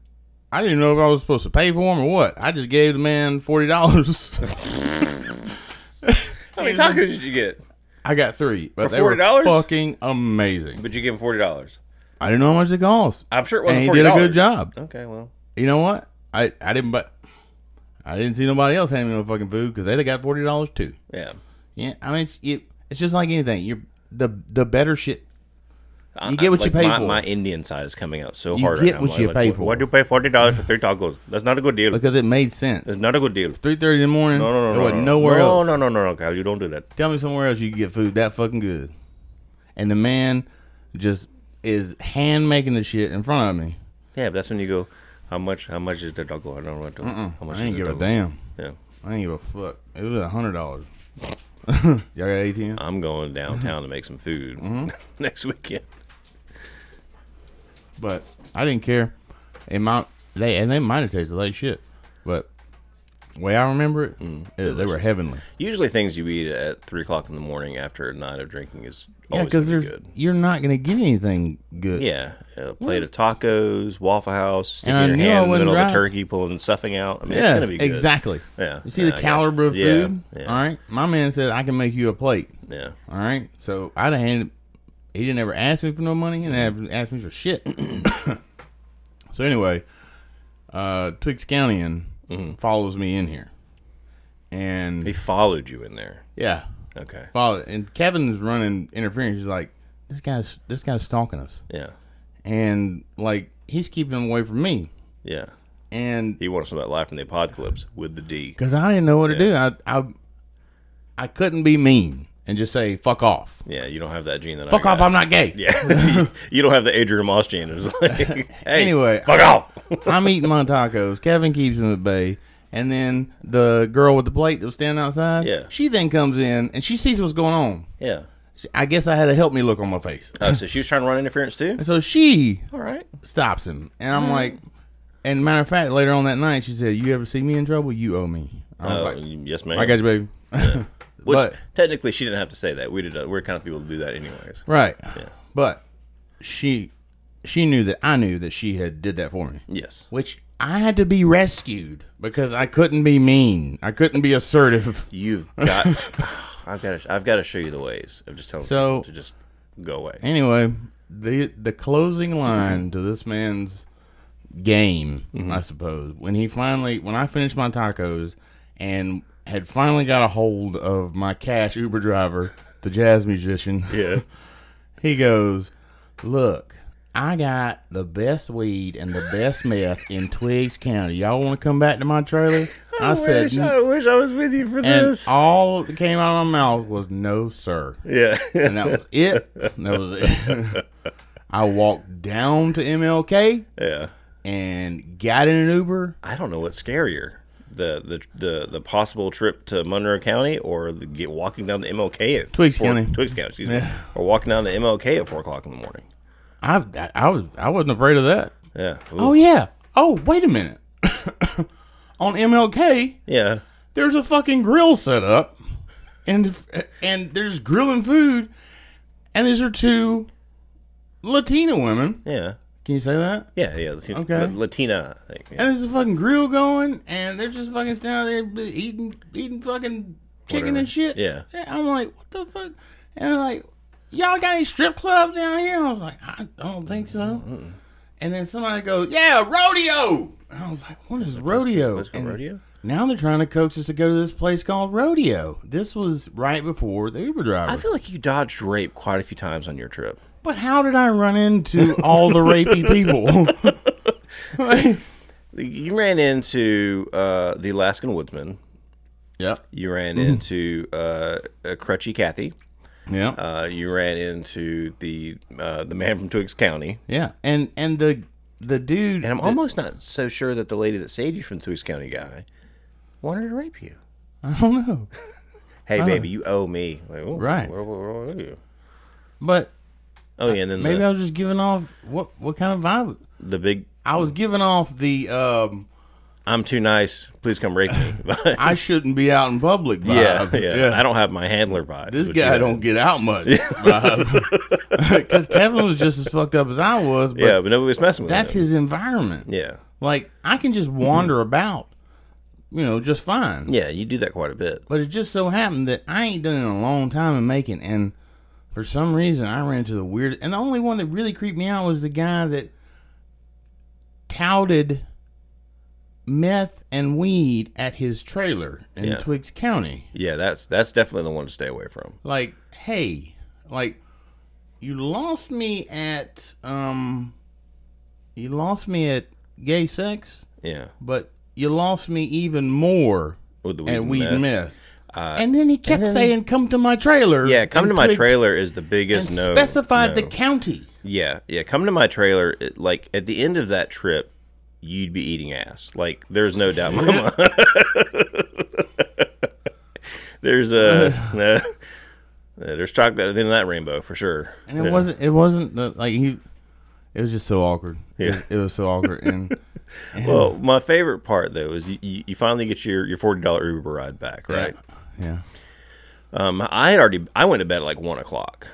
Speaker 1: I didn't know if I was supposed to pay for them or what. I just gave the man forty dollars. [LAUGHS]
Speaker 2: how many tacos did you get?
Speaker 1: I got three, but
Speaker 2: For
Speaker 1: they were
Speaker 2: $40?
Speaker 1: fucking amazing.
Speaker 2: But you gave him forty dollars.
Speaker 1: I didn't know how much it cost,
Speaker 2: I'm sure it
Speaker 1: and
Speaker 2: wasn't
Speaker 1: he
Speaker 2: forty
Speaker 1: did a
Speaker 2: dollars.
Speaker 1: good job.
Speaker 2: Okay, well,
Speaker 1: You know what? I I didn't but I didn't see nobody else handing me no fucking food because they'd have got forty dollars too.
Speaker 2: yeah.
Speaker 1: Yeah, I mean it's it, it's just like anything. You're the the better shit. You get what you
Speaker 2: like,
Speaker 1: pay
Speaker 2: my,
Speaker 1: for.
Speaker 2: My Indian side is coming out so
Speaker 1: You
Speaker 2: hard.
Speaker 1: get
Speaker 2: right now.
Speaker 1: what
Speaker 2: I'm
Speaker 1: you
Speaker 2: like,
Speaker 1: pay
Speaker 2: "Why-
Speaker 1: for."
Speaker 2: Why do you pay forty dollars for three tacos? That's not a good deal.
Speaker 1: because it made sense.
Speaker 2: That's not a good deal.
Speaker 1: Three thirty in the morning.
Speaker 2: No, no, no,
Speaker 1: there
Speaker 2: no,
Speaker 1: wasn't
Speaker 2: no,
Speaker 1: nowhere
Speaker 2: no,
Speaker 1: else.
Speaker 2: No, no, no, no, Kyle, you don't do that.
Speaker 1: Tell me somewhere else you can get food that fucking good. And the man just is hand making the shit in front of me.
Speaker 2: Yeah, but that's when you go. How much? How much is the taco? I don't know what to. How much
Speaker 1: I
Speaker 2: is
Speaker 1: ain't
Speaker 2: the
Speaker 1: give a
Speaker 2: taco?
Speaker 1: damn.
Speaker 2: Yeah,
Speaker 1: I ain't give a fuck. It was a hundred dollars. [LAUGHS] Y'all got ATM?
Speaker 2: I'm going downtown to make some food
Speaker 1: Mm-hmm.
Speaker 2: [LAUGHS] next weekend.
Speaker 1: But I didn't care. And my they and they might have tasted like shit. But the way I remember it,
Speaker 2: Mm.
Speaker 1: it- they were heavenly.
Speaker 2: Usually, things you eat at three o'clock in the morning after a night of drinking is
Speaker 1: Yeah,
Speaker 2: always
Speaker 1: because
Speaker 2: gonna
Speaker 1: there's
Speaker 2: be good.
Speaker 1: you're not gonna get anything good.
Speaker 2: Yeah, a plate of tacos, Waffle House, sticking
Speaker 1: And I
Speaker 2: your
Speaker 1: knew I
Speaker 2: hand in the
Speaker 1: wouldn't
Speaker 2: middle of
Speaker 1: drive.
Speaker 2: the turkey, pulling stuffing out. I mean,
Speaker 1: Yeah,
Speaker 2: it's gonna be good.
Speaker 1: exactly.
Speaker 2: Yeah,
Speaker 1: You see
Speaker 2: yeah, I
Speaker 1: the
Speaker 2: got
Speaker 1: caliber
Speaker 2: you.
Speaker 1: of
Speaker 2: Yeah,
Speaker 1: food.
Speaker 2: yeah.
Speaker 1: All right, my man said I can make you a plate.
Speaker 2: Yeah,
Speaker 1: All right. So I'd have handed. He didn't ever ask me for no money. He didn't ever ask me for shit. [COUGHS] so anyway, uh, Twix Countyan
Speaker 2: Mm-hmm.
Speaker 1: follows me in here, and
Speaker 2: he followed you in there.
Speaker 1: yeah,
Speaker 2: Okay.
Speaker 1: follow. And Kevin's running interference. He's like, this guy's this guy's stalking us,
Speaker 2: Yeah,
Speaker 1: and like he's keeping him away from me,
Speaker 2: yeah.
Speaker 1: and
Speaker 2: He wants some of that life from the apocalypse with the D.
Speaker 1: because I didn't know what to do, I I I couldn't be mean and just say fuck off,
Speaker 2: Yeah, you don't have that gene that I
Speaker 1: fuck
Speaker 2: got.
Speaker 1: off. I'm not gay.
Speaker 2: [LAUGHS] Yeah, [LAUGHS] you don't have the Adrian
Speaker 1: [LAUGHS]
Speaker 2: Moss gene. It's like, hey,
Speaker 1: Anyway, [LAUGHS]
Speaker 2: fuck off.
Speaker 1: I'm eating my tacos. Kevin keeps him at bay, And then the girl with the plate that was standing outside,
Speaker 2: Yeah.
Speaker 1: she then comes in and she sees what's going on.
Speaker 2: Yeah.
Speaker 1: She- I guess I had a help me look on my face.
Speaker 2: Oh, so she was trying to run interference too.
Speaker 1: And so she
Speaker 2: All right. Hmm.
Speaker 1: stops him. And I'm like, and matter of fact, later on that night, she said, You ever see me in trouble? You owe me. I was
Speaker 2: Oh,
Speaker 1: like,
Speaker 2: yes, ma'am.
Speaker 1: I got you, baby. [LAUGHS]
Speaker 2: Which
Speaker 1: but-
Speaker 2: technically she didn't have to say that. We did. uh, We're kind of people to do that anyways.
Speaker 1: Right. But she she knew that I knew that she had did that for me.
Speaker 2: Yes.
Speaker 1: Which I had to be rescued because I couldn't be mean. I couldn't be assertive. [LAUGHS]
Speaker 2: You've got. [SIGHS] I've got. To, I've got to show you the ways of just telling
Speaker 1: So-
Speaker 2: people to just go away.
Speaker 1: Anyway, the the closing line to this man's game, I suppose, when he finally when I finished my tacos and had finally got a hold of my cash Uber driver, the jazz musician. [LAUGHS]
Speaker 2: Yeah.
Speaker 1: He goes, Look, I got the best weed and the best meth in Twiggs County. Y'all want to come back to my trailer? I, said, "N-"
Speaker 2: wish I was with you for
Speaker 1: and all that came out of my mouth was, No, sir.
Speaker 2: Yeah. [LAUGHS]
Speaker 1: And that was it. That was it. [LAUGHS] I walked down to MLK
Speaker 2: yeah.
Speaker 1: and got in an Uber.
Speaker 2: I don't know what's scarier. The, the the the possible trip to Monroe County or the get walking down to MLK at
Speaker 1: Twiggs
Speaker 2: four-
Speaker 1: County.
Speaker 2: Twiggs County, excuse me, or walking down to MLK at four o'clock in the morning.
Speaker 1: I, I, I was I wasn't afraid of that.
Speaker 2: Yeah. Ooh.
Speaker 1: Oh yeah. Oh wait a minute. [COUGHS] On MLK,
Speaker 2: yeah.
Speaker 1: there's a fucking grill set up and and there's grilling food and these are two latina women
Speaker 2: Yeah.
Speaker 1: can you say that
Speaker 2: Yeah. Yeah. Latina,
Speaker 1: Okay.
Speaker 2: Latina. I think. Yeah.
Speaker 1: and there's a fucking grill going and they're just fucking standing there eating eating fucking chicken
Speaker 2: Whatever.
Speaker 1: and shit
Speaker 2: Yeah.
Speaker 1: i'm like what the fuck and they're like y'all got any strip clubs down here i was like i don't think so and then somebody goes yeah rodeo and i was like what is rodeo
Speaker 2: Let's go
Speaker 1: And-
Speaker 2: rodeo.
Speaker 1: Now they're trying to coax us to go to this place called Rodeo. This was right before the Uber driver.
Speaker 2: I feel like you dodged rape quite a few times on your trip.
Speaker 1: but how did I run into all the rapey
Speaker 2: [LAUGHS]
Speaker 1: people?
Speaker 2: You ran into uh, the Alaskan Woodsman.
Speaker 1: yep.
Speaker 2: You ran
Speaker 1: Mm-hmm.
Speaker 2: into uh, a crutchy Kathy.
Speaker 1: Yep.
Speaker 2: Uh, you ran into the uh, the man from Twiggs County.
Speaker 1: yeah. And and the the dude
Speaker 2: And I'm almost not so sure that the lady that saved you from Twiggs County guy wanted to rape you.
Speaker 1: I don't know.
Speaker 2: Hey, baby, you owe me. Like, oh,
Speaker 1: Uh, Right.
Speaker 2: What, what, what, what are you?
Speaker 1: But
Speaker 2: Oh, yeah, and then
Speaker 1: maybe
Speaker 2: the,
Speaker 1: I was just giving off what what kind of vibe
Speaker 2: the big,
Speaker 1: I was giving off the um
Speaker 2: I'm too nice, please come rape me. [LAUGHS]
Speaker 1: [LAUGHS] I shouldn't be out in public
Speaker 2: yeah,
Speaker 1: vibe.
Speaker 2: yeah, I don't have my handler vibe.
Speaker 1: This
Speaker 2: which
Speaker 1: guy
Speaker 2: you-
Speaker 1: don't get out much
Speaker 2: [LAUGHS]
Speaker 1: [LAUGHS] because Kevin was just as fucked up as I was. But
Speaker 2: Yeah, but nobody was messing with
Speaker 1: that's
Speaker 2: him.
Speaker 1: his environment.
Speaker 2: Yeah. Mm-hmm.
Speaker 1: Like I can just wander about, you know, just fine.
Speaker 2: Yeah, you do that quite a bit.
Speaker 1: But it just so happened that I ain't done it in a long time in Macon, and for some reason I ran into the weird. And the only one that really creeped me out was the guy that touted meth and weed at his trailer in
Speaker 2: Yeah.
Speaker 1: Twiggs County.
Speaker 2: Yeah, that's that's definitely the one to stay away from.
Speaker 1: Like, hey, like you lost me at um, you lost me at gay sex.
Speaker 2: Yeah,
Speaker 1: but you lost me even more
Speaker 2: with the weed
Speaker 1: at
Speaker 2: and
Speaker 1: weed
Speaker 2: meth.
Speaker 1: myth. and then he kept saying, "Come to my trailer."
Speaker 2: Uh, Yeah, come
Speaker 1: and
Speaker 2: to my
Speaker 1: Twiggs-
Speaker 2: trailer is the
Speaker 1: And
Speaker 2: biggest no.
Speaker 1: specified
Speaker 2: no.
Speaker 1: the county.
Speaker 2: Yeah, yeah. Come to my trailer. It, like at the end of that trip, you'd be eating ass. Like there's no doubt, in
Speaker 1: [LAUGHS]
Speaker 2: my mind. [LAUGHS] there's
Speaker 1: [LAUGHS]
Speaker 2: a no, there's chocolate at the end of that rainbow for sure.
Speaker 1: And it
Speaker 2: Yeah.
Speaker 1: wasn't. It wasn't the, like he. It was just so awkward. It-
Speaker 2: Yeah.
Speaker 1: It, was so awkward.
Speaker 2: [LAUGHS]
Speaker 1: And
Speaker 2: Well, my favorite part though is you, you you finally get your your forty dollar Uber ride back, right?
Speaker 1: yeah,
Speaker 2: Um, I had already I went to bed at like one o'clock,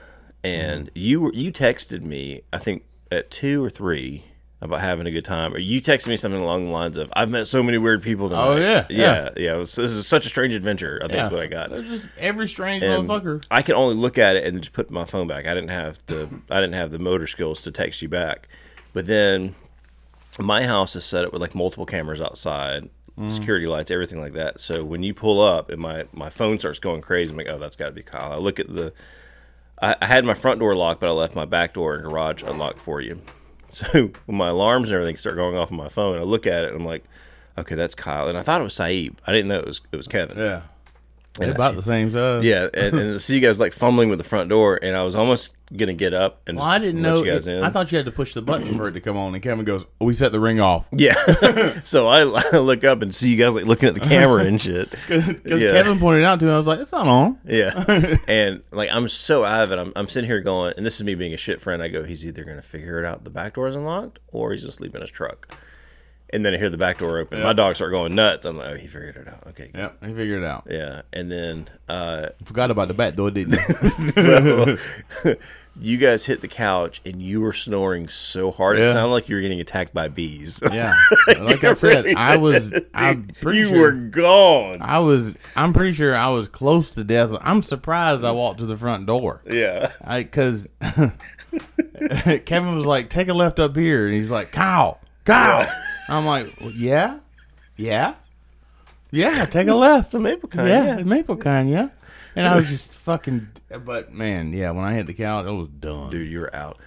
Speaker 2: and
Speaker 1: Mm-hmm.
Speaker 2: you were you texted me I think at two or three about having a good time, or you texted me something along the lines of "I've met so many weird people tonight."
Speaker 1: Oh, yeah,
Speaker 2: yeah, yeah. It was, this is such a strange adventure. I think
Speaker 1: yeah.
Speaker 2: is what I got.
Speaker 1: There's just every strange
Speaker 2: And
Speaker 1: motherfucker.
Speaker 2: I can only look at it and just put my phone back. I didn't have the I didn't have the motor skills to text you back. But then my house is set up with like multiple cameras outside,
Speaker 1: Mm.
Speaker 2: security lights, everything like that. So when you pull up and my my phone starts going crazy, I'm like, oh, that's got to be Kyle. I look at the I, I had my front door locked, but I left my back door and garage unlocked for you. [LAUGHS] So when my alarms and everything start going off on my phone, I look at it and I'm like, okay, that's Kyle. And I thought it was Saeed. I didn't know it was it was Kevin.
Speaker 1: Yeah, They're about the same size.
Speaker 2: Yeah, and, and see you guys like fumbling with the front door, and I was almost gonna get up and
Speaker 1: Well, I
Speaker 2: just
Speaker 1: didn't
Speaker 2: let
Speaker 1: know.
Speaker 2: you guys
Speaker 1: it-
Speaker 2: in.
Speaker 1: I thought you had to push the button for it to come on. And Kevin goes, "We set the ring off."
Speaker 2: yeah. [LAUGHS] so I, I look up and see you guys like looking at the camera and
Speaker 1: [LAUGHS]
Speaker 2: shit.
Speaker 1: Because
Speaker 2: Yeah.
Speaker 1: Kevin pointed out to me, I was like, "It's not on." [LAUGHS]
Speaker 2: Yeah. and like I'm so out of it. I'm, I'm sitting here going, and this is me being a shit friend. I go, he's either gonna figure it out the back door is unlocked or he's asleep in his truck. And then I hear the back door open. My dogs start going nuts. I'm like, oh, he figured it out. Okay. good.
Speaker 1: Yep, he figured it out.
Speaker 2: Yeah. And then uh,
Speaker 1: Forgot about the back door, didn't he?
Speaker 2: [LAUGHS] you guys hit the couch and you were snoring so hard. It
Speaker 1: Yeah.
Speaker 2: sounded like you were getting attacked by bees. [LAUGHS]
Speaker 1: Yeah, like I said, I was. I'm pretty
Speaker 2: you
Speaker 1: sure,
Speaker 2: were gone.
Speaker 1: I was. I'm pretty sure I was close to death. I'm surprised I walked to the front door.
Speaker 2: Yeah. [LAUGHS]
Speaker 1: I because [LAUGHS] Kevin was like, "Take a left up here," and he's like, "Kyle, Kyle." I'm like, "Well, "Yeah, yeah, yeah. Take a left,
Speaker 2: maple kind,
Speaker 1: Yeah, maple kind. Yeah." And I was just fucking. But man, yeah, when I hit the couch, I was done.
Speaker 2: Dude, you were out.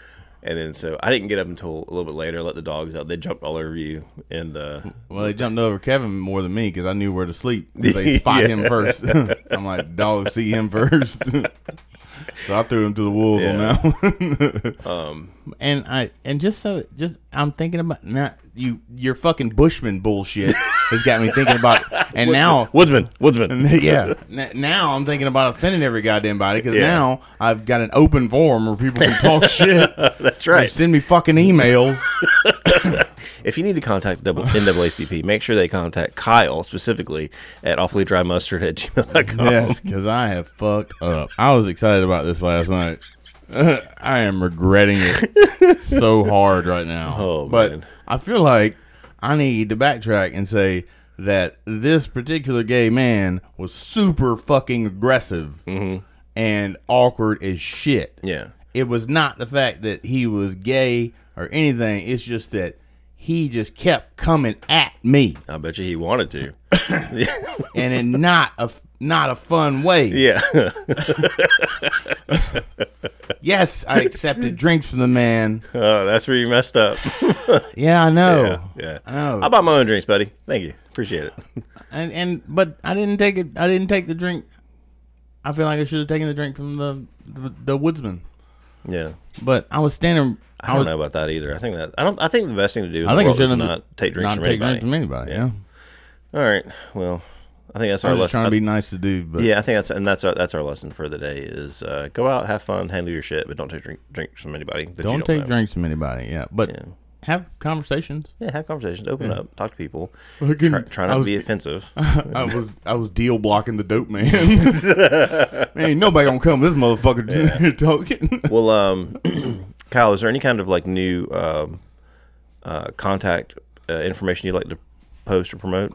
Speaker 2: And then so I didn't get up until a little bit later, let the dogs out. They jumped all over you and uh
Speaker 1: Well, they jumped over Kevin more than me because I knew where to sleep.
Speaker 2: [LAUGHS]
Speaker 1: They spot him first. [LAUGHS] I'm like, dogs see him first. [LAUGHS] so I threw him to the wolves on that one. [LAUGHS] um, and I and just so just I'm thinking about not you your fucking Bushman bullshit has got me thinking about and now
Speaker 2: Woodsman,
Speaker 1: [LAUGHS]
Speaker 2: Woodsman.
Speaker 1: yeah n- now I'm thinking about offending every goddamn body because
Speaker 2: Yeah.
Speaker 1: now I've got an open forum where people can talk shit.
Speaker 2: [LAUGHS] That's right.
Speaker 1: Send me fucking emails.
Speaker 2: If you need to contact double NAACP, make sure they contact Kyle specifically at awfully dry mustard at
Speaker 1: [LAUGHS]
Speaker 2: gmail.com. [LAUGHS]
Speaker 1: Yes, because I have fucked up. I was excited about this last night. [LAUGHS] I am regretting it so hard right now.
Speaker 2: [LAUGHS] Oh,
Speaker 1: but
Speaker 2: man.
Speaker 1: I feel like I need to backtrack and say that this particular gay man was super fucking aggressive and awkward as shit.
Speaker 2: Mm-hmm. Yeah.
Speaker 1: It was not the fact that he was gay or anything. It's just that he just kept coming at me
Speaker 2: I bet you he wanted
Speaker 1: [LAUGHS]
Speaker 2: to.
Speaker 1: and in not a not a fun way.
Speaker 2: Yeah. [LAUGHS]
Speaker 1: Yes, I accepted drinks from the man.
Speaker 2: Oh, that's where you
Speaker 1: [LAUGHS]
Speaker 2: messed up.
Speaker 1: Yeah, I know.
Speaker 2: Yeah. yeah.
Speaker 1: I know.
Speaker 2: I bought my own drinks, buddy. Thank you. Appreciate it.
Speaker 1: and and but I didn't take it. I didn't take the drink. I feel like I should have taken the drink from the the, the woodsman.
Speaker 2: Yeah.
Speaker 1: But I was standing.
Speaker 2: I don't know about that either. I think that I don't. I think the best thing to do. In
Speaker 1: I think I
Speaker 2: the world is
Speaker 1: shouldn't
Speaker 2: not take drinks
Speaker 1: not
Speaker 2: from
Speaker 1: take
Speaker 2: anybody.
Speaker 1: drinks from anybody. Yeah,
Speaker 2: All right. Well, I think that's
Speaker 1: I
Speaker 2: our
Speaker 1: was just
Speaker 2: lesson.
Speaker 1: trying
Speaker 2: I-
Speaker 1: to be nice to dude. But
Speaker 2: yeah, I think that's and that's our that's our lesson for the day is uh, go out, have fun, handle your shit, but don't take drink, drinks from anybody. That you
Speaker 1: don't
Speaker 2: don't
Speaker 1: take
Speaker 2: know.
Speaker 1: drinks from anybody. Yeah, but have conversations.
Speaker 2: Yeah, have conversations, open up, talk to people.
Speaker 1: Fucking-
Speaker 2: Try, try not
Speaker 1: I
Speaker 2: to
Speaker 1: was- [LAUGHS]
Speaker 2: be offensive.
Speaker 1: I was I was deal blocking the dope man. [LAUGHS] man, ain't nobody gonna come. This motherfucker [LAUGHS] talking.
Speaker 2: well, um, [CLEARS THROAT] Kyle, is there any kind of like new um, uh, contact uh, information you'd like to post or promote?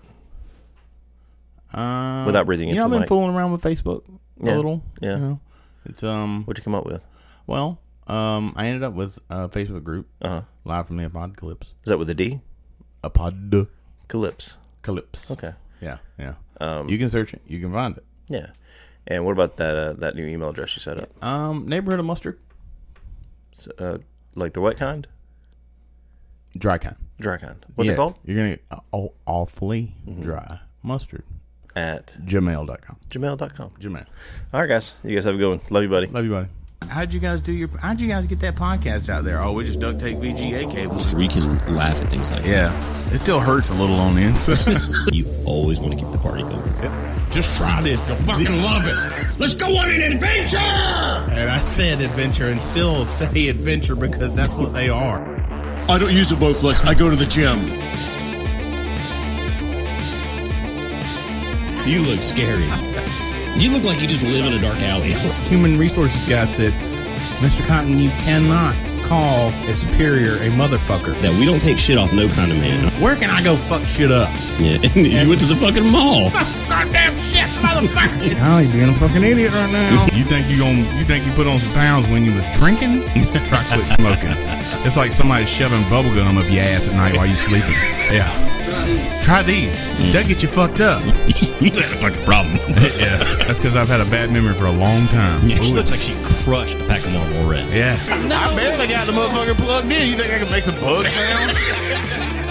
Speaker 1: Uh,
Speaker 2: Without breathing
Speaker 1: you
Speaker 2: into
Speaker 1: know, I've
Speaker 2: the
Speaker 1: been
Speaker 2: mic.
Speaker 1: fooling around with Facebook
Speaker 2: Yeah,
Speaker 1: a little.
Speaker 2: yeah.
Speaker 1: you know. it's um.
Speaker 2: What'd you come up with?
Speaker 1: Well, um, I ended up with a Facebook group, live from the apocalypse.
Speaker 2: Is that with a D?
Speaker 1: Apocalypse.
Speaker 2: Calypse. Okay.
Speaker 1: Yeah, yeah. you can search it. You can find it.
Speaker 2: Yeah. And what about that uh, that new email address you set up?
Speaker 1: Um, neighborhood of mustard,
Speaker 2: So, uh, like the what kind?
Speaker 1: dry kind.
Speaker 2: Dry kind. What's
Speaker 1: Yeah,
Speaker 2: it called?
Speaker 1: You're gonna uh, oh, awfully dry mustard.
Speaker 2: At
Speaker 1: Gmail.com.
Speaker 2: gmail.com.
Speaker 1: Gmail.
Speaker 2: All right, guys. You guys have a good one. Love you, buddy.
Speaker 1: Love you, buddy. How'd you guys do your? How'd you guys get that podcast out there? Oh, we just duct tape VGA cables.
Speaker 4: We can laugh at things like
Speaker 1: Yeah, it still hurts a little on the inside.
Speaker 4: that. You always want to keep the party going.
Speaker 5: Just try this. You'll fucking love it. Let's go on an adventure!
Speaker 3: And I said adventure and still say adventure because that's what they are.
Speaker 5: I don't use the Bowflex. I go to the gym.
Speaker 4: You look scary. You look like you just live in a dark alley.
Speaker 3: human resources guy said, Mr. Cotton, you cannot call a superior a motherfucker.
Speaker 4: That we don't take shit off no kind of man.
Speaker 3: Where can I go fuck shit up?
Speaker 4: Yeah. [LAUGHS] And you went to the fucking
Speaker 6: [LAUGHS]
Speaker 4: mall.
Speaker 3: Goddamn shit, motherfucker! [LAUGHS] Now you're being a fucking idiot right now.
Speaker 6: You think you gon' you think you put on some pounds when you was
Speaker 4: [LAUGHS]
Speaker 6: drinking? Try quit smoking. It's like somebody shoving bubble gum up your ass at night while you
Speaker 4: [LAUGHS]
Speaker 6: sleeping. Yeah. Try these. They'll get you fucked up.
Speaker 4: [LAUGHS] you had a fucking
Speaker 6: [LAUGHS]
Speaker 4: problem. [LAUGHS]
Speaker 6: Yeah. That's because I've had a bad memory for a long time.
Speaker 4: Yeah, she
Speaker 6: Ooh,
Speaker 4: looks like she crushed a pack of Marlboro Reds.
Speaker 6: yeah.
Speaker 3: I barely got the motherfucker plugged in. You think I can make some bug sounds?